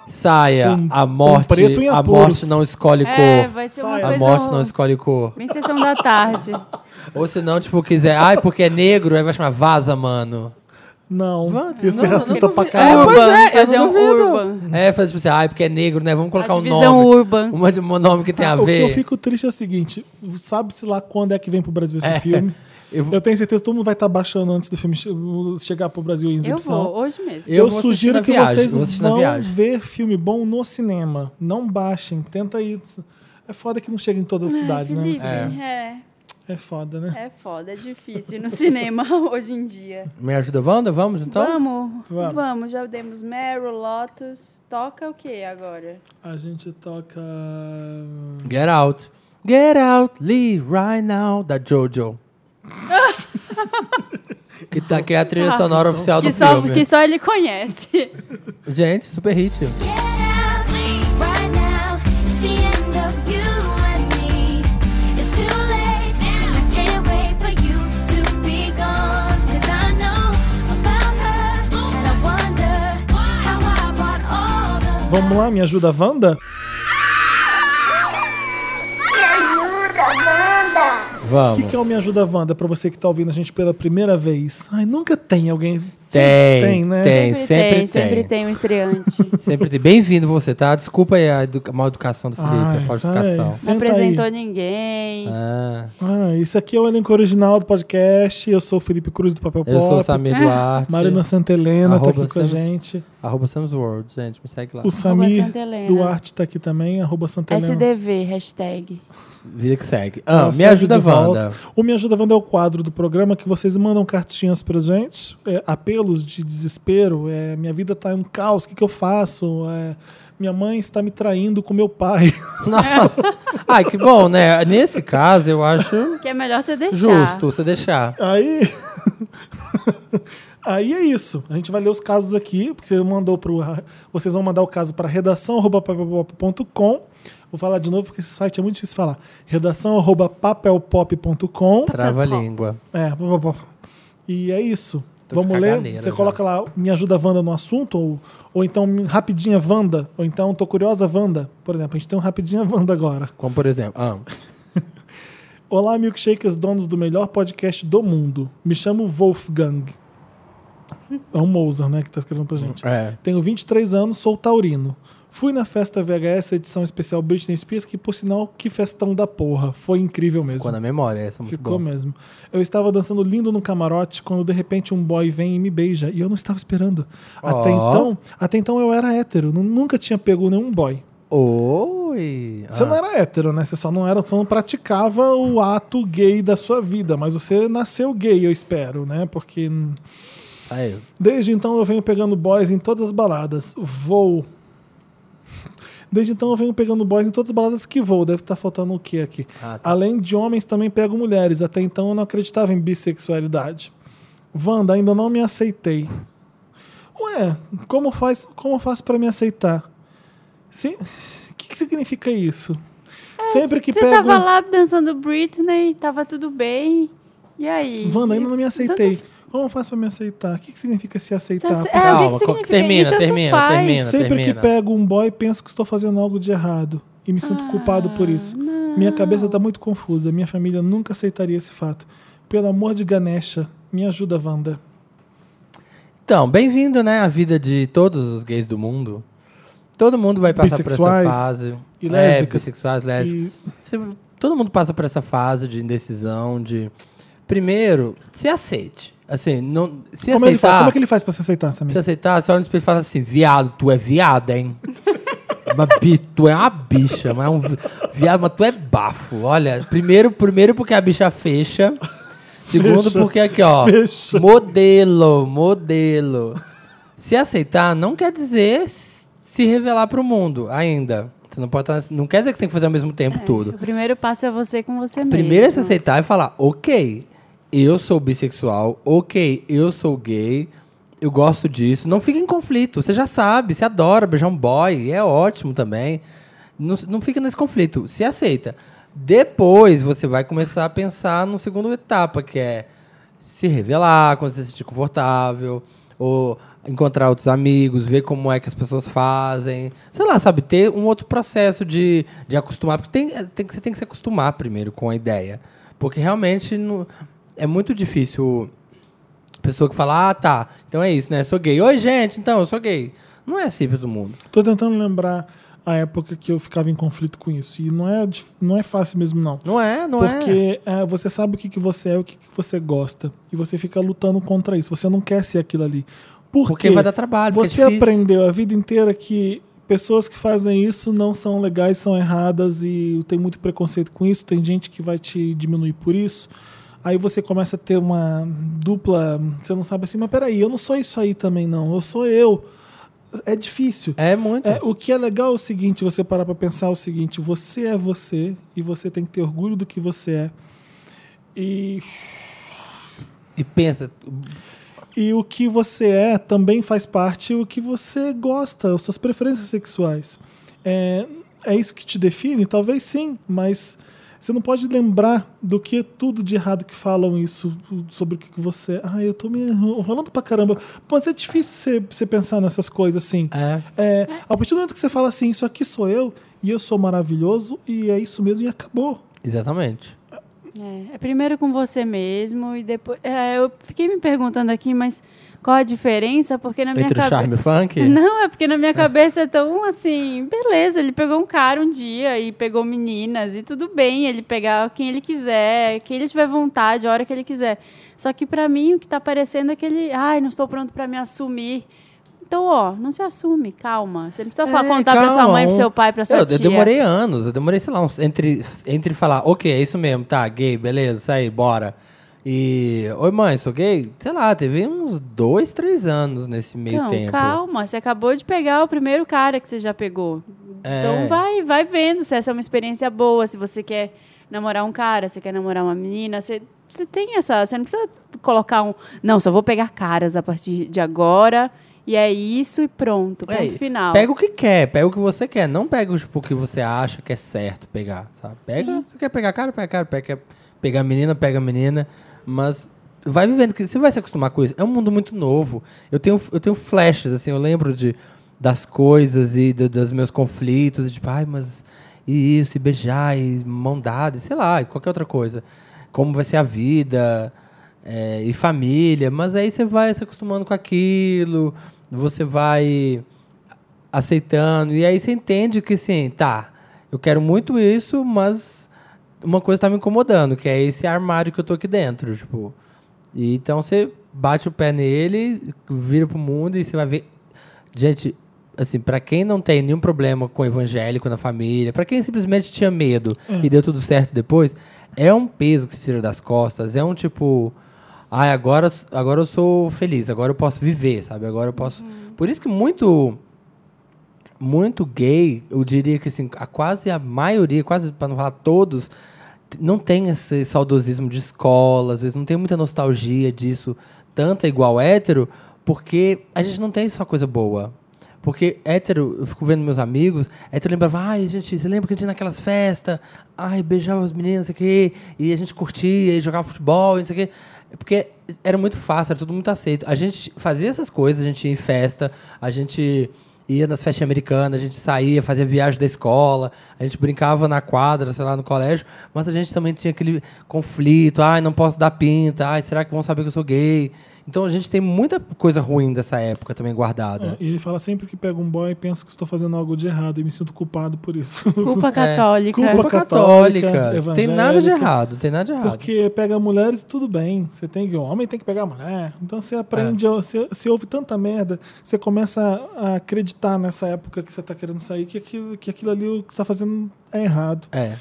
Speaker 3: Saia,
Speaker 1: Um-
Speaker 3: a morte,
Speaker 1: um preto em
Speaker 3: a
Speaker 1: apuros.
Speaker 3: morte não escolhe
Speaker 2: É,
Speaker 3: cor.
Speaker 2: vai ser uma
Speaker 1: Sai.
Speaker 3: A
Speaker 2: coisa...
Speaker 3: morte não escolhe cor.
Speaker 2: Bem sessão da tarde.
Speaker 3: Ou se não, tipo, quiser, ai, porque é negro, aí vai chamar vaza, mano.
Speaker 1: não,
Speaker 3: Vamos,
Speaker 1: ia ser
Speaker 3: não,
Speaker 1: racista
Speaker 3: não
Speaker 1: pra
Speaker 3: duvido.
Speaker 1: caralho.
Speaker 2: Urban,
Speaker 3: eu
Speaker 2: fazer
Speaker 3: não
Speaker 2: um
Speaker 3: duvido.
Speaker 2: urban.
Speaker 3: É, fazer tipo assim, ai, porque é negro, né? Vamos colocar
Speaker 2: A
Speaker 3: um
Speaker 2: divisão
Speaker 3: nome.
Speaker 2: urban.
Speaker 3: Uma, um nome que tem a
Speaker 1: o que eu
Speaker 3: ver.
Speaker 1: fico triste é o seguinte, sabe-se lá quando é que vem pro Brasil esse
Speaker 3: É,
Speaker 1: filme.
Speaker 3: eu-
Speaker 1: Eu tenho certeza que todo mundo vai estar baixando antes do filme che- chegar pro Brasil em
Speaker 2: Eu
Speaker 1: exibição.
Speaker 2: vou, hoje mesmo.
Speaker 1: Eu,
Speaker 3: vou assistir
Speaker 1: sugiro
Speaker 3: na
Speaker 1: que
Speaker 3: viagem, eu vou
Speaker 1: vocês
Speaker 3: assistir na
Speaker 1: vão
Speaker 3: viagem.
Speaker 1: ver filme bom no cinema. Não baixem, tenta aí. É foda que não chega em todas as cidades, né?
Speaker 2: Felipe, é.
Speaker 1: É foda, né?
Speaker 2: é foda, é difícil ir no cinema hoje em dia.
Speaker 3: Me ajuda, Wanda? Vamos então?
Speaker 2: vamos,
Speaker 1: Vamos.
Speaker 2: vamos, já demos Meryl, Lotus. Toca o que agora?
Speaker 1: A gente toca...
Speaker 3: Get out. Get out, leave right now, da Jojo. que, tá, que é a trilha sonora oficial do
Speaker 2: Que só,
Speaker 3: filme.
Speaker 2: que só ele conhece.
Speaker 3: Gente, super hit.
Speaker 5: Get out, leave right now. It's the end of you and me. It's too late, and I can't wait for you to be gone. 'Cause I know about her, and I wonder how I brought all the
Speaker 1: Vamos lá, me ajuda a Wanda? O que,
Speaker 3: Vamos.
Speaker 1: que é o Me Ajuda Wanda pra você que tá ouvindo a gente pela primeira vez? Ai, nunca tem alguém.
Speaker 3: Tem,
Speaker 1: tem, né?
Speaker 3: tem, sempre, tem.
Speaker 2: sempre tem um estreante.
Speaker 3: Sempre tem. Bem-vindo você, tá? Desculpa aí a edu- mal educação do Felipe,
Speaker 1: Ai,
Speaker 3: a falta de
Speaker 1: sai.
Speaker 3: educação.
Speaker 2: Não
Speaker 1: Senta Ah, tá aí.
Speaker 2: apresentou
Speaker 1: Tipo,
Speaker 2: ninguém.
Speaker 3: Ah,
Speaker 1: Ah, isso aqui é o elenco original do podcast. Eu sou o Felipe Cruz do Papel
Speaker 3: eu
Speaker 1: Pop.
Speaker 3: sou o Samir Duarte.
Speaker 1: Marina Santelena tá
Speaker 3: Arroba
Speaker 1: aqui com a
Speaker 3: Sam-
Speaker 1: gente.
Speaker 3: Arroba Sam's World, gente. Me segue lá.
Speaker 1: O Samir
Speaker 2: Santa Helena.
Speaker 1: Duarte tá aqui também. Arroba Santa Helena.
Speaker 2: SDV, hashtag.
Speaker 3: Vida que segue. Ah,
Speaker 1: Ela
Speaker 3: me
Speaker 1: Tá sempre
Speaker 3: ajuda,
Speaker 1: de volta.
Speaker 3: Wanda.
Speaker 1: O Me Ajuda Wanda é o quadro do programa que vocês mandam cartinhas pra gente, é, apelos de desespero. é, minha vida tá um caos, o que, que eu faço? É, minha mãe está me traindo com meu pai.
Speaker 3: Não. Ai, que bom, né? Nesse caso, eu acho
Speaker 2: Que é melhor você deixar.
Speaker 3: justo você deixar.
Speaker 1: Aí. Aí é isso. A gente vai ler os casos aqui, porque você mandou pro, vocês vão mandar o caso para redação@papelpop.com. Vou falar de novo porque esse site é muito difícil de falar. redação@papelpop.com.
Speaker 2: Tá
Speaker 3: Trava a língua.
Speaker 1: É, pô, pô, pô. e é isso.
Speaker 3: Tô de
Speaker 1: Vamos ler.
Speaker 3: caganeira
Speaker 1: Você
Speaker 3: já.
Speaker 1: coloca lá, me ajuda Wanda no assunto, ou, ou então rapidinha Wanda, ou então tô curiosa Wanda. Por exemplo, a gente tem um rapidinha Wanda agora.
Speaker 3: Como por exemplo. Ah,
Speaker 1: Olá, milkshakers, donos do melhor podcast do mundo. Me chamo Wolfgang. É um Mozart, né, que tá escrevendo pra gente.
Speaker 3: é.
Speaker 1: Tenho 23 anos, sou taurino. Fui na festa VHS edição especial Britney Spears, que por sinal, que festão da porra. Foi incrível mesmo.
Speaker 3: Ficou na memória, essa é muito
Speaker 1: Ficou
Speaker 3: boa.
Speaker 1: mesmo. Eu estava dançando lindo no camarote quando de repente um boy vem e me beija. E eu não estava esperando. Até,
Speaker 3: Ó.
Speaker 1: então, até então eu era hétero, nu- nunca tinha pego nenhum boy.
Speaker 3: Oi! Ah,
Speaker 1: Você não era hétero, né? Você só não era, só não praticava o ato gay da sua vida, mas você nasceu gay, eu espero, né? Porque hum,
Speaker 3: tá Aí,
Speaker 1: desde então eu venho pegando boys em todas as baladas. Vou. Desde então eu venho pegando boys em todas as baladas que vou. Deve estar faltando o quê aqui?
Speaker 3: Ah, tá.
Speaker 1: Além de homens, também pego mulheres. Até então eu não acreditava em bissexualidade. Wanda, ainda não me aceitei. Ué, como faz, como faço para me aceitar? Sim. O que, que significa isso? Sempre que um-
Speaker 2: Você
Speaker 1: pego.
Speaker 2: É, tava lá dançando Britney, tava tudo bem. E aí?
Speaker 1: Wanda, ainda não me aceitei.
Speaker 2: Tanto-
Speaker 1: Como faço para me aceitar? O que, que significa se
Speaker 2: Você
Speaker 1: aceitar? Pô,
Speaker 2: ace- é, o que
Speaker 3: Calma,
Speaker 2: que
Speaker 3: co-
Speaker 2: significa?
Speaker 3: termina,
Speaker 2: E tanto
Speaker 3: termina,
Speaker 2: faz.
Speaker 3: termina.
Speaker 1: Sempre que
Speaker 3: termina.
Speaker 1: pego um boy, penso que estou fazendo algo de errado. E me sinto culpado por isso. Minha cabeça está muito confusa. Minha família nunca aceitaria esse fato. Pelo amor de Ganesha, me ajuda, Wanda.
Speaker 3: Então, bem-vindo, né, à vida de todos os gays do mundo. Todo mundo vai passar
Speaker 1: Bissexuais
Speaker 3: por essa fase.
Speaker 1: e
Speaker 3: É,
Speaker 1: lésbicas.
Speaker 3: bissexuais, lésbicas.
Speaker 1: E
Speaker 3: Você- Todo mundo passa por essa fase de indecisão, de... Primeiro, se aceite. Assim, não... se
Speaker 1: como, ele faz,
Speaker 3: aceitar...
Speaker 1: como é que ele faz pra se aceitar,
Speaker 3: Se
Speaker 1: Samir?
Speaker 3: aceitar, você olha no espelho e fala assim, viado, tu é viada, hein? Uma bi- tu é uma bicha, mas é um vi- viado, mas tu é bafo. Olha, primeiro, primeiro porque a bicha fecha. Segundo,
Speaker 1: Fecha.
Speaker 3: porque aqui, ó.
Speaker 1: Fecha.
Speaker 3: Modelo, modelo. Se aceitar não quer dizer s- se revelar pro mundo ainda. Você não pode tá- Não quer dizer que você tem que fazer ao mesmo tempo tudo.
Speaker 2: O primeiro passo é você com você mesmo.
Speaker 3: Primeiro é se aceitar e falar, ok, eu sou bissexual, ok, eu sou gay, eu gosto disso. Não fica em conflito, você já sabe, você adora beijar um boy, é ótimo também. Não, não fica nesse conflito, se aceita. Depois você vai começar a pensar numa segunda etapa, que é se revelar quando você se sentir confortável, ou encontrar outros amigos, ver como é que as pessoas fazem. Sei lá, sabe? Ter um outro processo de, de acostumar. Porque tem, é, tem, que- você tem que se acostumar primeiro com a ideia. Porque realmente não, é muito difícil pessoa que fala, ah, tá, então é isso, né? Sou gay. Oi, gente, então, eu sou gay. Não é assim pra todo mundo.
Speaker 1: Tô tentando lembrar a época que eu ficava em conflito com isso. E não é, dif- não é fácil mesmo, não.
Speaker 3: Não é, não é.
Speaker 1: Porque é, você sabe o que, que você é, o que, que você gosta. E você fica lutando contra isso. Você não quer ser aquilo ali. Por
Speaker 3: Porque
Speaker 1: quê?
Speaker 3: vai dar trabalho, porque é
Speaker 1: Você
Speaker 3: difícil.
Speaker 1: aprendeu a vida inteira que pessoas que fazem isso não são legais, são erradas e tem muito preconceito com isso. Tem gente que vai te diminuir por isso. Aí você começa a ter uma dupla. Você não sabe assim, mas peraí, eu não sou isso aí também, não. Eu sou eu. É difícil.
Speaker 3: É muito.
Speaker 1: É, o que é legal é o seguinte, você parar pra pensar o seguinte, você é você e você tem que ter orgulho do que você é. E,
Speaker 3: E pensa,
Speaker 1: e o que você é também faz parte do que você gosta, as suas preferências sexuais. É, é isso que te define? Talvez sim, mas você não pode lembrar do que é tudo de errado que falam isso sobre o que que você é. Ah, eu tô me rolando pra caramba. Mas é difícil você, você pensar nessas coisas assim.
Speaker 3: é,
Speaker 1: É, a partir do momento que você fala assim, isso aqui sou eu, e eu sou maravilhoso, e é isso mesmo, e acabou.
Speaker 3: exatamente.
Speaker 2: É, é primeiro com você mesmo e depois. é, eu fiquei me perguntando aqui, mas qual a diferença? Porque na minha
Speaker 3: Entre o
Speaker 2: cabeça.
Speaker 3: charme e o funk?
Speaker 2: Não, é porque na minha cabeça é tão assim, beleza, ele pegou um cara um dia e pegou meninas e tudo bem ele pegar quem ele quiser, quem ele tiver vontade, a hora que ele quiser. Só que pra mim o que tá parecendo é que ele, ai, não estou pronto pra me assumir. Então, ó, não se assume, calma. Você não precisa fa-
Speaker 3: É,
Speaker 2: contar pra sua
Speaker 3: calma,
Speaker 2: mãe, pro
Speaker 3: um-
Speaker 2: seu pai, pra sua
Speaker 3: eu,
Speaker 2: tia.
Speaker 3: Eu demorei anos, eu demorei, sei lá, uns, entre, entre falar, ok, é isso mesmo, tá, gay, beleza, isso aí, bora. E, oi mãe, sou gay? Sei lá, teve uns dois, três anos nesse meio
Speaker 2: Não,
Speaker 3: tempo.
Speaker 2: calma, você acabou de pegar o primeiro cara que você já pegou. Então vai, é vai vendo se essa é uma experiência boa, se você quer namorar um cara, se quer namorar uma menina, você você tem essa. Você não precisa colocar um. Não, só vou pegar caras a partir de agora. E é isso e pronto. Ponto
Speaker 3: Ei,
Speaker 2: final.
Speaker 3: É, Pega o que quer, pega o que você quer. Não pega tipo, o que você acha que é certo pegar, sabe? Pega, você quer pegar cara, pega cara, pega, quer pegar menina, pega menina. Mas vai vivendo, que você vai se acostumar com isso. É um mundo muito novo. Eu tenho, eu tenho flashes, assim, eu lembro de, das coisas e do- dos meus conflitos. e Tipo, ai, mas e isso, e beijar, e mão dada, e sei lá, e qualquer outra coisa. Como vai ser a vida, é, e família. Mas aí você vai se acostumando com aquilo, você vai aceitando. E aí você entende que, assim, tá, eu quero muito isso, mas uma coisa tá me incomodando, que é esse armário que eu tô aqui dentro, tipo. E então você bate o pé nele, vira pro mundo e você vai ver. Gente, assim, pra quem não tem nenhum problema com o evangélico na família, pra quem simplesmente tinha medo e deu tudo certo depois, é um peso que se tira das costas, é um tipo. Ai, agora, agora eu sou feliz, agora eu posso viver, sabe? Agora eu posso. Por isso que muito muito gay, eu diria que assim, a quase a maioria, quase para não falar todos, t- não tem esse saudosismo de escola, às vezes não tem muita nostalgia disso, tanta igual hétero, porque a gente não tem só coisa boa. Porque hétero, eu fico vendo meus amigos, hétero lembrava, ai gente, você lembra que a gente ia naquelas festas? Ai, beijava as meninas, não sei o quê, e a gente curtia, e jogava futebol, e não sei o quê. É Porque era muito fácil, era tudo muito aceito. A gente fazia essas coisas, a gente ia em festa, a gente ia nas festas americanas, a gente saía, fazia viagem da escola, a gente brincava na quadra, sei lá, no colégio, mas a gente também tinha aquele conflito, ai, não posso dar pinta, ai, será que vão saber que eu sou gay? Então a gente tem muita coisa ruim dessa época também guardada.
Speaker 1: É, E ele fala sempre que pega um boy, pensa que estou fazendo algo de errado e me sinto culpado por isso.
Speaker 2: Culpa católica.
Speaker 1: culpa
Speaker 3: É, Culpa
Speaker 1: É. católica,
Speaker 3: católica, tem nada de errado, tem nada de errado.
Speaker 1: Porque pega mulheres, tudo bem. Você tem que. O homem tem que pegar a mulher. Então você
Speaker 3: É.
Speaker 1: aprende, você, você ouve tanta merda, você começa a acreditar nessa época que você tá querendo sair, que aquilo, que aquilo ali o que tá fazendo é errado.
Speaker 3: É.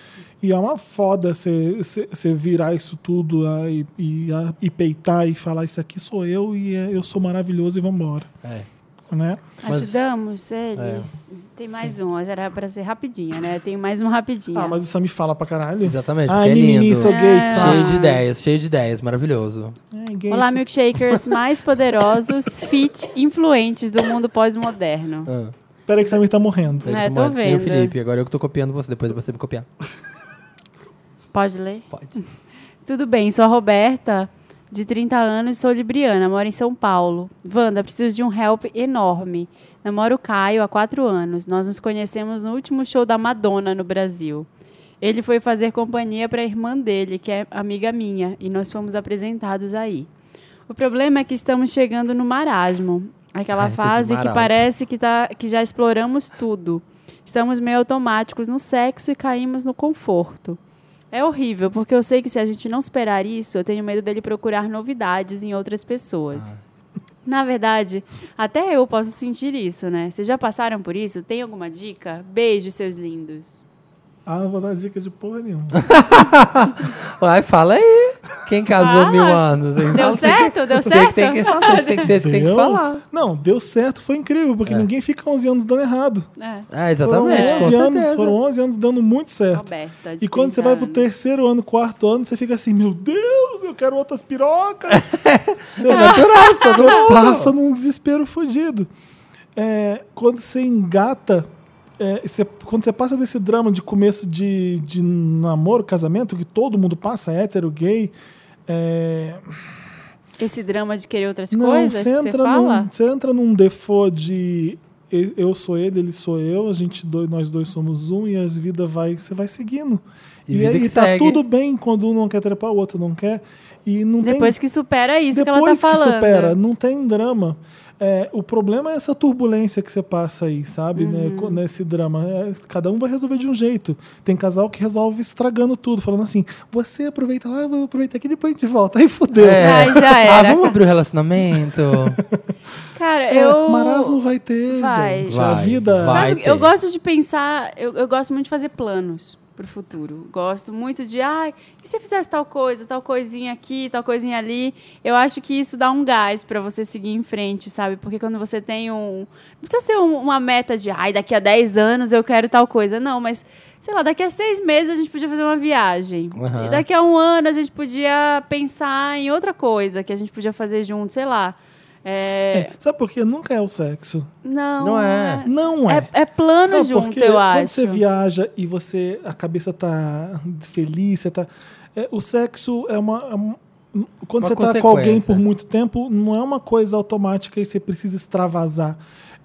Speaker 1: E é uma foda você- você você virar isso tudo ah, e, e, ah, e peitar e falar isso aqui sou eu e é, eu sou maravilhoso e vambora.
Speaker 3: É.
Speaker 1: Né?
Speaker 3: Mas- é.
Speaker 2: Ajudamos eles. Tem mais um, mas era pra ser rapidinha, né? Tem mais um rapidinho.
Speaker 1: Ah, mas o Sami fala pra caralho.
Speaker 3: Exatamente,
Speaker 1: Ai,
Speaker 3: que é
Speaker 1: mimimi,
Speaker 3: lindo.
Speaker 1: sou gay,
Speaker 2: É.
Speaker 1: sabe?
Speaker 3: Cheio de ideias, cheio de ideias, maravilhoso.
Speaker 1: Ai, gay,
Speaker 2: Olá,
Speaker 1: sou-
Speaker 2: milkshakers mais poderosos, fit, influentes do mundo pós-moderno.
Speaker 1: Peraí que o Samir tá morrendo.
Speaker 2: É,
Speaker 3: Eu
Speaker 2: tô
Speaker 3: tomando- nem o
Speaker 2: vendo.
Speaker 3: Felipe, agora eu que tô copiando você, depois você me copiar.
Speaker 2: Pode ler?
Speaker 3: Pode.
Speaker 2: Tudo bem, sou a Roberta, de 30 anos, sou libriana, moro em São Paulo. Wanda, preciso de um help enorme. Namoro o Caio há quatro anos. Nós nos conhecemos no último show da Madonna no Brasil. Ele foi fazer companhia para a irmã dele, que é amiga minha, e nós fomos apresentados aí. O problema é que estamos chegando no marasmo, aquela
Speaker 3: Ai, tô de
Speaker 2: fase que
Speaker 3: marasmo.
Speaker 2: parece que, tá, que já exploramos tudo. Estamos meio automáticos no sexo e caímos no conforto. É horrível, porque eu sei que se a gente não esperar isso, eu tenho medo dele procurar novidades em outras
Speaker 1: Ah.
Speaker 2: pessoas. Na verdade, até eu posso sentir isso, né? Vocês já passaram por isso? Tem alguma dica? Beijo, seus lindos.
Speaker 1: Ah, não vou dar dica de porra nenhuma.
Speaker 3: Ai, fala aí. Quem casou
Speaker 2: Fala.
Speaker 3: mil anos? hein?
Speaker 2: Deu
Speaker 3: Fala, você que-
Speaker 2: certo? Deu
Speaker 3: Você que
Speaker 2: certo?
Speaker 3: tem que falar, você que você É que tem que
Speaker 1: Deu?
Speaker 3: falar.
Speaker 1: Não, deu certo, foi incrível, porque ninguém fica 11 anos dando errado.
Speaker 2: É,
Speaker 3: É,
Speaker 1: Foram
Speaker 3: exatamente, com
Speaker 1: 11 anos,
Speaker 3: certeza.
Speaker 1: foram 11 anos dando muito certo.
Speaker 2: Roberta. de
Speaker 1: E quando você
Speaker 2: 30
Speaker 1: vai pro
Speaker 2: anos.
Speaker 1: terceiro ano, quarto ano, você fica assim, meu Deus, eu quero outras pirocas. você vai- você tá passa num desespero fodido. É, quando você engata, é, você- quando você passa desse drama de começo de, de namoro, casamento, que todo mundo passa, hétero, gay, é,
Speaker 2: Esse drama de querer outras
Speaker 1: não,
Speaker 2: coisas
Speaker 1: você
Speaker 2: que você
Speaker 1: entra,
Speaker 2: fala?
Speaker 1: num, você entra num default de e- eu sou ele, ele sou eu, a gente dois, nós dois somos um e as vidas vai, você vai seguindo.
Speaker 3: E
Speaker 1: E,
Speaker 3: vida
Speaker 1: aí
Speaker 3: que
Speaker 1: tá
Speaker 3: segue.
Speaker 1: tudo bem quando um não quer trepar, o outro não quer. E não
Speaker 2: Depois
Speaker 1: tem,
Speaker 2: que supera isso que
Speaker 1: depois
Speaker 2: ela tá falando.
Speaker 1: supera, não tem drama. É, o problema é essa turbulência que você passa aí, sabe?
Speaker 2: Uhum.
Speaker 1: né, co- nesse drama. É, cada um vai resolver de um jeito. Tem casal que resolve estragando tudo, falando assim: você aproveita lá, eu vou aproveitar aqui, depois a gente volta. Aí fudeu.
Speaker 3: É.
Speaker 2: Ai, já
Speaker 3: Ah,
Speaker 2: era.
Speaker 3: vamos abrir o relacionamento.
Speaker 2: Cara,
Speaker 1: É,
Speaker 2: eu.
Speaker 1: Marasmo vai ter,
Speaker 2: Vai.
Speaker 1: gente. A
Speaker 3: Vai,
Speaker 1: vida.
Speaker 3: vai.
Speaker 2: Sabe,
Speaker 3: ter.
Speaker 2: eu gosto de pensar, eu, eu gosto muito de fazer planos. pro futuro. Gosto muito de, ai, e se eu fizesse tal coisa, tal coisinha aqui, tal coisinha ali? Eu acho que isso dá um gás para você seguir em frente, sabe? Porque quando você tem um. Não precisa ser um- uma meta de, ai, daqui a 10 anos eu quero tal coisa. Não, mas, sei lá, daqui a seis meses a gente podia fazer uma viagem.
Speaker 3: Aham.
Speaker 2: E daqui a um ano a gente podia pensar em outra coisa que a gente podia fazer junto, sei lá. É,
Speaker 1: É, Sabe por quê? Nunca é o sexo.
Speaker 2: Não,
Speaker 3: Não é.
Speaker 1: Não é.
Speaker 2: É, é plano
Speaker 1: Sabe por
Speaker 2: junto,
Speaker 1: quê?
Speaker 2: eu
Speaker 1: Quando
Speaker 2: acho.
Speaker 1: você viaja e você a cabeça tá feliz, você tá é, o sexo é uma, é um- quando
Speaker 3: Uma
Speaker 1: você tá com alguém
Speaker 3: consequência.
Speaker 1: por muito tempo, não é uma coisa automática e você precisa extravasar.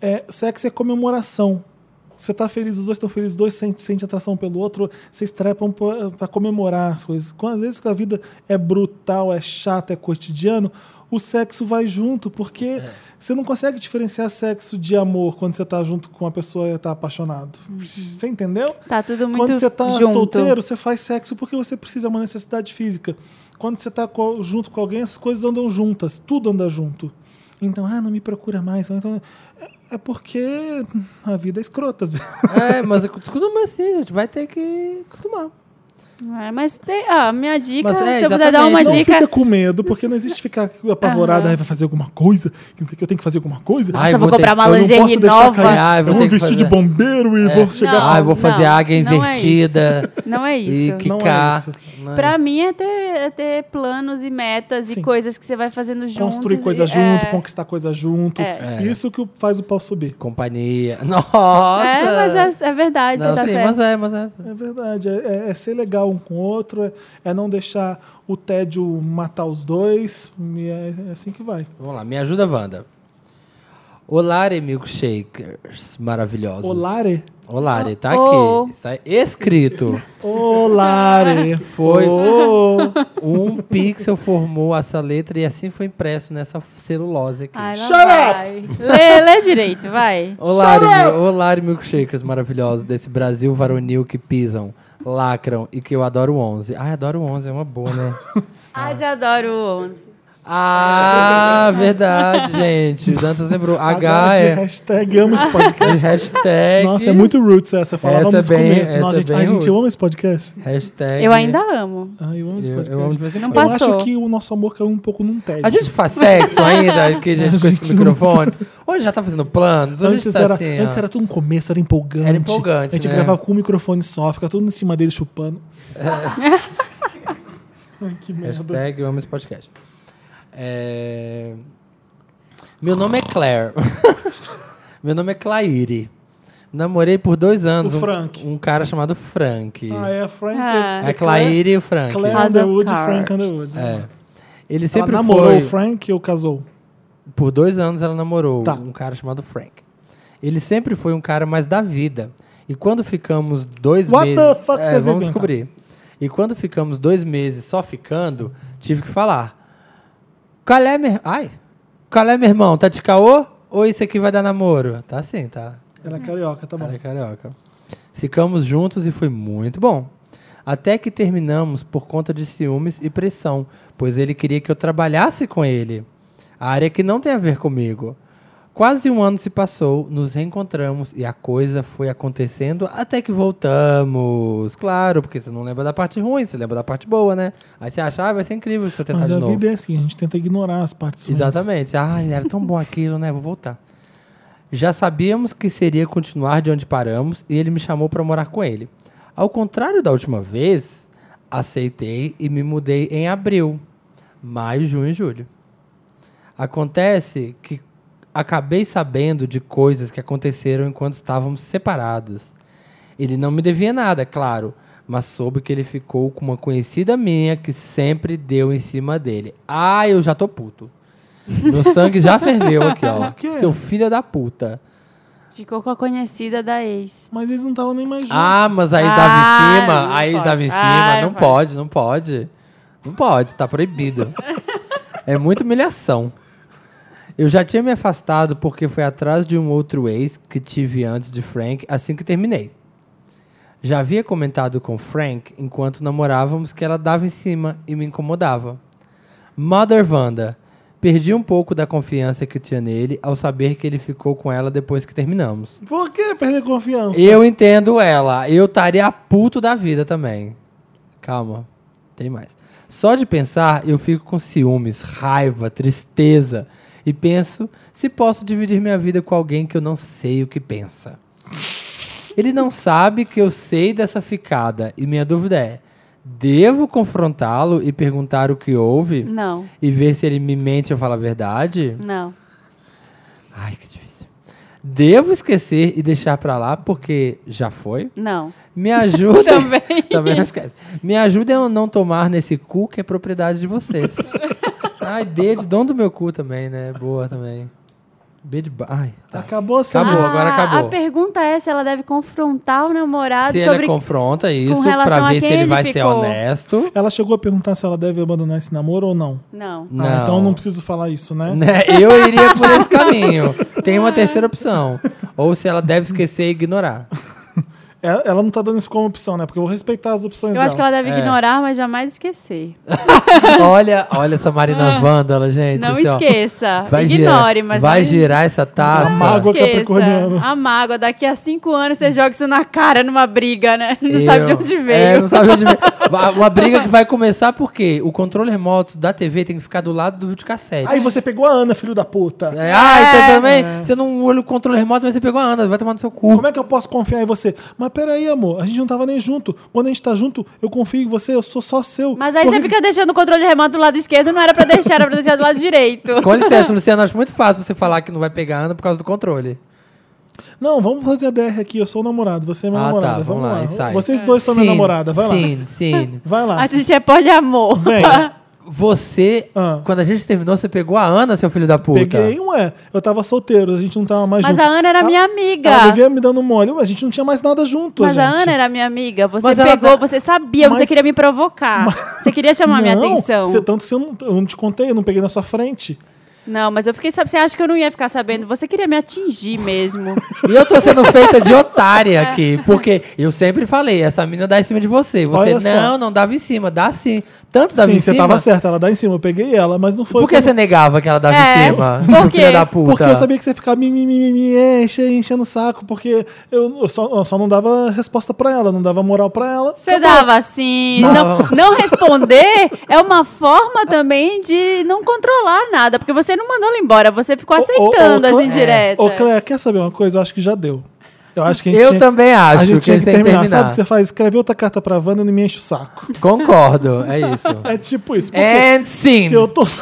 Speaker 1: É, sexo é comemoração. Você tá feliz, os dois estão felizes, os dois sentem sente atração pelo outro, vocês trepam pra eh, pra comemorar as coisas. Quando, às vezes que a vida é brutal, é chata, é cotidiano, o sexo vai junto, porque você não consegue diferenciar sexo de amor quando você tá junto com uma pessoa e tá apaixonado. Você entendeu?
Speaker 2: Tá tudo muito
Speaker 1: Quando você tá
Speaker 2: junto.
Speaker 1: solteiro, você faz sexo porque você precisa, é uma necessidade física. Quando você tá co- junto com alguém, as coisas andam juntas, tudo anda junto. Então, ah, não me procura mais. ou Então, é, é porque a vida é escrota. às vezes.
Speaker 3: É, mas acostuma assim, gente. Vai ter que acostumar.
Speaker 2: É, mas tem, ah, minha dica,
Speaker 3: Mas, é,
Speaker 2: se eu puder dar uma
Speaker 3: exatamente.
Speaker 1: Não
Speaker 2: dica.
Speaker 1: fica com medo, porque não existe ficar apavorado, ah, vai fazer alguma coisa, que não sei o que, eu tenho que fazer alguma coisa.
Speaker 3: Ai,
Speaker 2: Nossa, vou,
Speaker 3: vou ter-
Speaker 2: comprar uma
Speaker 1: eu não
Speaker 2: lingerie
Speaker 1: posso deixar
Speaker 2: nova.
Speaker 1: cair.
Speaker 3: Ah, eu
Speaker 1: eu
Speaker 3: vou
Speaker 1: vou
Speaker 3: ter que
Speaker 1: vestir de
Speaker 3: fazer.
Speaker 1: bombeiro e
Speaker 3: É.
Speaker 1: vou chegar.
Speaker 2: Não,
Speaker 3: ah, eu vou fazer
Speaker 2: não,
Speaker 3: água
Speaker 2: não é
Speaker 3: invertida.
Speaker 2: Não é isso.
Speaker 3: E que
Speaker 1: Não é
Speaker 3: cá.
Speaker 1: isso.
Speaker 2: Pra mim é ter, é ter planos e metas
Speaker 1: Sim.
Speaker 2: e coisas que você vai fazendo é. junto.
Speaker 1: Construir coisa junto, conquistar coisa junto.
Speaker 2: É.
Speaker 3: É.
Speaker 1: Isso que faz o pau subir.
Speaker 3: Companhia. Nossa!
Speaker 2: É, mas é, é verdade,
Speaker 3: Não,
Speaker 2: tá
Speaker 3: sim,
Speaker 2: certo.
Speaker 3: mas é, mas é.
Speaker 1: É verdade, é, é- é ser legal um com o outro, é, é não deixar o tédio matar os dois, e é, é assim que vai.
Speaker 3: Vamos lá, me ajuda, Wanda. Olare Milkshakers maravilhosos.
Speaker 1: Olare?
Speaker 3: Olare, tá
Speaker 2: Oh.
Speaker 3: aqui. Está escrito.
Speaker 1: Olare!
Speaker 3: Foi.
Speaker 1: Oh,
Speaker 3: Um pixel formou essa letra e assim foi impresso nessa celulose aqui.
Speaker 2: Ai, lá
Speaker 1: Shut
Speaker 2: vai. Lê, lê direito, vai.
Speaker 3: Olare, olare Milkshakers maravilhosos desse Brasil varonil que pisam, lacram e que eu adoro 11. Ai, adoro 11, é uma boa, né?
Speaker 2: Ai, já adoro o 11.
Speaker 3: ah, verdade, gente. O Dantas lembrou.
Speaker 1: agora
Speaker 3: H
Speaker 1: de
Speaker 3: é
Speaker 1: hashtag amo esse podcast.
Speaker 3: de hashtag.
Speaker 1: Nossa, é muito roots essa. Falávamos
Speaker 3: Essa é
Speaker 1: no
Speaker 3: bem-
Speaker 1: começo.
Speaker 3: essa
Speaker 1: Nossa,
Speaker 3: é
Speaker 1: gente,
Speaker 3: bem
Speaker 1: ai, gente, eu
Speaker 3: roots.
Speaker 1: amo esse podcast.
Speaker 3: Hashtag.
Speaker 2: Eu ainda amo.
Speaker 1: Ai, eu amo esse
Speaker 3: Eu- eu
Speaker 1: podcast.
Speaker 3: amo de vez em
Speaker 2: Não
Speaker 3: quando.
Speaker 1: Eu
Speaker 2: passou.
Speaker 1: acho que o nosso amor caiu um pouco num tédio.
Speaker 3: A gente faz sexo ainda, que a gente com esses microfones. Hoje já tá fazendo planos, hoje
Speaker 1: Antes,
Speaker 3: a gente tá
Speaker 1: era,
Speaker 3: assim.
Speaker 1: antes
Speaker 3: ó.
Speaker 1: era tudo no começo, era empolgante.
Speaker 3: Era empolgante,
Speaker 1: A gente
Speaker 3: né?
Speaker 1: gravava com o microfone só, ficava todo em cima dele chupando. Ai, que merda.
Speaker 3: É. Hashtag eu amo esse podcast. É, Meu nome é Claire. Meu nome é Claire. Namorei por dois anos
Speaker 1: O
Speaker 3: um-
Speaker 1: Frank.
Speaker 3: Um, cara chamado Frank.
Speaker 1: Ah, é a Frank.
Speaker 2: Ah.
Speaker 3: é Claire e o Frank.
Speaker 1: Claire
Speaker 2: House of
Speaker 1: Underwood e Frank
Speaker 2: Cards.
Speaker 1: Underwood.
Speaker 3: É. Ele
Speaker 1: Ela
Speaker 3: sempre
Speaker 1: namorou
Speaker 3: foi...
Speaker 1: o Frank ou casou?
Speaker 3: Por dois anos ela namorou
Speaker 1: Tá.
Speaker 3: um cara chamado Frank. Ele sempre foi um cara mais da vida. E quando ficamos dois
Speaker 1: What
Speaker 3: meses.
Speaker 1: the fuck
Speaker 3: é,
Speaker 1: does it mean?
Speaker 3: vamos descobrir. E quando ficamos dois meses só ficando, tive que falar. Qual é, meu. Ai! Qual é, meu irmão? Tá de caô? Ou isso aqui vai dar namoro? Tá sim, tá.
Speaker 1: Ela é
Speaker 2: Hum.
Speaker 1: carioca, tá bom.
Speaker 3: Cara é carioca. Ficamos juntos e foi muito bom. Até que terminamos por conta de ciúmes e pressão, pois ele queria que eu trabalhasse com ele. A área que não tem a ver comigo. Quase um ano se passou, nos reencontramos e a coisa foi acontecendo até que voltamos. Claro, porque você não lembra da parte ruim, você lembra da parte boa, né? Aí você acha, ah, vai ser incrível se eu tentar
Speaker 1: Mas
Speaker 3: de
Speaker 1: a
Speaker 3: novo.
Speaker 1: vida é assim, a gente tenta ignorar as partes ruins.
Speaker 3: Exatamente. Ai, era tão bom aquilo, né? Vou voltar. Já sabíamos que seria continuar de onde paramos e ele me chamou para morar com ele. Ao contrário da última vez, aceitei e me mudei em abril, maio, junho e julho. Acontece que acabei sabendo de coisas que aconteceram enquanto estávamos separados. Ele não me devia nada, é claro, mas soube que ele ficou com uma conhecida minha que sempre deu em cima dele. Ah, eu já tô puto. Meu sangue já ferveu aqui, ó.
Speaker 1: Por quê?
Speaker 3: Seu filho é da puta.
Speaker 2: Ficou com a conhecida da ex.
Speaker 1: Mas eles não estavam nem mais juntos.
Speaker 3: Ah, mas aí
Speaker 2: Ah,
Speaker 3: dava em
Speaker 2: não
Speaker 3: cima, aí
Speaker 2: pode.
Speaker 3: dava em cima.
Speaker 2: Ah,
Speaker 3: não
Speaker 2: não
Speaker 3: pode, não pode. Não pode, tá proibido. é muita humilhação. Eu já tinha me afastado porque foi atrás de um outro ex que tive antes de Frank assim que terminei. Já havia comentado com Frank enquanto namorávamos que ela dava em cima e me incomodava. Mother Wanda, Perdi um pouco da confiança que tinha nele ao saber que ele ficou com ela depois que terminamos.
Speaker 1: Por que perder confiança?
Speaker 3: Eu entendo ela. Eu estaria puto da vida também. Calma, tem mais. Só de pensar, eu fico com ciúmes, raiva, tristeza. E penso se posso dividir minha vida com alguém que eu não sei o que pensa. Ele não sabe que eu sei dessa ficada. E minha dúvida é: devo confrontá-lo e perguntar o que houve?
Speaker 2: Não,
Speaker 3: E ver se ele me mente ou fala a verdade?
Speaker 2: não.
Speaker 3: Ai, que difícil. Devo esquecer e deixar pra lá porque já foi?
Speaker 2: Não.
Speaker 3: Me ajuda.
Speaker 2: Também.
Speaker 3: Também não esquece. Me ajuda a não tomar nesse cu que é propriedade de vocês. Ai, D de dono do meu cu também, né? Boa também. B de. ba- Ai, tá.
Speaker 1: Acabou essa
Speaker 3: Acabou.
Speaker 1: merda.
Speaker 3: agora
Speaker 2: A-
Speaker 3: acabou.
Speaker 2: Ah, A pergunta é se ela deve confrontar o namorado
Speaker 3: Se é
Speaker 2: sobre.
Speaker 3: ele confronta isso
Speaker 2: relação
Speaker 3: pra
Speaker 2: a
Speaker 3: ver se
Speaker 2: quem
Speaker 3: ele,
Speaker 2: ele
Speaker 3: vai ser
Speaker 2: ficou.
Speaker 3: honesto.
Speaker 1: Ela chegou a perguntar se ela deve abandonar esse namoro ou não.
Speaker 2: Não.
Speaker 1: Ah,
Speaker 3: Não.
Speaker 1: então não preciso falar isso, né?
Speaker 3: Né? Eu iria por esse caminho. Tem uma terceira opção. Ou se ela deve esquecer e ignorar.
Speaker 1: Ela ela não tá dando isso como opção, né? Porque eu vou respeitar as opções
Speaker 2: Eu
Speaker 1: dela.
Speaker 2: acho que ela deve
Speaker 3: É.
Speaker 2: ignorar, mas jamais esquecer.
Speaker 3: Olha, olha essa Marina Vândala, gente.
Speaker 2: Ah, não
Speaker 3: assim, ó.
Speaker 2: esqueça.
Speaker 3: Vai
Speaker 2: Ignore,
Speaker 3: girar,
Speaker 2: mas
Speaker 3: vai
Speaker 2: não
Speaker 3: girar essa taça.
Speaker 1: A mágoa
Speaker 2: esqueça.
Speaker 1: capricorniana.
Speaker 2: A mágoa. Daqui a cinco anos você joga isso na cara numa briga, né? Não
Speaker 3: Eu-
Speaker 2: sabe de onde veio.
Speaker 3: É, não sabe de onde veio. Va- Uma briga que vai começar porque o controle remoto da TV tem que ficar do lado do videocassete.
Speaker 1: Aí você pegou a Ana, filho da puta.
Speaker 3: É, ah, então também. Você não olha o controle remoto, mas você pegou a Ana, vai tomar no seu cu.
Speaker 1: Como é que eu posso confiar em você? Mas peraí, amor, a gente não tava nem junto. Quando a gente tá junto, eu confio em você, eu sou só seu.
Speaker 2: Mas aí
Speaker 1: Por
Speaker 2: você
Speaker 1: que-
Speaker 2: fica deixando o controle remoto do lado esquerdo, não era pra deixar, era pra deixar do lado direito.
Speaker 3: Com licença, Luciano, acho muito fácil você falar que não vai pegar a Ana por causa do controle.
Speaker 1: Não, vamos fazer a DR aqui, eu sou o namorado, você é minha
Speaker 3: ah,
Speaker 1: namorada.
Speaker 3: tá, vamos lá, ensaio.
Speaker 1: Vocês dois são minha
Speaker 3: Sim,
Speaker 1: namorada, vai lá. né?
Speaker 3: Sim, sim.
Speaker 1: Vai lá.
Speaker 2: A gente é poliamor.
Speaker 1: Vem.
Speaker 3: Você,
Speaker 1: Ah.
Speaker 3: quando a gente terminou, você pegou a Ana, seu filho da puta.
Speaker 1: Peguei, ué. Eu tava solteiro, a gente não tava mais
Speaker 2: Mas
Speaker 1: junto.
Speaker 2: a Ana era
Speaker 1: Ela-
Speaker 2: minha amiga.
Speaker 1: Ela vivia me dando mole, ué, a gente não tinha mais nada junto,
Speaker 2: Mas
Speaker 1: gente.
Speaker 2: a Ana era minha amiga. Você
Speaker 3: Mas ela
Speaker 2: pegou,
Speaker 3: tá-
Speaker 2: você sabia, você
Speaker 1: Mas-
Speaker 2: queria me provocar. Você queria chamar minha
Speaker 1: Não,
Speaker 2: atenção.
Speaker 1: Você, tanto que eu não, eu não te contei, eu não peguei na sua frente.
Speaker 2: Não, mas eu fiquei sabendo. Você acha que eu não ia ficar sabendo? Você queria me atingir mesmo.
Speaker 3: E eu tô sendo feita de
Speaker 2: É.
Speaker 3: otária aqui, porque eu sempre falei, essa mina dá em cima de você. Você,
Speaker 1: Olha só.
Speaker 3: não, não dava em cima, dá sim. Tanto dava
Speaker 1: Sim,
Speaker 3: em
Speaker 1: você
Speaker 3: cima.
Speaker 1: tava certa, ela dá em cima, eu peguei ela, mas não foi.
Speaker 3: Por que você negava que ela dava
Speaker 2: É,
Speaker 3: em cima?
Speaker 2: por
Speaker 3: seu
Speaker 2: quê?
Speaker 3: Filho da puta.
Speaker 1: Porque eu sabia que você ia ficar me, me, me, me, me é, enche, enchendo o saco, porque eu, eu só, eu só não dava resposta pra ela, não dava moral pra ela.
Speaker 2: Você dava assim. Não, não responder é uma forma também de não controlar nada. Porque você não mandou ela embora, você ficou aceitando as indiretas.
Speaker 1: Ô, Cléa, quer saber uma coisa? Eu acho que já deu. Eu acho que a gente
Speaker 3: Eu
Speaker 1: tinha-
Speaker 3: também acho
Speaker 1: a gente
Speaker 3: que a
Speaker 1: tinha
Speaker 3: gente tem que terminar.
Speaker 1: Sabe o que você faz? Escreve outra carta pra Wanda e não me enche o saco.
Speaker 3: Concordo, é isso.
Speaker 1: É tipo isso. porque
Speaker 3: And sim.
Speaker 1: Se eu tô, se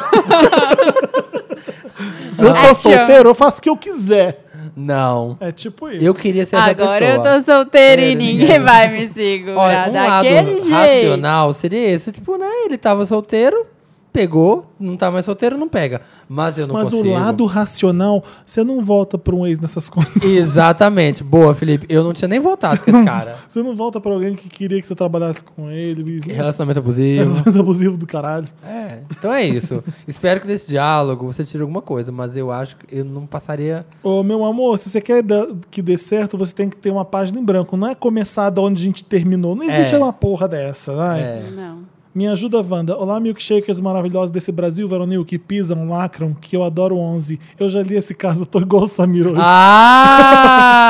Speaker 1: eu tô
Speaker 2: Action.
Speaker 1: solteiro, eu faço o que eu quiser.
Speaker 3: Não.
Speaker 1: É tipo isso.
Speaker 3: Eu queria ser
Speaker 2: Agora
Speaker 3: essa
Speaker 2: eu
Speaker 3: pessoa.
Speaker 2: tô solteira e
Speaker 3: Quero
Speaker 2: ninguém vai me segurar.
Speaker 3: Olha, um lado
Speaker 2: daquele jeito.
Speaker 3: racional seria esse. Tipo, né, ele tava solteiro, pegou, não tá mais solteiro, não pega. Mas eu não
Speaker 1: Mas
Speaker 3: consigo.
Speaker 1: o lado racional, você não volta pra um ex nessas condições.
Speaker 3: Exatamente. Boa, Felipe. Eu não tinha nem voltado com esse cara.
Speaker 1: Você não volta pra alguém que queria que você trabalhasse com ele.
Speaker 3: Relacionamento abusivo.
Speaker 1: Relacionamento abusivo do caralho.
Speaker 3: É, então é isso. Espero que desse diálogo você tire alguma coisa, mas eu acho que eu não passaria.
Speaker 1: Ô, meu amor, se você quer da- que dê certo, você tem que ter uma página em branco. Não é começar da onde a gente terminou. Não existe
Speaker 3: É.
Speaker 1: uma porra dessa. né? Vai.
Speaker 3: É.
Speaker 2: Não.
Speaker 1: Me ajuda, Wanda. Olá, milkshakers maravilhosos desse Brasil varonil que pisam, lacram, que eu adoro 11. Eu já li esse caso, eu tô igual o Samir hoje.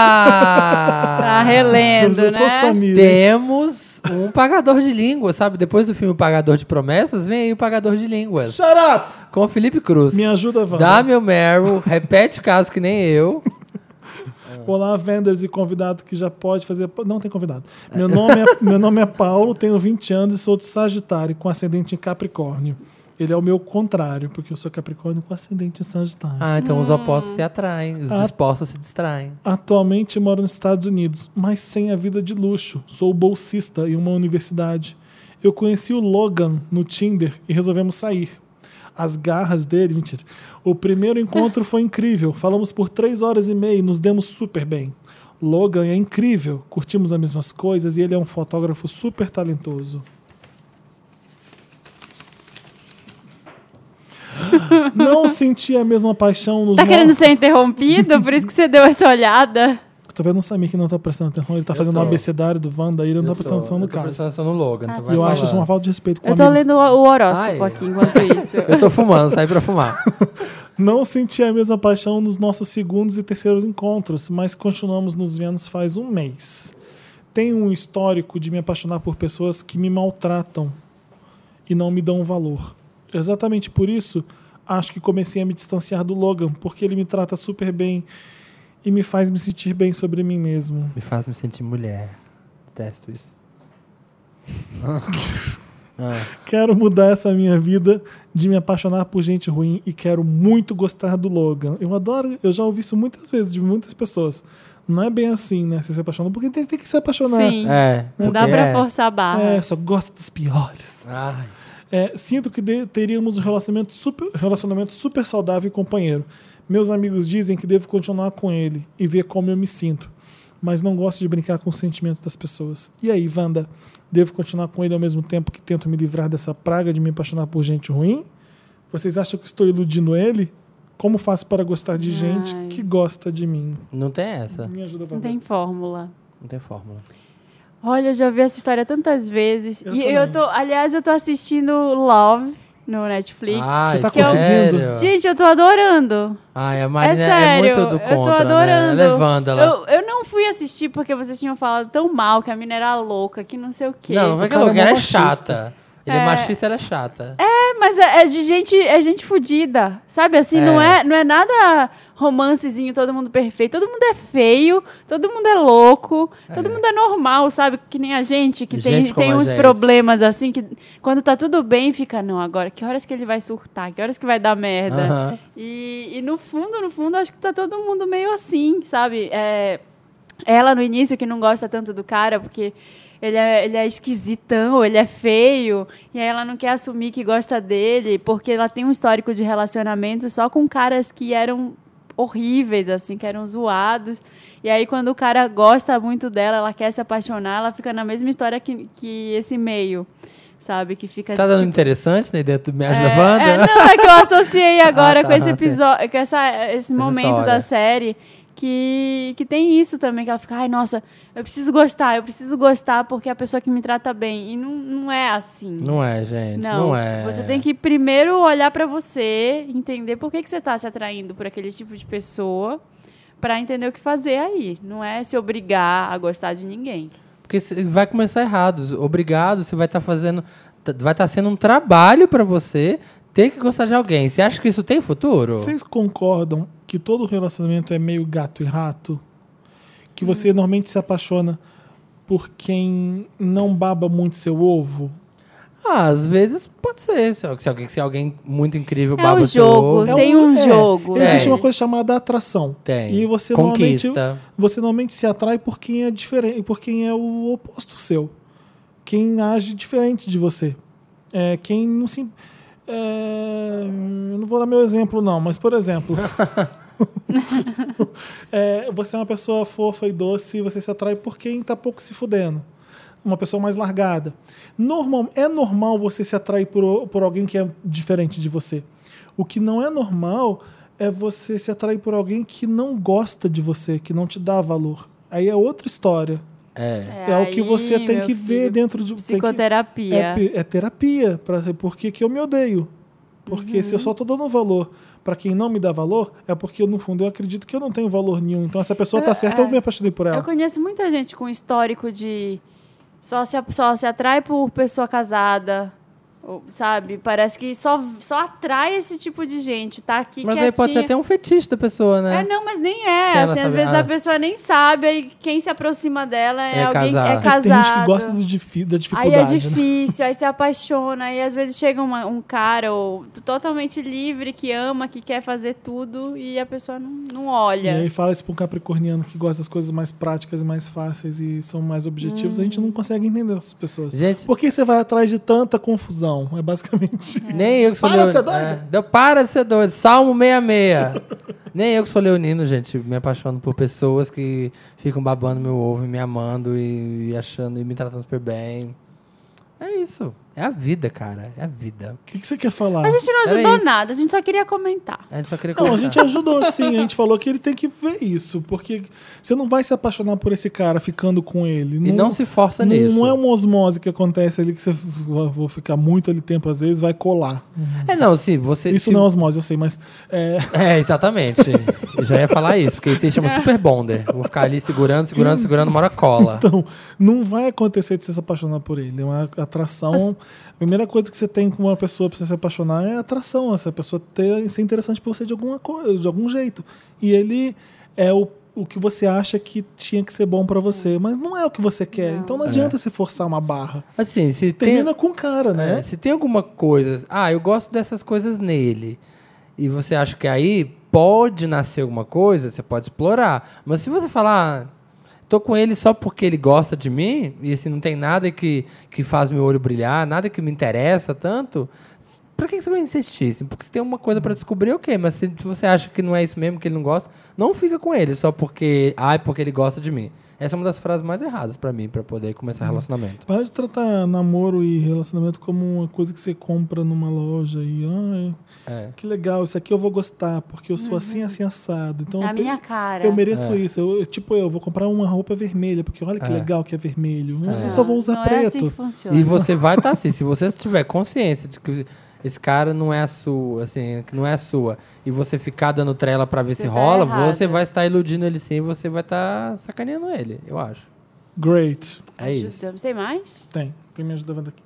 Speaker 2: Tá
Speaker 3: Ah!
Speaker 2: relendo,
Speaker 1: eu já tô
Speaker 2: né?
Speaker 1: Samir. hein?
Speaker 3: Temos um pagador de línguas, sabe? Depois do filme Pagador de Promessas, vem aí o Pagador de Línguas.
Speaker 1: Shut up!
Speaker 3: Com o Felipe Cruz.
Speaker 1: Me ajuda, Wanda.
Speaker 3: Dá meu Meryl, repete caso que nem eu.
Speaker 1: Olá, vendors e convidado que já pode fazer. Não tem convidado. Meu nome é, meu nome é Paulo, tenho 20 anos e sou de Sagitário, com ascendente em Capricórnio. Ele é o meu contrário, porque eu sou Capricórnio com ascendente em Sagitário.
Speaker 3: Ah, então os opostos se atraem, os
Speaker 1: Ah.
Speaker 3: dispostos se distraem.
Speaker 1: Atualmente moro nos Estados Unidos, mas sem a vida de luxo. Sou bolsista em uma universidade. Eu conheci o Logan no Tinder e resolvemos sair. As garras dele, mentira. O primeiro encontro foi incrível. Falamos por três horas e meia e nos demos super bem. Logan é incrível. Curtimos as mesmas coisas e ele é um fotógrafo super talentoso. Não senti a mesma paixão nos
Speaker 2: Tá
Speaker 1: no-
Speaker 2: Tá querendo ser interrompido? Por isso que você deu essa olhada.
Speaker 1: tô vendo o Samir que não tá prestando atenção, ele tá fazendo o
Speaker 3: tô.
Speaker 1: abecedário do Wanda e ele não tá
Speaker 3: Eu
Speaker 1: prestando atenção no
Speaker 3: eu tô prestando
Speaker 1: caso.
Speaker 3: atenção no Logan. então
Speaker 2: Ah,
Speaker 1: E
Speaker 3: vai
Speaker 1: eu acho
Speaker 3: falando.
Speaker 1: isso uma falta de respeito com o
Speaker 2: Eu tô
Speaker 1: amigo.
Speaker 2: lendo o o horóscopo
Speaker 3: Ai.
Speaker 2: aqui enquanto isso.
Speaker 3: Eu tô fumando, saí pra fumar.
Speaker 1: Não senti a mesma paixão nos nossos segundos e terceiros encontros, mas continuamos nos vendo faz um mês. Tenho um histórico de me apaixonar por pessoas que me maltratam e não me dão valor. Exatamente por isso, acho que comecei a me distanciar do Logan, porque ele me trata super bem e me faz me sentir bem sobre mim mesmo.
Speaker 3: Me faz me sentir mulher. Detesto isso.
Speaker 1: Quero mudar essa minha vida de me apaixonar por gente ruim e quero muito gostar do Logan. Eu adoro, eu já ouvi isso muitas vezes de muitas pessoas. Não é bem assim, né? Você se apaixona porque tem, tem que se apaixonar.
Speaker 2: Sim. ah,
Speaker 3: É.
Speaker 2: Hum. Não dá
Speaker 3: porque
Speaker 2: pra
Speaker 3: é.
Speaker 2: forçar a barra.
Speaker 1: É, só gosta dos piores.
Speaker 3: Ai,
Speaker 1: É, sinto que de- teríamos um relacionamento super, relacionamento super saudável e companheiro. Meus amigos dizem que devo continuar com ele e ver como eu me sinto. Mas não gosto de brincar com os sentimentos das pessoas. E aí, Wanda? Devo continuar com ele ao mesmo tempo que tento me livrar dessa praga de me apaixonar por gente ruim? Vocês acham que estou iludindo ele? Como faço para gostar de gente
Speaker 2: Ai.
Speaker 1: que gosta de mim?
Speaker 3: não tem essa.
Speaker 1: Me ajuda, Wanda.
Speaker 2: Não tem fórmula.
Speaker 3: Não tem fórmula.
Speaker 2: Olha, eu já vi essa história tantas vezes.
Speaker 1: Eu
Speaker 2: e
Speaker 1: também.
Speaker 2: eu tô, aliás, eu tô assistindo Love no Netflix.
Speaker 3: Ai,
Speaker 1: tá
Speaker 3: Ah, é sério?
Speaker 1: conseguindo?
Speaker 2: Gente, eu tô adorando.
Speaker 3: Ai, a
Speaker 2: É
Speaker 3: Marina é,
Speaker 2: sério.
Speaker 3: muito do contra,
Speaker 2: eu tô adorando.
Speaker 3: né? Ela é vândala.
Speaker 2: Eu, eu não fui assistir porque vocês tinham falado tão mal que a mina era louca, que não sei o quê.
Speaker 3: Não, não vai que
Speaker 1: Cara,
Speaker 3: ela
Speaker 1: é
Speaker 3: é
Speaker 1: machista.
Speaker 3: chata. Ele é,
Speaker 2: É.
Speaker 3: machista, ela é chata.
Speaker 2: É, mas é, é de gente, é gente fudida. Sabe assim, não
Speaker 3: É.
Speaker 2: é, não é nada romancezinho, todo mundo perfeito, todo mundo é feio, todo mundo é louco, todo mundo é normal, sabe? Que nem a gente que
Speaker 3: Gente
Speaker 2: tem tem
Speaker 3: como a
Speaker 2: uns
Speaker 3: gente.
Speaker 2: problemas assim que quando tá tudo bem, fica não, agora que horas que ele vai surtar? Que horas que vai dar merda?
Speaker 3: Aham.
Speaker 2: E, e no fundo, no fundo, acho que tá todo mundo meio assim, sabe? É, ela no início que não gosta tanto do cara, porque ele é, ele é esquisitão, ele é feio, e aí ela não quer assumir que gosta dele, porque ela tem um histórico de relacionamento só com caras que eram horríveis, assim, que eram zoados. E aí, quando o cara gosta muito dela, ela quer se apaixonar, ela fica na mesma história que, que esse meio, sabe? Que fica.
Speaker 3: Tá dando
Speaker 2: tipo,
Speaker 3: interessante, né? Dentro do Me Ajuda
Speaker 2: é,
Speaker 3: Wanda?
Speaker 2: é, não, é que eu associei agora
Speaker 3: Ah, tá,
Speaker 2: com esse
Speaker 3: sim.
Speaker 2: episódio, com essa, esse momento
Speaker 3: história.
Speaker 2: da série. Que, que tem isso também, que ela fica, ai, nossa, eu preciso gostar, eu preciso gostar porque é a pessoa que me trata bem. E não, não é assim.
Speaker 3: Não é, gente. Não, é.
Speaker 2: Você tem que primeiro olhar pra você, entender por que, que você tá se atraindo por aquele tipo de pessoa, pra entender o que fazer aí. Não é se obrigar a gostar de ninguém.
Speaker 3: Porque cê vai começar errado. Obrigado, você vai estar fazendo. tá- Vai estar sendo um trabalho pra você ter que gostar de alguém. Você acha que isso tem futuro?
Speaker 1: Vocês concordam que todo relacionamento é meio gato e rato? Que você normalmente se apaixona por quem não baba muito seu ovo?
Speaker 3: Ah, às vezes pode ser. Se se alguém, se alguém muito incrível baba
Speaker 2: é o
Speaker 3: seu
Speaker 2: jogo,
Speaker 3: ovo.
Speaker 2: tem um jogo.
Speaker 1: É, existe
Speaker 3: Tem.
Speaker 1: uma coisa chamada atração.
Speaker 3: Tem.
Speaker 1: É E você
Speaker 3: Conquista.
Speaker 1: normalmente você normalmente se atrai por quem é diferente, por quem é o oposto seu. Quem age diferente de você. É, quem não se é, eu não vou dar meu exemplo não, mas por exemplo, É, você é uma pessoa fofa e doce e você se atrai por quem tá pouco se fudendo. Uma pessoa mais largada. Normal, é normal você se atrair por, o- por alguém que é diferente de você. O que não é normal é você se atrair por alguém que não gosta de você, que não te dá valor. Aí é outra história.
Speaker 3: É.
Speaker 1: É, o que
Speaker 2: aí,
Speaker 1: você tem
Speaker 2: meu
Speaker 1: que ver
Speaker 2: filho,
Speaker 1: dentro de tem que-
Speaker 2: Psicoterapia.
Speaker 1: é, pe- é terapia para saber por que, que eu me odeio. Porque se eu
Speaker 2: Uhum.
Speaker 1: só tô dando valor para quem não me dá valor, é porque no fundo eu acredito que eu não tenho valor nenhum. Então essa pessoa tá
Speaker 2: Eu-
Speaker 1: certa, eu
Speaker 2: é.
Speaker 1: me apaixonei por
Speaker 2: Eu
Speaker 1: ela.
Speaker 2: conheço muita gente com histórico de só se, só se atrai por pessoa casada. ou, Sabe? Parece que só, só atrai esse tipo de gente. Tá aqui
Speaker 3: Mas
Speaker 2: quietinha.
Speaker 3: aí pode ser até um fetiche da pessoa, né?
Speaker 2: É, não, mas nem é.
Speaker 3: Sei lá,
Speaker 2: assim, às
Speaker 3: sabe?
Speaker 2: vezes
Speaker 3: Ah.
Speaker 2: a pessoa nem sabe, aí quem se aproxima dela é,
Speaker 3: É
Speaker 2: alguém
Speaker 3: casado.
Speaker 2: é
Speaker 3: Tem
Speaker 1: Tem
Speaker 2: casado.
Speaker 1: gente que gosta do difi- da
Speaker 2: Aí é
Speaker 1: dificuldade. né?
Speaker 2: difícil, aí se apaixona, aí às vezes chega uma- um cara ou, totalmente livre, que ama, que quer fazer tudo, e a pessoa não, não
Speaker 1: E
Speaker 2: olha.
Speaker 1: aí fala isso pra um capricorniano que gosta das coisas mais práticas e mais fáceis e são mais objetivos, a gente
Speaker 2: Hum.
Speaker 1: não consegue entender essas pessoas.
Speaker 3: Gente-
Speaker 1: Por que você vai atrás de tanta confusão? É basicamente.
Speaker 3: Nem eu que sou
Speaker 1: Para de
Speaker 3: leonino.
Speaker 1: ser doido.
Speaker 3: É. Deu- Para de ser doido. Salmo 66. Nem eu que sou leonino, gente. Me apaixono por pessoas que ficam babando meu ovo e me amando e, e achando e me tratando super bem. É isso. É a vida, cara. É a vida.
Speaker 1: O que, que você quer falar?
Speaker 2: A gente não
Speaker 3: Era
Speaker 2: ajudou
Speaker 3: isso.
Speaker 2: nada, a gente só queria comentar.
Speaker 3: A gente só queria
Speaker 1: Não, a
Speaker 3: comentar.
Speaker 1: gente ajudou sim. A gente falou que ele tem que ver isso, porque você não vai se apaixonar por esse cara ficando com ele.
Speaker 3: E não se força
Speaker 1: é um não,
Speaker 3: nisso.
Speaker 1: Não é uma osmose que acontece ali que você vai- vou ficar muito ali tempo, às vezes vai colar.
Speaker 3: É, não, sim, você.
Speaker 1: Isso
Speaker 3: se-
Speaker 1: não é osmose, eu sei, mas é,
Speaker 3: É, exatamente. Eu já ia falar isso, porque isso aí chama Super Bonder. Vou ficar ali segurando, segurando, segurando, mora cola.
Speaker 1: então não vai acontecer de você se apaixonar por ele. É uma atração. A primeira coisa que você tem com uma pessoa pra você se apaixonar é a atração. Essa pessoa ter, ser interessante pra você de alguma coisa, de algum jeito. E ele é o o que você acha que tinha que ser bom pra você, mas não é o que você quer. Então não
Speaker 3: É.
Speaker 1: adianta você forçar uma barra.
Speaker 3: Assim, se tem.
Speaker 1: Termina com o cara, né?
Speaker 3: É, se tem alguma coisa. Ah, eu gosto dessas coisas nele. E você acha que aí pode nascer alguma coisa, você pode explorar. Mas se você falar. "Ah, Tô com ele só porque ele gosta de mim, e assim, não tem nada que, que faz meu olho brilhar, nada que me interessa tanto. s- Pra que que você vai insistir? assim? Porque se tem uma coisa pra descobrir, ok, mas se você acha que não é isso mesmo, que ele não gosta, não fica com ele só porque. Ai, porque ele gosta de mim. Essa é uma das frases mais erradas pra mim, pra poder começar relacionamento.
Speaker 1: Para de tratar namoro e relacionamento como uma coisa que você compra numa loja e ah,
Speaker 3: É.
Speaker 1: que legal, isso aqui eu vou gostar, porque eu sou assim, assim, assado. Então,
Speaker 2: É a
Speaker 1: eu-
Speaker 2: minha cara.
Speaker 1: Eu mereço isso. Eu, eu- tipo, eu vou comprar uma roupa vermelha, porque olha que legal que é vermelho. Mas Eu só vou usar
Speaker 2: não é assim
Speaker 1: preto.
Speaker 2: que funciona.
Speaker 3: E você vai estar assim, se você tiver consciência de que esse cara não é a sua, assim, que não é a sua, e você ficar dando trela pra ver
Speaker 2: Você
Speaker 3: se
Speaker 2: tá
Speaker 3: rola,
Speaker 2: errada.
Speaker 3: você vai estar iludindo ele sim, você vai estar sacaneando ele, eu acho.
Speaker 1: Great.
Speaker 3: É isso.
Speaker 2: Ajudamos. Tem mais?
Speaker 1: Tem. Tem me ajudando aqui.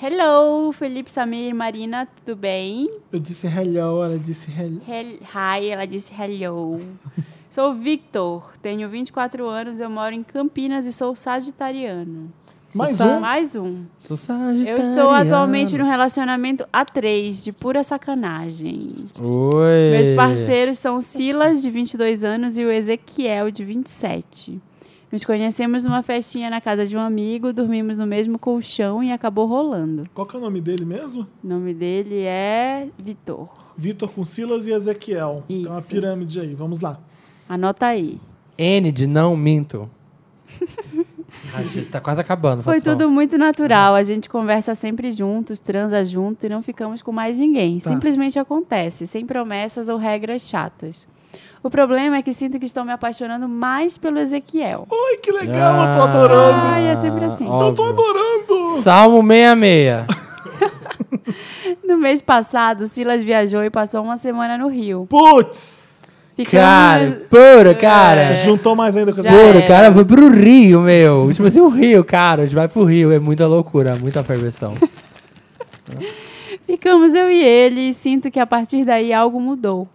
Speaker 2: Hello, Felipe, Samir, Marina, tudo bem?
Speaker 1: Eu disse hello, ela disse hello.
Speaker 2: Hel- Hi, ela disse hello. Sou Victor, tenho 24 anos, eu moro em Campinas e sou sagitariano.
Speaker 1: Mais
Speaker 2: Sou-
Speaker 1: um?
Speaker 2: Mais um.
Speaker 3: Sou
Speaker 2: Eu
Speaker 3: sagitariano.
Speaker 2: estou atualmente num relacionamento a três, de pura sacanagem.
Speaker 3: Oi.
Speaker 2: Meus parceiros são o Silas, de 22 anos, e o Ezequiel, de 27. Nos conhecemos numa festinha na casa de um amigo, dormimos no mesmo colchão e acabou rolando.
Speaker 1: Qual que é o nome dele mesmo?
Speaker 2: O nome dele é Vitor.
Speaker 1: Vitor com Silas e Ezequiel. Tem uma
Speaker 2: Isso.
Speaker 1: pirâmide aí. Vamos lá.
Speaker 2: Anota aí.
Speaker 3: N de não minto. Ai, gente, tá quase acabando.
Speaker 2: Foi
Speaker 3: Faustão.
Speaker 2: tudo muito natural. A gente conversa sempre juntos, transa junto e não ficamos com mais ninguém. Simplesmente acontece, sem promessas ou regras chatas. O problema é que sinto que estou me apaixonando mais pelo Ezequiel.
Speaker 1: Ai, que legal, eu tô adorando. Então
Speaker 2: Ai, é sempre assim.
Speaker 1: Eu tô adorando.
Speaker 3: Salmo 66.
Speaker 2: No mês passado, Silas viajou e passou uma semana no Rio.
Speaker 1: Putz!
Speaker 2: Então,
Speaker 3: cara,
Speaker 2: Ficamos...
Speaker 3: pura, cara.
Speaker 1: Juntou mais ainda com
Speaker 2: É. Já
Speaker 1: essa-
Speaker 3: Mano,
Speaker 2: era.
Speaker 3: o cara foi pro Rio, meu. Tipo assim, o Rio, cara. A gente vai pro Rio. É muita loucura, muita perversão.
Speaker 2: Ficamos eu e ele e sinto que a partir daí algo mudou.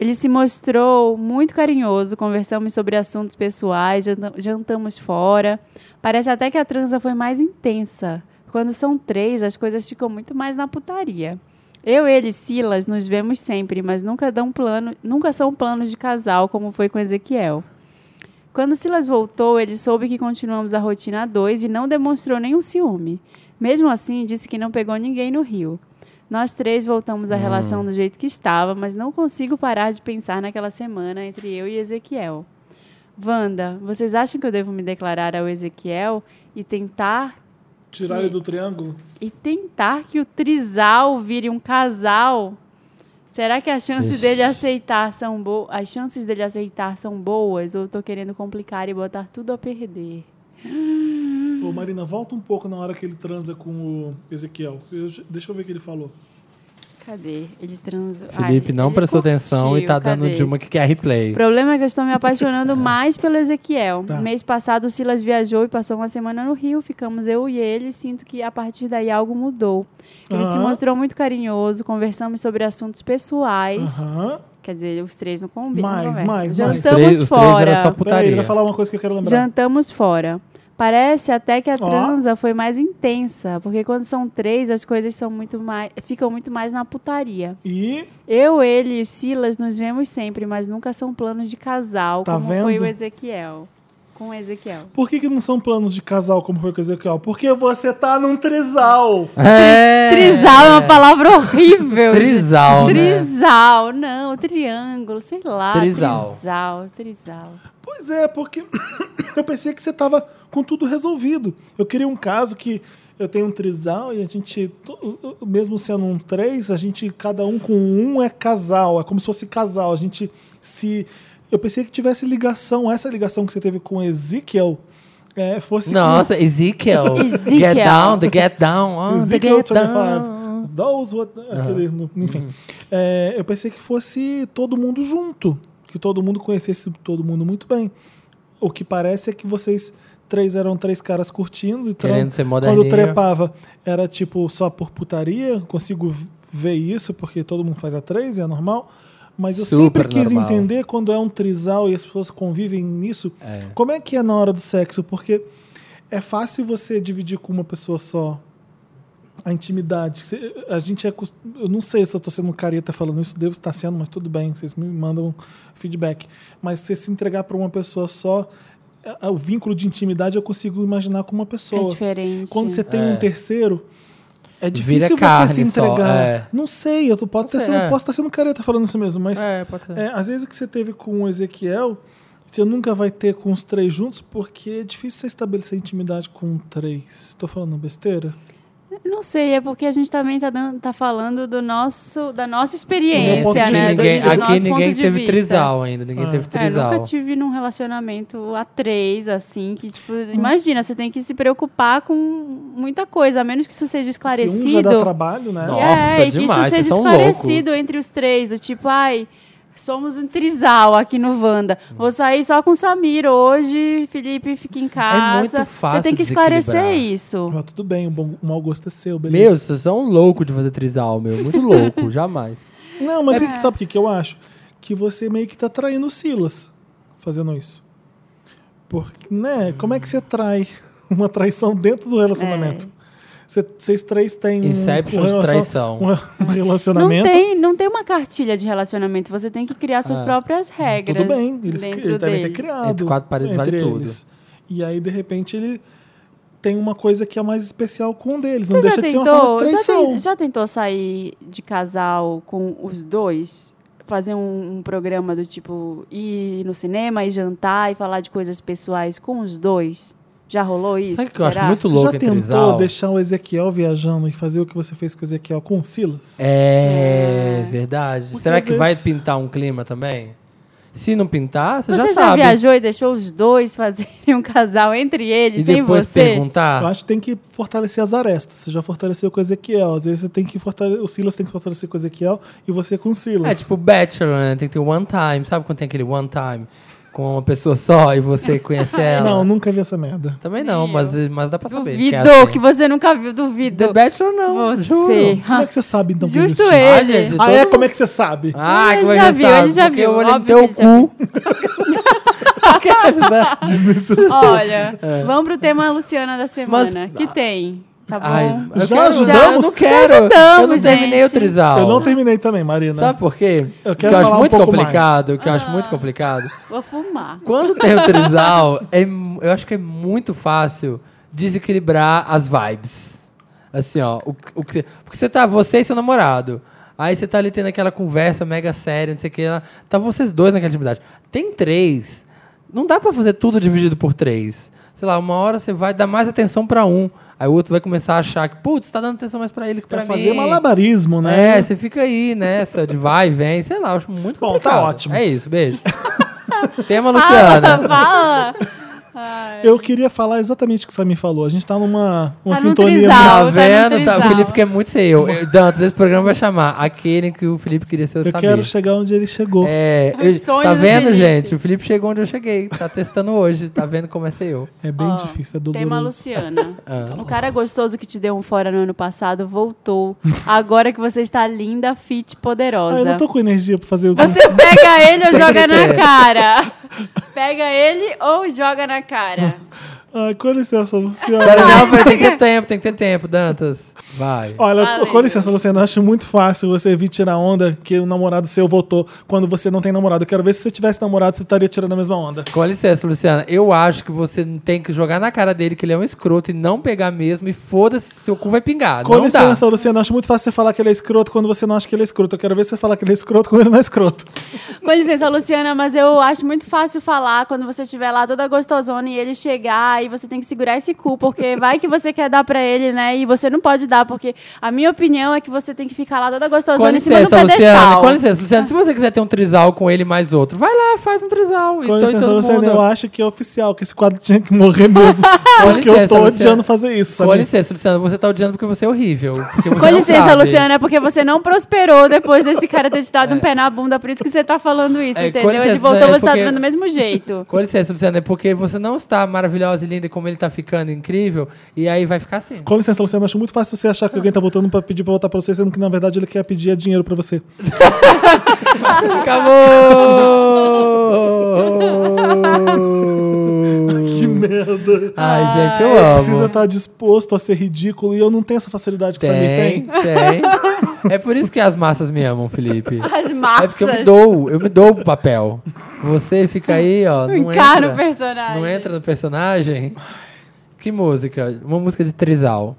Speaker 2: Ele se mostrou muito carinhoso, conversamos sobre assuntos pessoais, janta- jantamos fora. Parece até que a transa foi mais intensa. Quando são três, as coisas ficam muito mais na putaria. Eu, ele e Silas nos vemos sempre, mas nunca dão plano, nunca são planos de casal, como foi com Ezequiel. Quando Silas voltou, ele soube que continuamos a rotina a dois e não demonstrou nenhum ciúme. Mesmo assim, disse que não pegou ninguém no Rio. Nós três voltamos à
Speaker 3: Hum.
Speaker 2: relação do jeito que estava, mas não consigo parar de pensar naquela semana entre eu e Ezequiel. Wanda, vocês acham que eu devo me declarar ao Ezequiel e tentar
Speaker 1: Tirar ele do triângulo.
Speaker 2: e tentar que o trisal vire um casal? Será que a chance
Speaker 3: Ixi.
Speaker 2: dele aceitar são bo... as chances dele aceitar são boas ou eu tô querendo complicar e botar tudo a perder?
Speaker 1: Ô, Marina, volta um pouco na hora que ele transa com o Ezequiel. Eu- deixa eu ver o que ele falou.
Speaker 2: Cadê? Ele transou.
Speaker 3: Felipe
Speaker 2: Ai,
Speaker 3: não
Speaker 2: ele
Speaker 3: prestou
Speaker 2: curtiu,
Speaker 3: atenção e tá dando
Speaker 2: cadê?
Speaker 3: de uma que quer replay.
Speaker 2: O problema é que eu estou me apaixonando mais pelo Ezequiel.
Speaker 1: Tá.
Speaker 2: Mês passado, o Silas viajou e passou uma semana no Rio. Ficamos eu e ele. e Sinto que a partir daí algo mudou. Ele se
Speaker 1: Aham.
Speaker 2: mostrou muito carinhoso. Conversamos sobre assuntos pessoais.
Speaker 1: Aham.
Speaker 2: Quer dizer, os três não combinam.
Speaker 1: Mais, mais, mais.
Speaker 2: Jantamos
Speaker 3: Os três- os três
Speaker 2: fora.
Speaker 3: era
Speaker 1: Peraí,
Speaker 3: só
Speaker 1: ele vai
Speaker 3: putaria.
Speaker 1: falar uma coisa que eu quero lembrar.
Speaker 2: Jantamos fora. Parece até que a
Speaker 1: Ó.
Speaker 2: transa foi mais intensa, porque quando são três, as coisas são muito mais, ficam muito mais na putaria.
Speaker 1: E
Speaker 2: Eu, ele e Silas nos vemos sempre, mas nunca são planos de casal,
Speaker 1: Tá
Speaker 2: como foi
Speaker 1: vendo?
Speaker 2: o Ezequiel. Com o Ezequiel.
Speaker 1: por que, que não são planos de casal como foi com o Ezequiel? Porque você tá num trisal.
Speaker 3: É,
Speaker 2: Trisal é uma palavra horrível. gente.
Speaker 3: Trisal, né?
Speaker 2: Trisal, não, triângulo, sei lá.
Speaker 3: Trisal.
Speaker 2: Trisal, trisal.
Speaker 1: Pois é, porque eu pensei que você tava com tudo resolvido. Eu queria um caso que eu tenho um trisal e a gente, to- mesmo sendo um três, a gente, cada um com um é casal, é como se fosse casal. A gente se. Eu pensei que tivesse ligação, essa ligação que você teve com Ezequiel é, fosse.
Speaker 3: Nossa, Ezekiel.
Speaker 2: Ezekiel.
Speaker 3: Get down, the get down, on
Speaker 1: com
Speaker 3: the
Speaker 1: Ezequiel
Speaker 3: get
Speaker 1: 25.
Speaker 3: down.
Speaker 1: Those what, né, aquele,
Speaker 3: Uhum.
Speaker 1: no- enfim. É, eu pensei que fosse todo mundo junto, que todo mundo conhecesse todo mundo muito bem. O que parece é que vocês três eram três caras curtindo e tra-
Speaker 3: Querendo ser moderninho.
Speaker 1: quando trepava era tipo só por putaria, consigo ver isso porque todo mundo faz a três, é normal. Mas eu
Speaker 3: Super
Speaker 1: sempre quis
Speaker 3: normal.
Speaker 1: entender quando é um trisal e as pessoas convivem nisso, como é que é na hora do sexo, porque é fácil você dividir com uma pessoa só a intimidade. Cê- A gente é. acos- Eu não sei se eu tô sendo um careta falando isso, devo estar sendo, mas tudo bem, vocês me mandam feedback. Mas se se entregar para uma pessoa só, a- a- o vínculo de intimidade eu consigo imaginar com uma pessoa.
Speaker 2: É diferente.
Speaker 1: Quando você tem um terceiro. É
Speaker 3: Vira
Speaker 1: difícil você
Speaker 3: carne
Speaker 1: se
Speaker 3: só,
Speaker 1: entregar.
Speaker 3: é.
Speaker 1: Não sei, eu tô- pode ter
Speaker 3: sei,
Speaker 1: sendo-
Speaker 3: é.
Speaker 1: posso estar sendo um careta falando isso mesmo, mas
Speaker 7: É, pode ser.
Speaker 1: é, às vezes o que você teve com o Ezequiel, você nunca vai ter com os três juntos, porque é difícil você estabelecer intimidade com três. Tô falando besteira?
Speaker 2: Não sei, é porque a gente também tá, dando- tá falando do nosso, da nossa
Speaker 1: Do meu ponto
Speaker 2: experiência,
Speaker 1: de
Speaker 2: né?
Speaker 1: vista.
Speaker 2: Do-
Speaker 3: um Ninguém,
Speaker 2: do
Speaker 3: aqui
Speaker 2: nosso
Speaker 3: ninguém
Speaker 2: ponto de
Speaker 3: teve
Speaker 2: vista.
Speaker 3: trisal ainda, ninguém teve
Speaker 2: É,
Speaker 3: trisal.
Speaker 2: nunca tive num relacionamento a três, assim, que, tipo,
Speaker 1: Hum.
Speaker 2: imagina, você tem que se preocupar com muita coisa, a menos que isso seja
Speaker 1: Se um já dá
Speaker 2: esclarecido.
Speaker 1: trabalho, né?
Speaker 3: Nossa,
Speaker 2: é, e que
Speaker 3: demais,
Speaker 2: isso
Speaker 3: vocês
Speaker 2: seja
Speaker 3: são
Speaker 2: esclarecido entre os três, do tipo, ai, somos um trisal aqui no Wanda.
Speaker 1: Hum.
Speaker 2: Vou sair só com o Samir hoje, Felipe fica
Speaker 1: É
Speaker 2: em casa.
Speaker 3: muito fácil
Speaker 2: você tem que esclarecer
Speaker 3: desequilibrar.
Speaker 2: isso.
Speaker 1: Mas Ah, tudo bem, o, bom, o mau gosto é seu, beleza?
Speaker 3: Meu, vocês são loucos de fazer trisal, meu. Muito louco, jamais.
Speaker 1: Não, mas
Speaker 2: É.
Speaker 1: sabe o que, que eu acho? Que você meio que tá traindo o Silas fazendo isso. Porque, né? Como é que você trai uma traição dentro do relacionamento?
Speaker 2: É.
Speaker 1: Cê- Vocês três têm um-
Speaker 3: Inception
Speaker 1: um,
Speaker 3: de
Speaker 1: relacion-
Speaker 3: traição.
Speaker 1: um- um
Speaker 2: Não
Speaker 1: relacionamento. É.
Speaker 2: tem, não tem uma cartilha de relacionamento, você tem que criar suas próprias regras.
Speaker 1: Hum, Tudo bem, eles,
Speaker 2: dentro
Speaker 1: eles devem ter
Speaker 2: dele.
Speaker 1: criado.
Speaker 3: Entre quatro paredes vale tudo.
Speaker 1: E aí, de repente, ele tem uma coisa que é mais especial com um deles.
Speaker 2: Você
Speaker 1: não
Speaker 2: já
Speaker 1: deixa de ser
Speaker 2: tentou,
Speaker 1: uma forma de
Speaker 2: já,
Speaker 1: traição.
Speaker 2: ten- já tentou sair de casal com os dois? Fazer um, um programa do tipo ir no cinema e jantar e falar de coisas pessoais com os dois? Já rolou isso?
Speaker 3: Sabe o que eu acho
Speaker 2: Será?
Speaker 3: muito
Speaker 1: Você
Speaker 3: louco
Speaker 1: já
Speaker 3: em
Speaker 1: tentou
Speaker 3: trisal?
Speaker 1: deixar o Ezequiel viajando e fazer o que você fez com o Ezequiel com o Silas?
Speaker 3: É, verdade.
Speaker 1: Porque
Speaker 3: Será
Speaker 1: às
Speaker 3: que vai
Speaker 1: vezes-
Speaker 3: pintar um clima também? Se não pintar, você,
Speaker 2: Você já,
Speaker 3: sabe.
Speaker 2: viajou e deixou os dois fazerem um casal entre eles
Speaker 3: e
Speaker 2: sem
Speaker 3: depois
Speaker 2: você?
Speaker 1: Eu
Speaker 3: perguntar?
Speaker 1: acho que tem que fortalecer as arestas. Você já fortaleceu com o Ezequiel. Às vezes você tem que fortalecer. O Silas tem que fortalecer com o Ezequiel e você com o Silas.
Speaker 3: É tipo Bachelor, né? Tem que ter one time. Sabe quando tem aquele one time com uma pessoa só e você conhece ela?
Speaker 1: Não, nunca vi essa merda.
Speaker 3: Também não, mas, mas dá pra saber. que é
Speaker 2: Duvido
Speaker 3: assim.
Speaker 2: que você nunca viu, duvido.
Speaker 3: The Bachelor não,
Speaker 2: Você.
Speaker 3: juro.
Speaker 1: Como é que você sabe então que
Speaker 2: Justo
Speaker 1: existe?
Speaker 2: ele.
Speaker 3: Ah, gente,
Speaker 1: Ah, é?
Speaker 3: todo-
Speaker 1: Como é que você sabe?
Speaker 3: Ah,
Speaker 2: Ele
Speaker 3: como é que
Speaker 2: já
Speaker 3: você
Speaker 2: viu,
Speaker 3: sabe?
Speaker 2: ele já
Speaker 3: Porque
Speaker 2: viu, Tá
Speaker 3: eu olhei no
Speaker 2: óbvio
Speaker 3: teu
Speaker 2: que ele
Speaker 3: cu. né?
Speaker 1: Desnecessário.
Speaker 2: Olha, vamos pro tema Luciana da semana,
Speaker 3: É. Mas-
Speaker 2: que tem, tá bom?
Speaker 3: Ai, eu
Speaker 1: Já
Speaker 3: quero-
Speaker 1: ajudamos?
Speaker 3: Eu não
Speaker 1: Já
Speaker 3: quero. eu não
Speaker 2: ajudamos,
Speaker 3: terminei o
Speaker 2: gente.
Speaker 3: trisal.
Speaker 1: Eu não terminei também, Marina.
Speaker 3: Sabe por quê?
Speaker 1: né? Eu quero
Speaker 3: que eu acho
Speaker 1: falar um
Speaker 3: muito
Speaker 1: pouco
Speaker 3: complicado. Que eu acho muito complicado.
Speaker 2: Vou fumar.
Speaker 3: Quando tem o trisal, é mu- eu acho que é muito fácil desequilibrar as vibes. Assim, ó. O, o que, porque você tá, você e seu namorado. Aí você tá ali tendo aquela conversa mega séria, não sei o que. lá, Tá vocês dois naquela intimidade. Tem três. Não dá pra fazer tudo dividido por três. Sei lá, uma hora você vai dar mais atenção pra um. Aí o outro vai começar a achar que, putz, tá dando atenção mais pra ele que pra
Speaker 1: Pra
Speaker 3: mim.
Speaker 1: É fazer malabarismo, né?
Speaker 3: É, você fica aí nessa de vai e vem, sei lá, eu acho muito
Speaker 1: Bom,
Speaker 3: complicado.
Speaker 1: tá ótimo.
Speaker 3: É isso, beijo. Tema
Speaker 2: Fala, tá
Speaker 3: Luciana.
Speaker 2: fala.
Speaker 1: Eu queria falar exatamente o que o Samir falou. A gente tá numa uma
Speaker 2: Tá num
Speaker 1: sintonia.
Speaker 2: trisal.
Speaker 1: muito-
Speaker 3: Tá
Speaker 2: no
Speaker 3: vendo? Tá-
Speaker 2: trisal.
Speaker 3: o Felipe quer muito ser eu. eu. Dantas, esse programa vai chamar aquele que o Felipe queria ser o
Speaker 1: Eu
Speaker 3: Samir.
Speaker 1: quero chegar onde ele chegou. É,
Speaker 3: É, eu-
Speaker 2: sonho
Speaker 3: tá
Speaker 2: do
Speaker 3: vendo,
Speaker 2: Felipe.
Speaker 3: gente? O Felipe chegou onde eu cheguei. Tá testando hoje. Tá vendo como é ser eu.
Speaker 1: bem
Speaker 2: Ó,
Speaker 1: difícil, é
Speaker 2: Tema
Speaker 1: doloroso. Ah.
Speaker 2: Luciana. O cara é gostoso que te deu um fora no ano passado voltou. Agora que você está linda,
Speaker 1: Ah,
Speaker 2: fit,
Speaker 1: eu
Speaker 2: poderosa.
Speaker 1: não tô com energia pra fazer o que
Speaker 2: Você pega ele ou joga na cara? Pega ele ou joga na cara?
Speaker 1: Ah, com licença, Luciana.
Speaker 3: Cara, não, mas tem que ter tempo, tem que ter tempo, Dantas. Vai.
Speaker 1: Olha,
Speaker 2: Valeu.
Speaker 1: com licença, Luciana, eu acho muito fácil você vir tirar onda que o namorado seu voltou quando você não tem namorado. Eu quero ver se você tivesse namorado, você estaria tirando a mesma onda.
Speaker 3: Com licença, Luciana. Eu acho que você tem que jogar na cara dele que ele é um escroto e não pegar mesmo. E foda-se, seu cu vai pingar.
Speaker 1: Com
Speaker 3: não dá.
Speaker 1: licença, Luciana, eu acho muito fácil você falar que ele é escroto quando você não acha que ele é escroto. Eu quero ver você falar que ele é escroto quando ele não é escroto.
Speaker 2: Com licença, Luciana, mas eu acho muito fácil falar quando você estiver lá toda gostosona e ele chegar e você tem que segurar esse cu, porque vai que você quer dar pra ele, né? E você não pode dar, porque a minha opinião é que você tem que ficar lá toda
Speaker 3: Com
Speaker 2: gostosona em cima do
Speaker 3: licença, Luciana.
Speaker 2: pedestal.
Speaker 3: Com licença, Luciana. Se você quiser ter um trisal com ele mais outro, vai lá, faz um trisal.
Speaker 1: Com
Speaker 3: E tô em
Speaker 1: licença,
Speaker 3: todo
Speaker 1: Luciana, eu
Speaker 3: mundo.
Speaker 1: acho que é oficial, que esse quadro tinha que morrer mesmo. porque eu
Speaker 3: licença,
Speaker 1: tô
Speaker 3: Luciana.
Speaker 1: odiando fazer isso.
Speaker 3: Com
Speaker 1: sabe?
Speaker 3: licença, Luciana. Você tá odiando porque você é horrível. porque você
Speaker 2: Com
Speaker 3: não
Speaker 2: licença,
Speaker 3: sabe.
Speaker 2: Luciana, é porque você não prosperou depois desse cara ter te dado um pé na bunda, por isso que você tá falando isso,
Speaker 3: É, com
Speaker 2: entendeu?
Speaker 3: licença,
Speaker 2: Ele voltou,
Speaker 3: é
Speaker 2: você tá
Speaker 3: porque-
Speaker 2: dando do mesmo jeito.
Speaker 3: Com licença, Luciana, é porque você não está maravilhosa e linda como ele tá ficando incrível, e aí vai ficar assim.
Speaker 1: Com licença, Luciana, acho muito fácil você achar que alguém tá voltando pra pedir pra voltar pra você, sendo que na verdade ele quer pedir é dinheiro pra você.
Speaker 3: Acabou!
Speaker 1: Que merda.
Speaker 3: Ai, gente, eu
Speaker 1: Você
Speaker 3: amo.
Speaker 1: precisa estar disposto a ser ridículo e eu não tenho essa facilidade que o Samir
Speaker 3: Tá Tem,
Speaker 1: tem.
Speaker 3: tem. É por isso que as massas me amam, Felipe.
Speaker 2: As
Speaker 3: É
Speaker 2: massas.
Speaker 3: porque eu me dou, eu me dou o papel. Você fica aí, ó. Não
Speaker 2: Encara
Speaker 3: entra,
Speaker 2: o Um personagem.
Speaker 3: Não entra no personagem. Que música? Uma música de Trisal.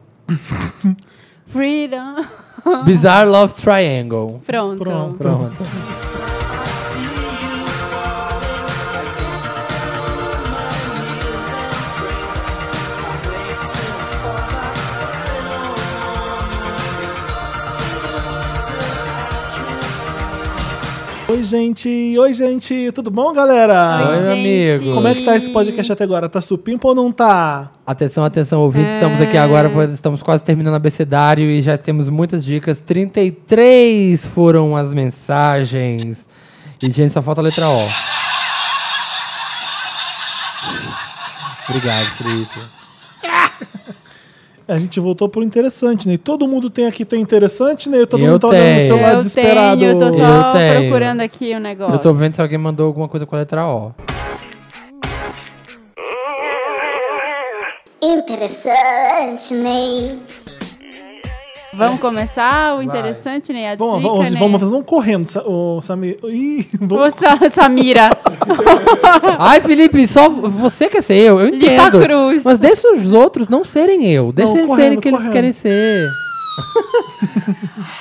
Speaker 2: Freedom.
Speaker 3: Bizarre Love Triangle.
Speaker 2: Pronto.
Speaker 1: Pronto.
Speaker 3: Pronto.
Speaker 1: Oi, gente. Oi, gente. Tudo bom, galera?
Speaker 3: Oi,
Speaker 2: gente.
Speaker 3: amigo.
Speaker 1: Como é que tá esse podcast até agora? Tá supimpa ou não tá?
Speaker 3: Atenção, atenção, ouvintes. Estamos aqui agora, pois estamos quase terminando o abecedário e já temos muitas dicas. 33 foram as mensagens. E, gente, só falta a letra O. Obrigado, Felipe.
Speaker 1: A gente voltou pro interessante, Ney. Todo mundo tem aqui tem interessante, Ney? Todo
Speaker 3: Eu
Speaker 1: mundo tá olhando no
Speaker 3: tenho.
Speaker 1: celular
Speaker 2: Eu
Speaker 1: desesperado.
Speaker 2: tenho, eu tô só
Speaker 3: Eu tenho.
Speaker 2: procurando aqui o negócio.
Speaker 3: Eu tô vendo se alguém mandou alguma coisa com a letra O.
Speaker 5: Interessante, Ney.
Speaker 2: Vamos começar o interessante, né? A
Speaker 1: Vamos,
Speaker 2: dica,
Speaker 1: vamos,
Speaker 2: né?
Speaker 1: vamos, vamos correndo, Sa- o Samir. Ih,
Speaker 2: Ô,
Speaker 1: vamos.
Speaker 2: Sa- Samira.
Speaker 3: Ai, Felipe, só você quer ser eu? Eu
Speaker 2: Lipa
Speaker 3: entendo.
Speaker 2: Cruz.
Speaker 3: Mas deixa os outros não serem eu. Deixa
Speaker 1: Não,
Speaker 3: eles
Speaker 1: correndo,
Speaker 3: serem o que eles
Speaker 1: correndo.
Speaker 3: querem ser.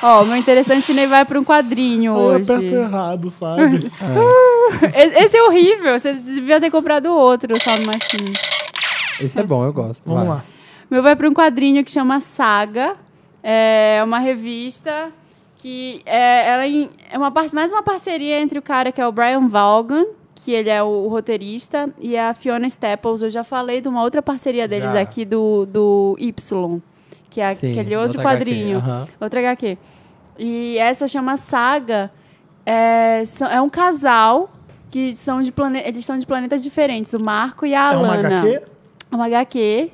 Speaker 2: Ó, o meu interessante nem vai pra um quadrinho
Speaker 1: Eu
Speaker 2: hoje.
Speaker 1: aperto errado, sabe?
Speaker 2: E- Esse é horrível. Você devia ter comprado outro, sabe, Machine.
Speaker 3: Esse é bom, eu gosto.
Speaker 1: Vamos
Speaker 3: Vai.
Speaker 1: lá.
Speaker 2: O meu vai pra um quadrinho que chama Saga. É uma revista que é, ela em- é uma, par- mais uma parceria entre o cara que é o Brian Vaughan, que ele é o roteirista, e a Fiona Staples. Eu já falei de uma outra parceria deles
Speaker 3: Já.
Speaker 2: aqui do, do Y, que é
Speaker 3: Sim,
Speaker 2: aquele outro
Speaker 3: outra HQ,
Speaker 2: quadrinho.
Speaker 3: aham.
Speaker 2: Outra HQ. E essa chama Saga. É, são- é um casal que são de plane, eles são de planetas diferentes, o Marco e a
Speaker 1: É uma
Speaker 2: Alana.
Speaker 1: HQ?
Speaker 2: É uma HQ.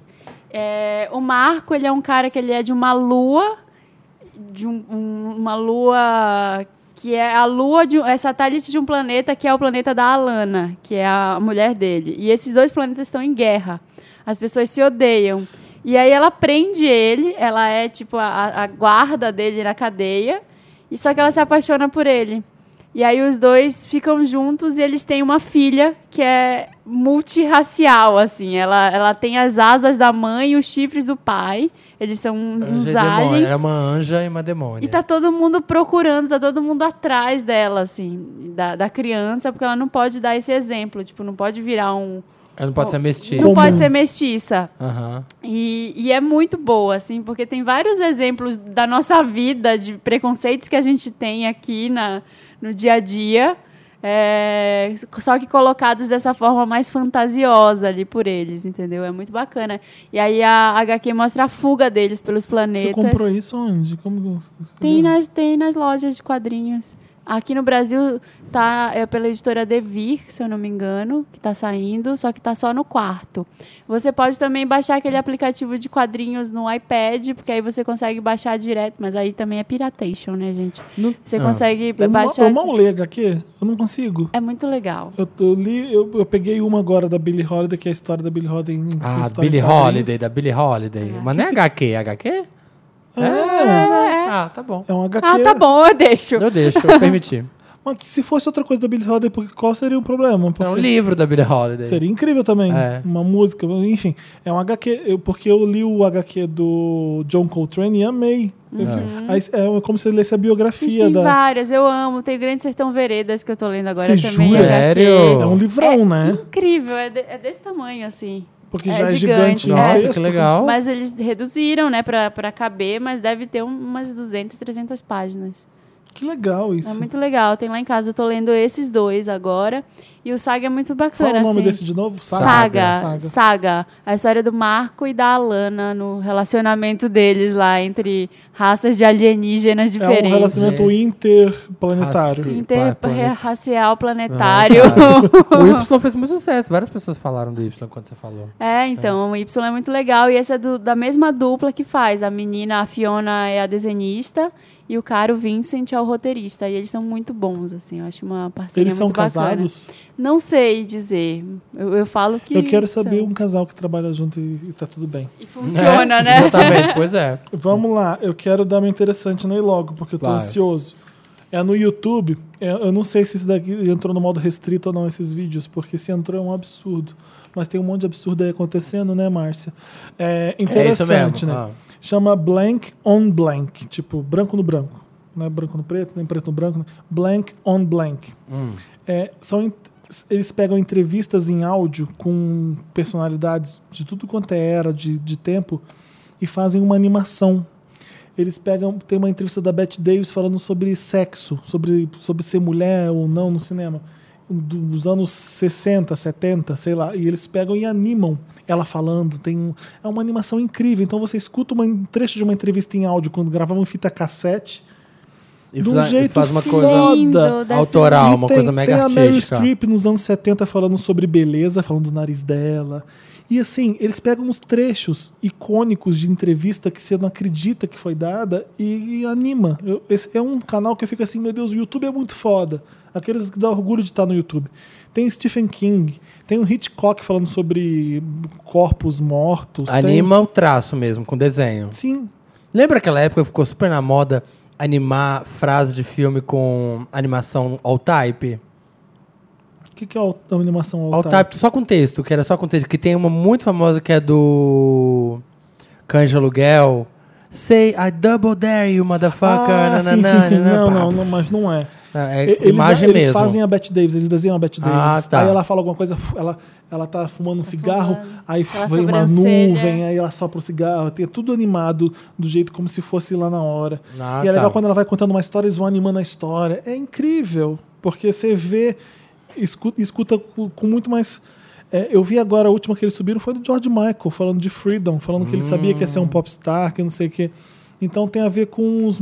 Speaker 2: É, o Marco, ele é um cara que ele é de uma lua, de um- um- uma lua que é a lua de um- é satélite de um planeta que é o planeta da Alana, que é a mulher dele. E esses dois planetas estão em guerra. As pessoas se odeiam. E aí ela prende ele, ela é tipo a- a, a guarda dele na cadeia, e só que ela se apaixona por ele. E aí os dois ficam juntos e eles têm uma filha que é multirracial, assim. Ela, ela tem as asas da mãe e os chifres do pai. Eles são uns
Speaker 3: Anja e é demônio. né?
Speaker 2: aliens.
Speaker 3: Era uma anja e uma demônia.
Speaker 2: E tá todo mundo procurando, tá todo mundo atrás dela, assim, da, da criança, porque ela não pode dar esse exemplo. Tipo, não pode virar um.
Speaker 3: Ela não pode ser mestiça.
Speaker 2: Não pode ser mestiça.
Speaker 3: Aham.
Speaker 2: E, e é muito boa, assim, porque tem vários exemplos da nossa vida, de preconceitos que a gente tem aqui na, no dia a dia, é, só que colocados dessa forma mais fantasiosa ali por eles, entendeu? É muito bacana. E aí a HQ mostra a fuga deles pelos
Speaker 1: Você
Speaker 2: planetas.
Speaker 1: comprou isso onde? Como você
Speaker 2: Tem
Speaker 1: viu?
Speaker 2: nas, tem nas lojas de quadrinhos. Aqui no Brasil tá é pela editora Devir, se eu não me engano, que tá saindo, só que tá só no quarto. Você pode também baixar aquele aplicativo de quadrinhos no iPad, porque aí você consegue baixar direto, mas aí também é piratation, né, gente? Você consegue
Speaker 1: Eu, Ah. ma-
Speaker 2: baixar.
Speaker 1: eu mal leio HQ, eu não consigo.
Speaker 2: É muito legal.
Speaker 1: Eu, eu li, eu, eu peguei uma agora da Billie Holiday, que é a história da Billie Holiday. em- em
Speaker 3: Ah,
Speaker 1: história
Speaker 3: Billie
Speaker 1: em quadrinhos.
Speaker 3: Holiday, da Billie Holiday. Mas não é HQ, HQ? É. Ah, tá bom.
Speaker 1: É um HQ. é
Speaker 2: Ah, tá bom, eu deixo.
Speaker 3: Eu deixo, eu permiti. É um
Speaker 1: Mas que se fosse outra coisa da Billie Holiday, porque qual seria o problema?
Speaker 3: É um
Speaker 1: Porque-
Speaker 3: livro da Billie Holiday.
Speaker 1: Seria incrível também.
Speaker 3: É.
Speaker 1: Uma música, enfim. É um HQ, eu- porque eu li o HQ do John Coltrane e amei. Eu
Speaker 3: Uhum.
Speaker 1: fi- aí é como se ele lesse a
Speaker 2: A gente
Speaker 1: biografia
Speaker 2: tem
Speaker 1: da.
Speaker 2: várias, eu amo. Tem o Grande Sertão Veredas que eu tô lendo agora
Speaker 1: Você
Speaker 2: também.
Speaker 1: jura?
Speaker 2: HQ.
Speaker 3: Sério?
Speaker 1: É um livrão, né?
Speaker 2: Incrível, é, de- é desse tamanho, assim.
Speaker 1: Porque
Speaker 2: é
Speaker 1: já é
Speaker 2: gigante,
Speaker 1: gigante.
Speaker 2: né?
Speaker 1: no
Speaker 2: Nossa, que
Speaker 1: texto.
Speaker 3: legal.
Speaker 2: Mas eles reduziram, né, pra, pra caber, mas deve ter um- umas 200, 300 páginas.
Speaker 1: Que legal isso.
Speaker 2: É muito legal, tem lá em casa, eu tô lendo esses dois agora. E o Saga é muito
Speaker 1: Qual
Speaker 2: bacana,
Speaker 1: é o nome
Speaker 2: assim.
Speaker 1: desse de novo?
Speaker 2: Saga,
Speaker 1: Saga. É um
Speaker 2: saga, A história do Marco e da Alana no relacionamento deles lá entre raças de alienígenas
Speaker 1: É um
Speaker 2: diferentes.
Speaker 1: relacionamento interplanetário.
Speaker 3: Raci-
Speaker 2: Interracial planetário.
Speaker 3: Ah, tá. O Y fez muito sucesso. Várias pessoas falaram do Y quando você falou.
Speaker 2: É, então, o Y é muito legal. E esse é do- da mesma dupla que faz. A menina, a Fiona, é a desenhista. E o cara, o Vincent, é o roteirista. E eles são muito bons, assim. Eu acho uma parceria
Speaker 1: Eles são
Speaker 2: muito bacana.
Speaker 1: casados?
Speaker 2: Não sei dizer. Eu, eu falo que
Speaker 1: eu quero
Speaker 2: são.
Speaker 1: saber um casal que trabalha junto e, e tá tudo bem.
Speaker 2: E funciona, né?
Speaker 3: Exatamente, É, pois é.
Speaker 1: Vamos lá, eu quero dar uma interessante nele logo, porque eu tô
Speaker 3: Vai.
Speaker 1: ansioso. É no YouTube. É, eu não sei se isso daqui entrou no modo restrito ou não, esses vídeos, porque se entrou é um absurdo. Mas tem um monte de absurdo aí acontecendo, né, Márcia? É interessante,
Speaker 3: mesmo, Ah.
Speaker 1: né? Chama blank on blank, tipo branco no branco. Não é branco no preto, nem preto no branco. Né? Blank on blank. É, são, en- eles pegam entrevistas em áudio com personalidades de tudo quanto é era, de, de tempo, e fazem uma animação. Eles pegam. Tem uma entrevista da Bette Davis falando sobre sexo, sobre, sobre ser mulher ou não no cinema. do- Dos anos 60, 70, sei lá. E eles pegam e animam ela falando. Tem, um- é uma animação incrível. Então você escuta uma- um trecho de uma entrevista em áudio quando gravavam em fita cassete.
Speaker 3: E
Speaker 1: De um
Speaker 3: fa- e
Speaker 1: jeito
Speaker 3: faz uma coisa
Speaker 1: foda.
Speaker 2: Lindo,
Speaker 1: Foda.
Speaker 2: deve ser
Speaker 3: autoral,
Speaker 1: E
Speaker 3: uma
Speaker 1: tem-
Speaker 3: coisa mega
Speaker 1: tem a Mary
Speaker 3: artística.
Speaker 1: Streep nos anos 70 falando sobre beleza, falando do nariz dela. E assim, eles pegam uns trechos icônicos de entrevista que você não acredita que foi dada e, e anima. Eu- esse é um canal que eu fico assim, meu Deus, o YouTube é muito foda. Aqueles que dá orgulho de estar no YouTube. Tem Stephen King, tem um Hitchcock falando sobre corpos mortos. tem-
Speaker 3: Anima o traço mesmo, com desenho.
Speaker 1: Sim,
Speaker 3: Lembra aquela época que ficou super na moda animar frase de filme com animação all type?
Speaker 1: o que, que é a animação
Speaker 3: All
Speaker 1: altar?
Speaker 3: type só com texto, que era só com texto. Que tem uma muito famosa que é do Cães de Aluguel. Say I double dare you, motherfucker.
Speaker 1: Ah, sim,
Speaker 3: nananã,
Speaker 1: sim, sim.
Speaker 3: nananã,
Speaker 1: Não,
Speaker 3: pá.
Speaker 1: não, não, mas não é.
Speaker 3: É
Speaker 1: E- Eles,
Speaker 3: imagem
Speaker 1: eles
Speaker 3: mesmo.
Speaker 1: fazem a Bette Davis, eles desenham a Bette
Speaker 3: Ah,
Speaker 1: Davis.
Speaker 3: tá.
Speaker 1: Aí ela fala alguma coisa, ela, ela tá fumando um cigarro,
Speaker 2: fumando.
Speaker 1: aí
Speaker 2: Aquela
Speaker 1: vem uma
Speaker 2: sobrancelha.
Speaker 1: nuvem, aí ela sopra o cigarro, tem tudo animado do jeito como se fosse lá na hora.
Speaker 3: Ah,
Speaker 1: e é legal
Speaker 3: tá.
Speaker 1: quando ela vai contando uma história, eles vão animando a história. É incrível, porque você vê, escuta, escuta com, com muito mais. É, eu vi agora a última que eles subiram foi do George Michael, falando de Freedom, falando que ele sabia que ia
Speaker 3: Hum.
Speaker 1: ser um popstar, que não sei o quê. Então tem a ver com os,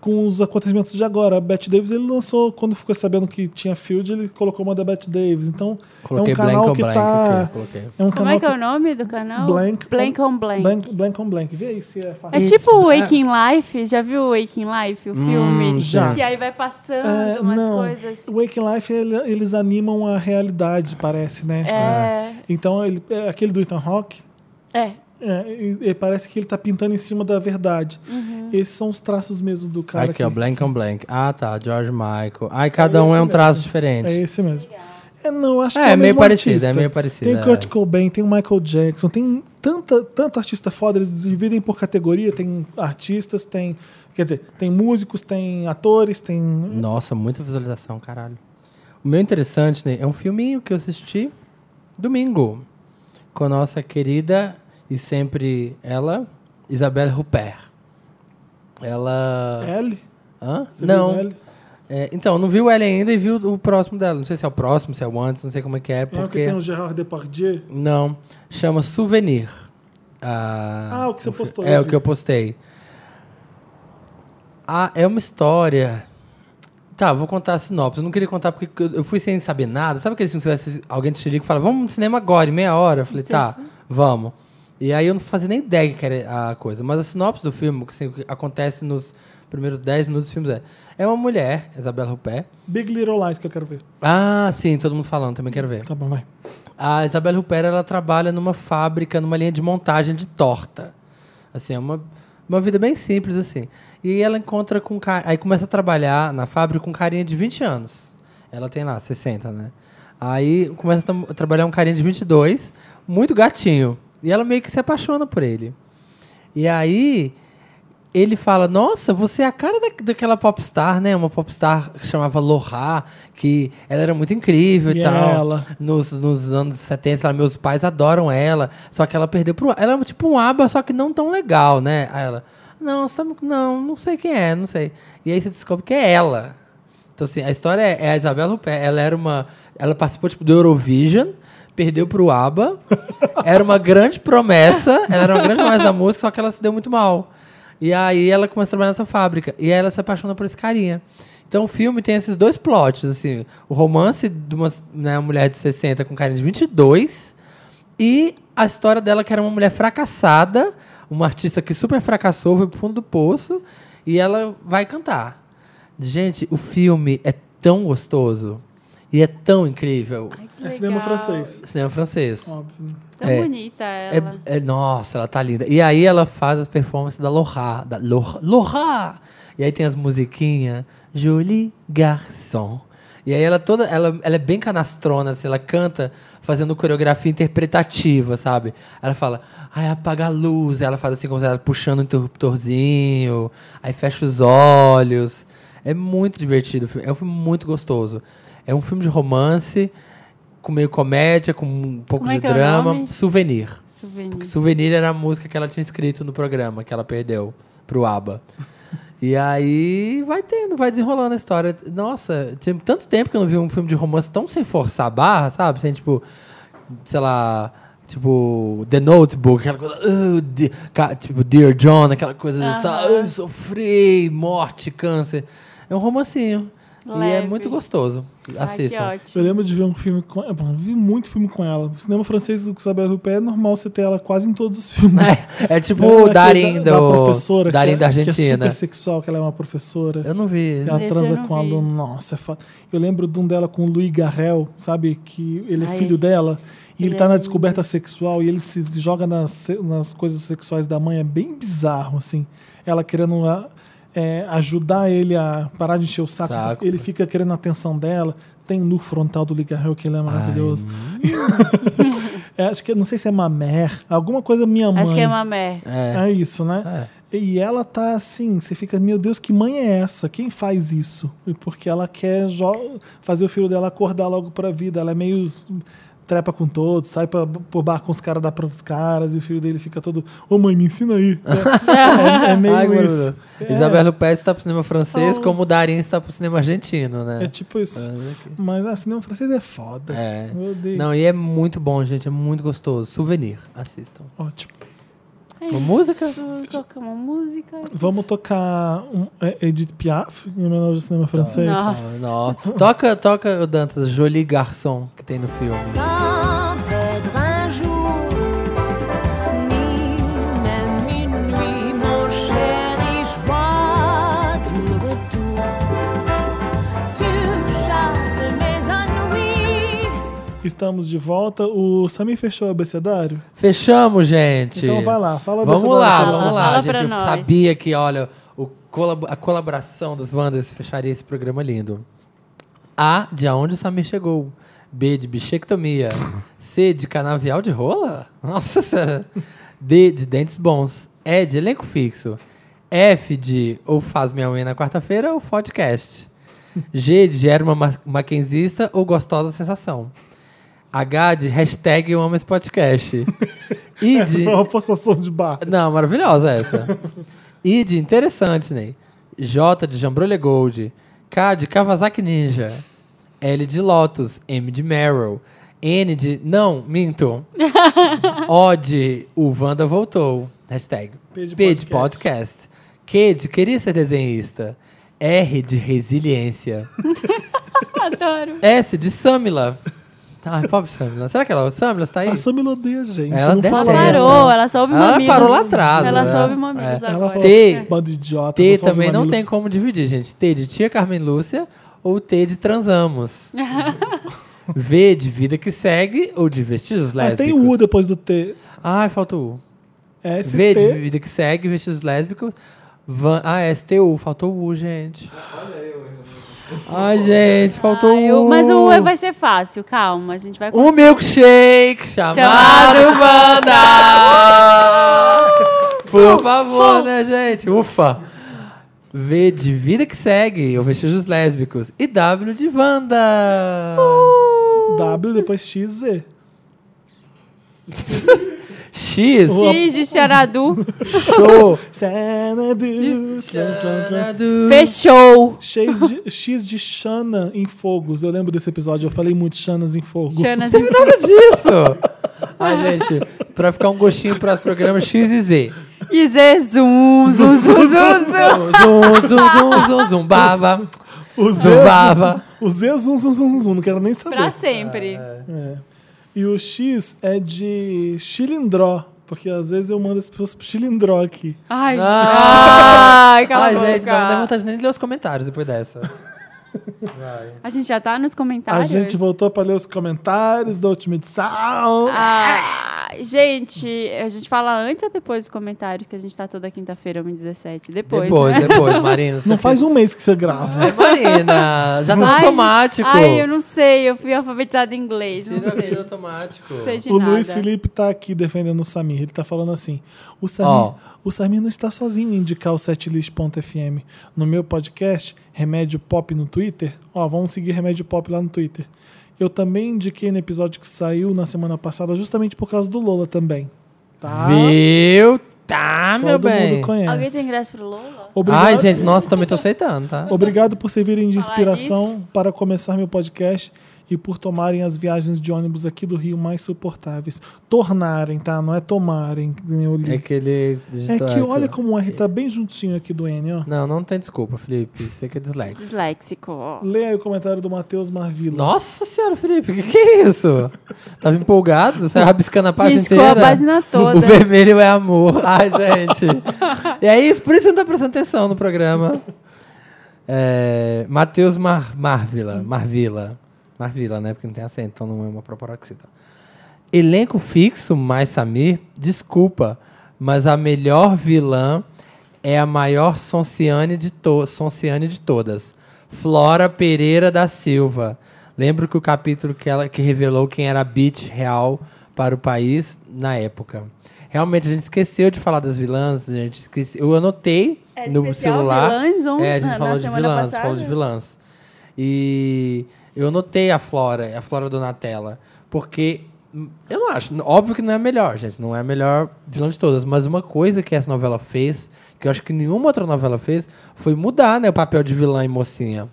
Speaker 1: com os acontecimentos de agora. A Bette Davis ele lançou, quando ficou sabendo que tinha Field, ele colocou uma da Bette Davis. Então é
Speaker 3: Coloquei
Speaker 1: um canal
Speaker 3: blank on
Speaker 1: que
Speaker 3: blank
Speaker 1: tá.
Speaker 3: aqui, coloquei.
Speaker 1: É um
Speaker 2: Como
Speaker 1: canal
Speaker 2: é que é o nome do canal?
Speaker 1: Blank-
Speaker 2: on Blank.
Speaker 1: Blank, blank on blank. Vê aí se é fácil.
Speaker 2: É tipo o Waking Life, já viu o Waking Life, o filme?
Speaker 1: já.
Speaker 2: Que aí vai passando
Speaker 1: É,
Speaker 2: umas
Speaker 1: não,
Speaker 2: coisas.
Speaker 1: o Waking Life ele- eles animam a realidade, parece, né?
Speaker 2: É,
Speaker 1: Então ele, é aquele do Ethan Hawke,
Speaker 2: é.
Speaker 1: é, e- e parece que ele tá pintando em cima da verdade.
Speaker 2: Uhum.
Speaker 1: Esses são os traços mesmo do cara.
Speaker 3: Aqui, ó,
Speaker 1: que-
Speaker 3: Blank on Blank. Ah, tá, George Michael. Ai, cada um é um
Speaker 1: esse
Speaker 3: traço
Speaker 1: É
Speaker 3: diferente.
Speaker 1: esse mesmo. É, não, eu acho
Speaker 3: É,
Speaker 1: que é, o
Speaker 3: é meio
Speaker 1: mesmo
Speaker 3: parecido,
Speaker 1: artista.
Speaker 3: é meio parecido,
Speaker 1: Tem
Speaker 3: é.
Speaker 1: o Kurt Cobain, tem o Michael Jackson, tem tanta, tanto artista foda, eles dividem por categoria, tem artistas, tem. Quer dizer, tem músicos, tem atores, tem.
Speaker 3: Nossa, muita visualização, caralho. O meu interessante, né, é um filminho que eu assisti domingo com a nossa querida e sempre ela, Isabelle Rupert. Ela...
Speaker 1: L?
Speaker 3: Hã?
Speaker 1: É? Você
Speaker 3: não.
Speaker 1: viu L?
Speaker 3: É, então, não vi o L ainda e vi o, o próximo dela. Não sei se é o próximo, se é o antes, não sei como é que é.
Speaker 1: É o que
Speaker 3: Porque...
Speaker 1: tem o Gerard Depardieu.
Speaker 3: Não, chama Souvenir. Ah,
Speaker 1: Ah, o que você postou,
Speaker 3: É,
Speaker 1: eu
Speaker 3: o
Speaker 1: vi.
Speaker 3: que eu postei. Ah, é uma história. Tá, vou contar a sinopse. Eu não queria contar porque eu- eu fui sem saber nada. Sabe aquele filme que você vai assistir- alguém te chilica e fala, vamos no cinema agora, em meia hora? Eu falei, tá, vamos. E aí eu não fazia nem ideia que era a coisa. Mas a sinopse do filme, assim, o que acontece nos primeiros 10 minutos do filme é... É uma mulher, Isabela Rupé.
Speaker 1: Big Little Lies que eu quero ver.
Speaker 3: Ah, sim, todo mundo falando, também quero ver.
Speaker 1: Tá bom, vai.
Speaker 3: A Isabelle Rupert, ela trabalha numa fábrica, numa linha de montagem de torta. Assim, é uma, uma vida bem simples, assim. E ela encontra com um cara. Aí começa a trabalhar na fábrica com um carinha de 20 anos. Ela tem lá 60, né? Aí começa a tam- a trabalhar um carinha de 22, muito gatinho. E ela meio que se apaixona por ele. E aí ele fala: Nossa, você é a cara da, daquela popstar, né? Uma popstar que chamava Lohá, que ela era muito incrível e
Speaker 1: E
Speaker 3: tal.
Speaker 1: ela?
Speaker 3: Nos, nos anos 70, ela- meus pais adoram ela. Só que ela perdeu pro. Ela é tipo um aba, só que não tão legal, né? Aí ela: Não, sabe- não, não sei quem é, não sei. E aí você descobre que é ela. Então, assim, a história é, é a Isabela Rupé. Ela era uma. Ela participou tipo, do Eurovision, perdeu pro ABBA. era uma grande promessa. Ela era uma grande promessa da música, só que ela se deu muito mal. E aí ela começa a trabalhar nessa fábrica. E aí ela se apaixona por esse carinha. Então o filme tem esses dois plots, assim. O romance de uma né, mulher de 60 com carinha de 22. E a história dela, que era uma mulher fracassada, uma artista que super fracassou, foi pro fundo do poço, e ela vai cantar. Gente, o filme é tão gostoso e é tão incrível.
Speaker 2: Ai, que
Speaker 1: É cinema
Speaker 2: legal.
Speaker 1: francês.
Speaker 3: Cinema francês.
Speaker 1: Óbvio.
Speaker 2: Tão
Speaker 3: É.
Speaker 2: bonita ela.
Speaker 3: É- é- nossa, ela tá linda. E aí ela faz as performances da Lohá. Da Lo- Lohá! E aí tem as musiquinhas. Jolie Garçon. E aí ela toda. Ela, ela é bem canastrona, assim, ela canta fazendo coreografia interpretativa, sabe? Ela fala, ai, apaga a luz. Ela faz assim, como se ela puxando o interruptorzinho. Aí fecha os olhos. É muito divertido o filme. É um filme muito gostoso. É um filme de romance, com meio comédia, com um pouco
Speaker 2: Como é
Speaker 3: de
Speaker 2: que é o
Speaker 3: drama.
Speaker 2: nome?
Speaker 3: Souvenir.
Speaker 2: Souvenir.
Speaker 3: Porque Souvenir era a música que ela tinha escrito no programa, que ela perdeu pro ABBA. E aí vai tendo, vai desenrolando a história. Nossa, tinha tanto tempo que eu não vi um filme de romance tão sem forçar a barra, sabe? Sem tipo, sei lá, tipo The Notebook, aquela coisa, "Ah, de- ca- tipo Dear John, aquela coisa, de só, "Ah, eu sofri, morte, câncer. É um romancinho. E é
Speaker 2: Leve.
Speaker 3: muito gostoso. Assistam.
Speaker 2: Ai, que ótimo.
Speaker 1: Eu lembro de ver um filme com ela. Bom, vi muito filme com ela. O cinema francês do Isabel Rupé é normal você ter ela quase em todos os filmes.
Speaker 3: É, é tipo
Speaker 1: Lembra
Speaker 3: o
Speaker 1: daquele
Speaker 3: Darin
Speaker 1: da, da
Speaker 3: do,
Speaker 1: professora,
Speaker 3: Darin
Speaker 1: que,
Speaker 3: da
Speaker 1: é- Que é
Speaker 3: Argentina.
Speaker 1: super sexual, que ela é uma professora.
Speaker 3: Eu não vi.
Speaker 1: Que Ela
Speaker 2: Esse eu
Speaker 1: transa
Speaker 2: não
Speaker 1: com
Speaker 2: vi.
Speaker 1: aluno. Nossa, é foda. Eu lembro de um dela com o Luiz Garrel, sabe? Que ele é
Speaker 2: Ai.
Speaker 1: filho dela. E ele,
Speaker 2: Ele
Speaker 1: tá
Speaker 2: é
Speaker 1: na
Speaker 2: lindo.
Speaker 1: descoberta sexual e ele se joga nas, se- nas coisas sexuais da mãe. É bem bizarro, assim. Ela querendo ah, é, ajudar ele a parar de encher o saco.
Speaker 3: Saco.
Speaker 1: Ele fica querendo a atenção dela. Tem no frontal do Ligarrel que ele é maravilhoso. É, acho que não sei se é Mamer, alguma coisa minha mãe.
Speaker 2: Acho que é uma mer.
Speaker 1: É, isso, né? E ela tá assim, você fica, meu Deus, que mãe é essa? Quem faz isso? E Porque ela quer jo- fazer o filho dela acordar logo pra vida. Ela é meio s- trepa com todos, sai pra, pro bar com os caras, dá pros caras, e o filho dele fica todo, ô mãe, me ensina aí. É, é- é meio
Speaker 3: Ai, que
Speaker 1: isso.
Speaker 3: maravilhoso.
Speaker 1: É,
Speaker 3: Isabel Lupé está tá pro cinema francês, como o Darin está pro cinema argentino,
Speaker 1: é
Speaker 3: né?
Speaker 1: tipo isso. Mas ah, cinema francês é foda.
Speaker 3: É.
Speaker 1: Meu Deus.
Speaker 3: Não, e é muito bom, gente. É muito gostoso. Souvenir, assistam.
Speaker 1: Ótimo.
Speaker 2: É
Speaker 3: Uma
Speaker 2: isso.
Speaker 3: música?
Speaker 2: Toca uma música.
Speaker 1: Vamos tocar um, é, Edith Piaf, em homenagem ao cinema francês.
Speaker 2: Nossa.
Speaker 3: Não, toca, toca o Dantas, Jolie Garçon, que tem no filme.
Speaker 9: Sans perdre un jour, ni même une nuit, mon chéri, joie du retour. Tu chasses mes ennuis.
Speaker 1: Estamos de volta. O Samir fechou o abecedário?
Speaker 3: Fechamos, gente.
Speaker 1: Então vai lá, fala o
Speaker 3: Vamos
Speaker 1: abecedário
Speaker 3: lá,
Speaker 1: pra
Speaker 3: vamos
Speaker 1: nós.
Speaker 3: lá,
Speaker 2: Fala pra
Speaker 3: gente. Eu
Speaker 2: nós.
Speaker 3: sabia que, olha, o colab- a colaboração dos Wanders fecharia esse programa lindo. A, de aonde o Samir chegou. B, de bichectomia. C, de canavial de rola? Nossa senhora. D, de dentes bons. E, de elenco fixo. F, de ou faz minha unha na quarta-feira ou podcast. G, de gera uma ma- maquinzista ou gostosa sensação. H, de hashtag eu amo esse podcast. I,
Speaker 1: Essa
Speaker 3: de...
Speaker 1: foi uma forçação de barra.
Speaker 3: Não, maravilhosa essa. I de interessante, Ney. J de Jambrolha Gold. K de Kawasaki Ninja. L de Lotus. M de Meryl. N de. Não, minto. o de O Wanda Voltou. Hashtag.
Speaker 1: P de
Speaker 3: P de podcast. Q de Queria Ser Desenhista. R de Resiliência.
Speaker 2: Adoro.
Speaker 3: S de Samila. Ai, pobre Samila. Será que ela. Samila, você tá aí?
Speaker 1: é A Sam odeia, gente.
Speaker 3: Ela
Speaker 1: não
Speaker 3: deve-
Speaker 1: fala
Speaker 2: Ela
Speaker 3: Ela
Speaker 2: parou, ela só ouve
Speaker 3: Ela
Speaker 2: mamilos.
Speaker 3: parou lá atrás,
Speaker 2: Ela
Speaker 3: né?
Speaker 2: só ouve mamilos
Speaker 3: É.
Speaker 1: Ela
Speaker 2: agora.
Speaker 1: fala, assim,
Speaker 3: T.
Speaker 1: bando de idiota.
Speaker 3: T
Speaker 1: só ouve
Speaker 3: também não
Speaker 1: mamilos."
Speaker 3: tem como dividir, gente. T de tia Carmen Lúcia ou T de transamos. v de vida que segue ou de vestígios
Speaker 1: Mas
Speaker 3: lésbicos.
Speaker 1: Ah, tem o U depois do T.
Speaker 3: Ai, falta o U.
Speaker 1: É esse
Speaker 3: v de
Speaker 1: T.
Speaker 3: vida que segue, vestígios lésbicos. Van... Ah, é STU. Faltou o U, gente. Ai, gente, faltou
Speaker 2: Ah,
Speaker 3: o
Speaker 2: eu-
Speaker 3: U.
Speaker 2: mas o vai ser fácil, calma. A gente vai
Speaker 3: Um milkshake chamado
Speaker 2: Assim. Chamado
Speaker 3: Wanda! Por favor, né, gente? Ufa! V de vida que segue, ou vestígios lésbicos. E W de Wanda!
Speaker 1: W depois XZ.
Speaker 3: X,
Speaker 2: X de Xaradu.
Speaker 3: show!
Speaker 1: Xanadu, tlan, tlan, tlan.
Speaker 2: Fechou.
Speaker 1: X de, X de Xana em fogos. Eu lembro desse episódio, eu falei muito Xanas em fogo.
Speaker 2: Xanas
Speaker 3: Nada disso! Ai, gente, pra ficar um gostinho para os programas X e Z.
Speaker 2: e Z. Zum, zum, zum, zum, zum.
Speaker 3: Zum, zum, zum, zum, zum, baba.
Speaker 1: O Z,
Speaker 3: Zumbava.
Speaker 1: o Z zum, zum, zum, zum, zum, não quero nem saber.
Speaker 2: Pra sempre.
Speaker 3: É.
Speaker 1: E o X é de chilindró, porque às vezes eu mando as pessoas pro chilindró aqui.
Speaker 2: Ai,
Speaker 3: Ah!
Speaker 2: ai, cala
Speaker 3: Ai,
Speaker 2: a boca.
Speaker 3: gente, não dá vontade nem de ler os comentários depois dessa.
Speaker 2: A gente já tá nos
Speaker 1: A
Speaker 2: comentários.
Speaker 1: gente voltou pra ler os comentários da última edição.
Speaker 2: Ah, gente, a gente fala antes ou depois dos comentários que a gente tá toda quinta-feira, 1h17? Depois.
Speaker 3: Depois, é
Speaker 2: né?
Speaker 3: depois, Marina.
Speaker 1: não
Speaker 3: você
Speaker 1: faz um mês que você
Speaker 2: Ah,
Speaker 1: grava.
Speaker 3: É, Marina, já tá no
Speaker 2: Ai,
Speaker 3: automático.
Speaker 2: Ai, eu não sei, eu fui alfabetizada em inglês, não sei. Não
Speaker 3: automático.
Speaker 2: sei de
Speaker 1: O
Speaker 2: nada.
Speaker 1: Luiz Felipe tá aqui defendendo o Samir. Ele tá falando assim: o Samir,
Speaker 3: Ó.
Speaker 1: o Samir não está sozinho em indicar o setlist.fm. No meu podcast, Remédio Pop no Twitter, ó, vamos seguir Remédio Pop lá no Twitter. Eu também indiquei no episódio que saiu na semana passada, justamente por causa do Lola também. Tá?
Speaker 3: Viu? Tá, meu
Speaker 1: Todo
Speaker 3: bem.
Speaker 1: mundo conhece.
Speaker 2: Alguém tem ingresso pro Lola?
Speaker 1: Obrigado,
Speaker 3: Ai, gente, nossa, também tô aceitando, tá?
Speaker 1: obrigado por servirem de
Speaker 2: Falar
Speaker 1: inspiração para começar meu podcast e por tomarem as viagens de ônibus aqui do Rio mais suportáveis. Tornarem, tá? Não é tomarem, que nem eu li.
Speaker 3: É que ele.
Speaker 1: É
Speaker 3: digitou-
Speaker 1: que olha
Speaker 3: aqui, ó.
Speaker 1: como o R tá bem juntinho aqui do N, ó.
Speaker 3: Não, não tem desculpa, Felipe. Você que é dislike.
Speaker 2: Disléxico. ó.
Speaker 1: Lê aí o comentário do Matheus Marvila.
Speaker 3: Nossa senhora, Felipe, o que, que é isso? Tava empolgado? Saiu rabiscando a página
Speaker 2: Riscou
Speaker 3: inteira?
Speaker 2: a página toda.
Speaker 3: O vermelho é amor. Ai, gente. e é isso, por isso eu não tá prestando atenção no programa. É, Matheus Mar Marvila. Marvila. Marvila, né? Porque não tem acento, então não é uma proparoxita. Elenco fixo, mais Samir, desculpa, mas a melhor vilã é a maior Sonciane de, to Sonciane de todas. Flora Pereira da Silva. Lembro que o capítulo que ela que revelou quem era a Beat real para o país na época. Realmente, a gente esqueceu de falar das vilãs, a gente esqueceu. Eu anotei
Speaker 2: Era
Speaker 3: no
Speaker 2: especial
Speaker 3: celular.
Speaker 2: vilãs on-
Speaker 3: é, a gente
Speaker 2: na- na
Speaker 3: falou de
Speaker 2: semana
Speaker 3: vilãs,
Speaker 2: passada?
Speaker 3: falou de vilãs. E eu anotei a Flora, a Flora Donatella, porque hum, eu não acho, óbvio que não é a melhor, gente, não é a melhor vilã de todas, mas uma coisa que essa novela fez, que eu acho que nenhuma outra novela fez, foi mudar, né, o papel de vilã e mocinha.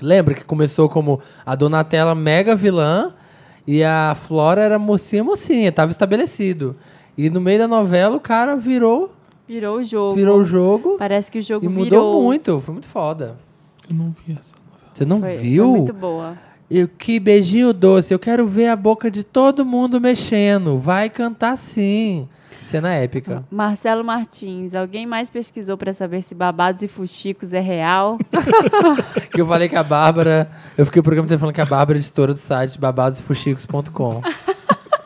Speaker 3: Lembra que começou como a Donatella mega vilã e a Flora era mocinha mocinha, tava estabelecido. E no meio da novela o cara virou,
Speaker 2: Virou o jogo.
Speaker 3: virou o jogo
Speaker 2: Parece que o jogo
Speaker 3: e mudou
Speaker 2: virou.
Speaker 3: muito, foi muito foda.
Speaker 1: Eu não vi essa.
Speaker 3: Você não
Speaker 2: Foi, foi
Speaker 3: viu?
Speaker 2: muito boa.
Speaker 3: Eu, que beijinho doce, eu quero ver a boca de todo mundo mexendo. Vai cantar sim. Cena épica.
Speaker 2: Marcelo Martins, alguém mais pesquisou pra saber se babados e fuxicos é real?
Speaker 3: que eu falei que a Bárbara. Eu fiquei o programa inteiro falando que a Bárbara é editora do site babadosfuxicos.com.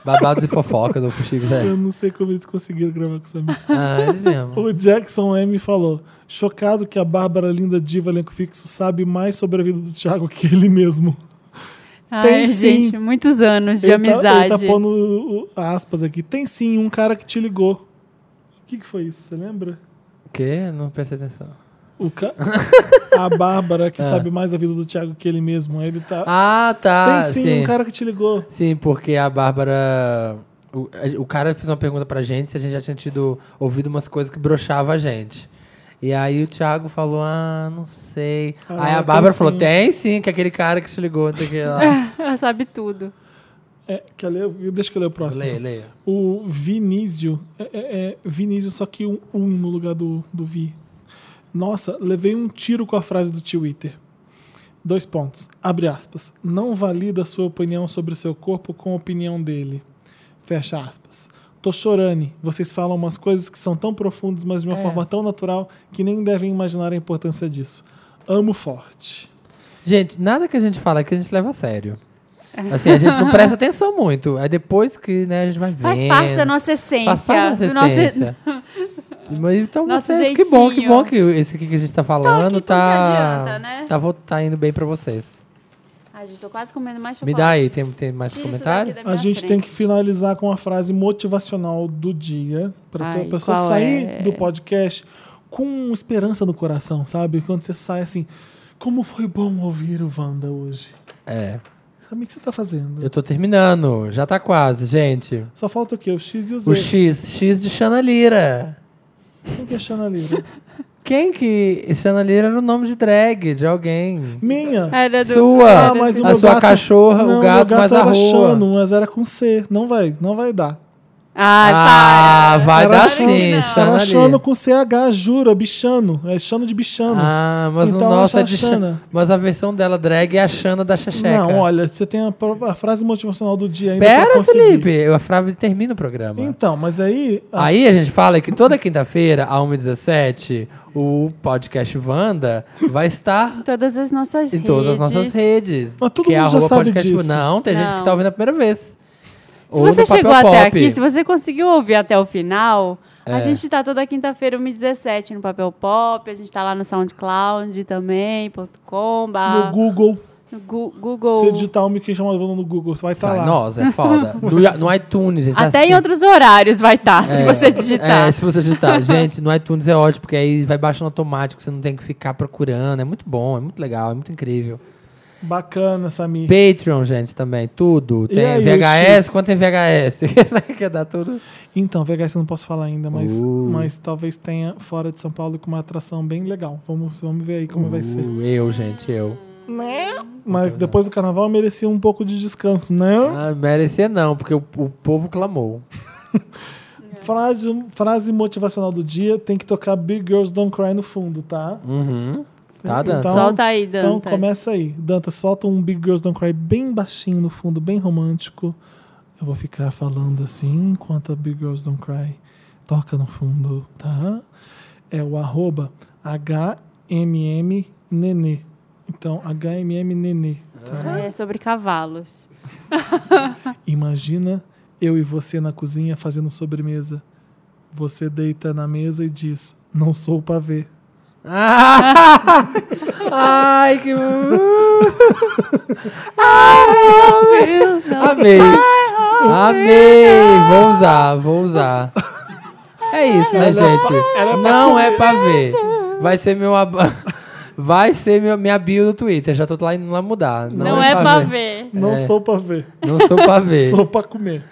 Speaker 3: Babados e fofocas ou fuxicos,
Speaker 1: Eu
Speaker 3: é.
Speaker 1: não sei como eles conseguiram gravar com essa amiga.
Speaker 3: Ah, eles mesmo.
Speaker 1: O Jackson M falou: chocado que a Bárbara Linda Diva Elenco Fixo sabe mais sobre a vida do Thiago que ele mesmo.
Speaker 2: Ai,
Speaker 1: sim.
Speaker 2: gente, muitos anos de
Speaker 1: ele Tá,
Speaker 2: amizade.
Speaker 1: ele tá pondo o- o- aspas aqui. Tem sim um cara que te ligou. O que, que foi isso? Você lembra?
Speaker 3: Que? Não prestei atenção.
Speaker 1: O ca... a Bárbara
Speaker 3: É.
Speaker 1: que sabe mais da vida do Thiago que ele mesmo. Ele tá.
Speaker 3: Ah, tá.
Speaker 1: Tem sim,
Speaker 3: sim.
Speaker 1: um cara que te ligou.
Speaker 3: Sim, porque a Bárbara. O, a- o cara fez uma pergunta pra gente se a gente já tinha tido ouvido umas coisas que broxava a gente. E aí o Thiago falou, ah, não sei.
Speaker 1: Ah,
Speaker 3: aí a
Speaker 1: tem
Speaker 3: Bárbara
Speaker 1: sim.
Speaker 3: falou, tem sim, que é aquele cara que te ligou, não sei o que lá.
Speaker 2: Ela sabe tudo.
Speaker 1: É, quer ler? Deixa que eu ler o próximo. então.
Speaker 3: leia, leia.
Speaker 1: O Vinísio. É, é, é Vinísio, só que um, um no lugar do, do Vi. Nossa, levei um tiro com a frase do Twitter. Dois pontos. Abre aspas. Não valida sua opinião sobre seu corpo com a opinião dele. Fecha aspas. Tô chorando. Vocês falam umas coisas que são tão profundas, mas de uma forma tão natural que nem devem imaginar a importância disso. Amo forte.
Speaker 3: Gente, nada que a gente fala aqui a gente leva a sério. Assim, a gente não presta atenção muito. É depois que né, a gente vai ver.
Speaker 2: Faz parte da nossa essência.
Speaker 3: Faz parte da
Speaker 2: do
Speaker 3: nossa
Speaker 2: nosso-
Speaker 3: essência. Mas então
Speaker 2: Nosso
Speaker 3: vocês, que
Speaker 2: jeitinho. Então,
Speaker 3: bom, que bom que esse aqui que a gente tá falando
Speaker 2: aqui porque
Speaker 3: tá.
Speaker 2: adianta, né?
Speaker 3: tá, vo- tá indo bem pra vocês.
Speaker 2: Ai, gente, tô quase comendo mais chocolate.
Speaker 3: Me dá aí, tem, tem mais
Speaker 2: Tira isso
Speaker 3: comentário?
Speaker 2: daqui da
Speaker 1: A
Speaker 2: minha
Speaker 1: gente
Speaker 2: É frente.
Speaker 1: tem que finalizar com a frase motivacional do dia, para
Speaker 2: Ai,
Speaker 1: a pessoa
Speaker 2: qual
Speaker 1: sair
Speaker 2: é?
Speaker 1: do podcast com esperança no coração, sabe? Quando você sai assim, como foi bom ouvir o Wanda hoje.
Speaker 3: É.
Speaker 1: Sabe o que você tá fazendo?
Speaker 3: Eu tô terminando, já tá quase, gente.
Speaker 1: Só falta o quê? O X e o Z.
Speaker 3: O X, X de Xana Lira.
Speaker 1: Quem que é Xana Lira?
Speaker 3: Quem que. Xana Lira era o nome de drag de alguém.
Speaker 1: Minha.
Speaker 2: Era do...
Speaker 3: Sua.
Speaker 1: Ah, mas o
Speaker 3: a
Speaker 1: meu
Speaker 3: sua
Speaker 1: gato-
Speaker 3: cachorra, o
Speaker 1: Não,
Speaker 3: gato,
Speaker 1: meu
Speaker 3: mas a
Speaker 1: era
Speaker 3: rua.
Speaker 1: Xano, mas era com C. Não vai, não vai dar.
Speaker 2: Ah,
Speaker 3: Ah, vai
Speaker 1: Era
Speaker 3: dar
Speaker 1: Xano.
Speaker 3: sim, Xana
Speaker 1: Era
Speaker 3: Lira.
Speaker 1: Xano com CH, jura, bichano. É Xano de bichano.
Speaker 3: Ah, mas
Speaker 1: Então,
Speaker 3: o nosso é de
Speaker 1: essa Xana.
Speaker 3: Xana. Mas a versão dela drag é a Xana da Xexeca.
Speaker 1: Não, olha, você tem a, pro- a frase motivacional do dia ainda. pra
Speaker 3: Pera,
Speaker 1: conseguir.
Speaker 3: Felipe, eu- a frase termina o programa.
Speaker 1: Então, mas aí. a-
Speaker 3: Aí a gente fala que toda quinta-feira, à 1h17, o podcast Wanda vai estar
Speaker 2: Em todas as nossas
Speaker 3: em
Speaker 2: redes.
Speaker 3: todas as nossas redes.
Speaker 1: Mas todo
Speaker 3: que é
Speaker 1: mundo já
Speaker 3: arroba
Speaker 1: sabe
Speaker 3: podcast-
Speaker 1: disso.
Speaker 3: Não, tem gente que
Speaker 2: Não.
Speaker 3: tá ouvindo a primeira vez.
Speaker 2: Se
Speaker 3: Ou
Speaker 2: você
Speaker 3: no Papel
Speaker 2: chegou até
Speaker 3: Pop.
Speaker 2: aqui, se você conseguiu ouvir até o final,
Speaker 3: É.
Speaker 2: a gente tá toda quinta-feira, 1h17, no Papel Pop, a gente tá lá no SoundCloud também, ponto .com, barra-
Speaker 3: ah,
Speaker 1: No Google,
Speaker 2: no Gu- Google,
Speaker 1: você digitar o Mickey chamado Wanda no Google, você vai estar
Speaker 3: oh. Sai,
Speaker 1: Tá lá.
Speaker 3: Nossa, é foda. No, no iTunes, gente.
Speaker 2: até
Speaker 3: assim-
Speaker 2: em outros horários vai estar, se você digitar.
Speaker 3: É,
Speaker 1: então,
Speaker 3: se você digitar. Gente, no iTunes é ótimo, porque aí vai baixando automático, você não tem que ficar procurando. É muito bom, é muito legal, é muito incrível.
Speaker 1: Bacana, Samir.
Speaker 3: Patreon, gente, também, tudo.
Speaker 1: E
Speaker 3: Tem
Speaker 1: aí, o X?
Speaker 3: VHS, quanto tem VHS? Será que quer dar tudo?
Speaker 1: Então, VHS eu não posso falar ainda, mas,
Speaker 3: Uh.
Speaker 1: mas talvez tenha fora de São Paulo com uma atração bem legal. Vamos, vamos ver aí como vai ser.
Speaker 3: Uh, Eu, gente, eu.
Speaker 1: Mas depois do carnaval eu merecia um pouco de descanso, né?
Speaker 3: Ah, merecia não, porque o, o povo clamou. É.
Speaker 1: Frase, frase motivacional do dia: tem que tocar Big Girls Don't Cry no fundo, tá?
Speaker 3: Uhum. Tá
Speaker 1: Então-
Speaker 3: dando.
Speaker 2: Solta aí,
Speaker 1: Então
Speaker 2: Dantas.
Speaker 1: começa aí. Danta, solta um Big Girls Don't Cry bem baixinho no fundo, bem romântico. Eu vou ficar falando assim enquanto a Big Girls Don't Cry toca no fundo, tá? É o arroba HMM Nenê. Então, HMM Nenê. Tá?
Speaker 2: É sobre cavalos.
Speaker 1: Imagina eu e você na cozinha fazendo sobremesa. Você deita na mesa e diz, não sou o pavê.
Speaker 3: Ah! Ai, que. Amei. Amei. Vou usar, vou usar. É isso, né, gente? Não é pra ver. Vai ser meu. ab- Vai ser meu- minha bio do Twitter. Já tô lá indo lá mudar. Não,
Speaker 2: Não, é pra ver.
Speaker 1: Não
Speaker 3: É.
Speaker 1: sou o pavê.
Speaker 3: Não sou pra ver.
Speaker 1: Sou pra comer.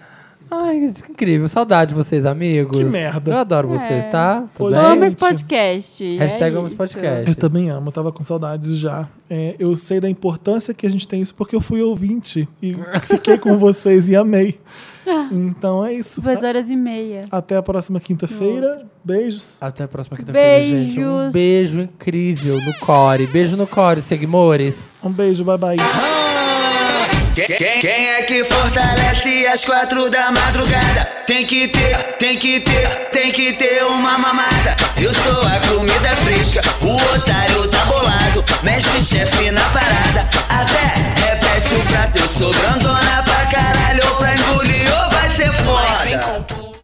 Speaker 3: Ai, isso que incrível. Saudade de vocês, amigos.
Speaker 1: Que merda.
Speaker 3: Eu adoro vocês, tá?
Speaker 1: Pois
Speaker 3: Tudo
Speaker 1: é.
Speaker 2: Amo
Speaker 3: bem?
Speaker 2: esse podcast.
Speaker 3: Hashtag
Speaker 2: é
Speaker 3: vamos
Speaker 2: isso.
Speaker 1: Eu
Speaker 3: podcast.
Speaker 1: também amo, eu tava com saudades já. É, eu sei da importância que a gente tem isso porque eu fui ouvinte e fiquei com vocês e amei. Então é isso.
Speaker 2: Duas horas e meia.
Speaker 1: Até a próxima quinta-feira. Beijos.
Speaker 3: Até a próxima quinta-feira, gente. Um
Speaker 2: Beijos.
Speaker 3: beijo incrível no core. Beijo no core, seguimores.
Speaker 1: Um beijo, bye bye.
Speaker 10: Quem, quem- quem é que fortalece às quatro da madrugada? Tem que ter, tem que ter, tem que ter uma mamada. Eu sou a comida fresca, o otário tá bolado. Mexe chefe na parada, até repete o prato. Eu sou grandona,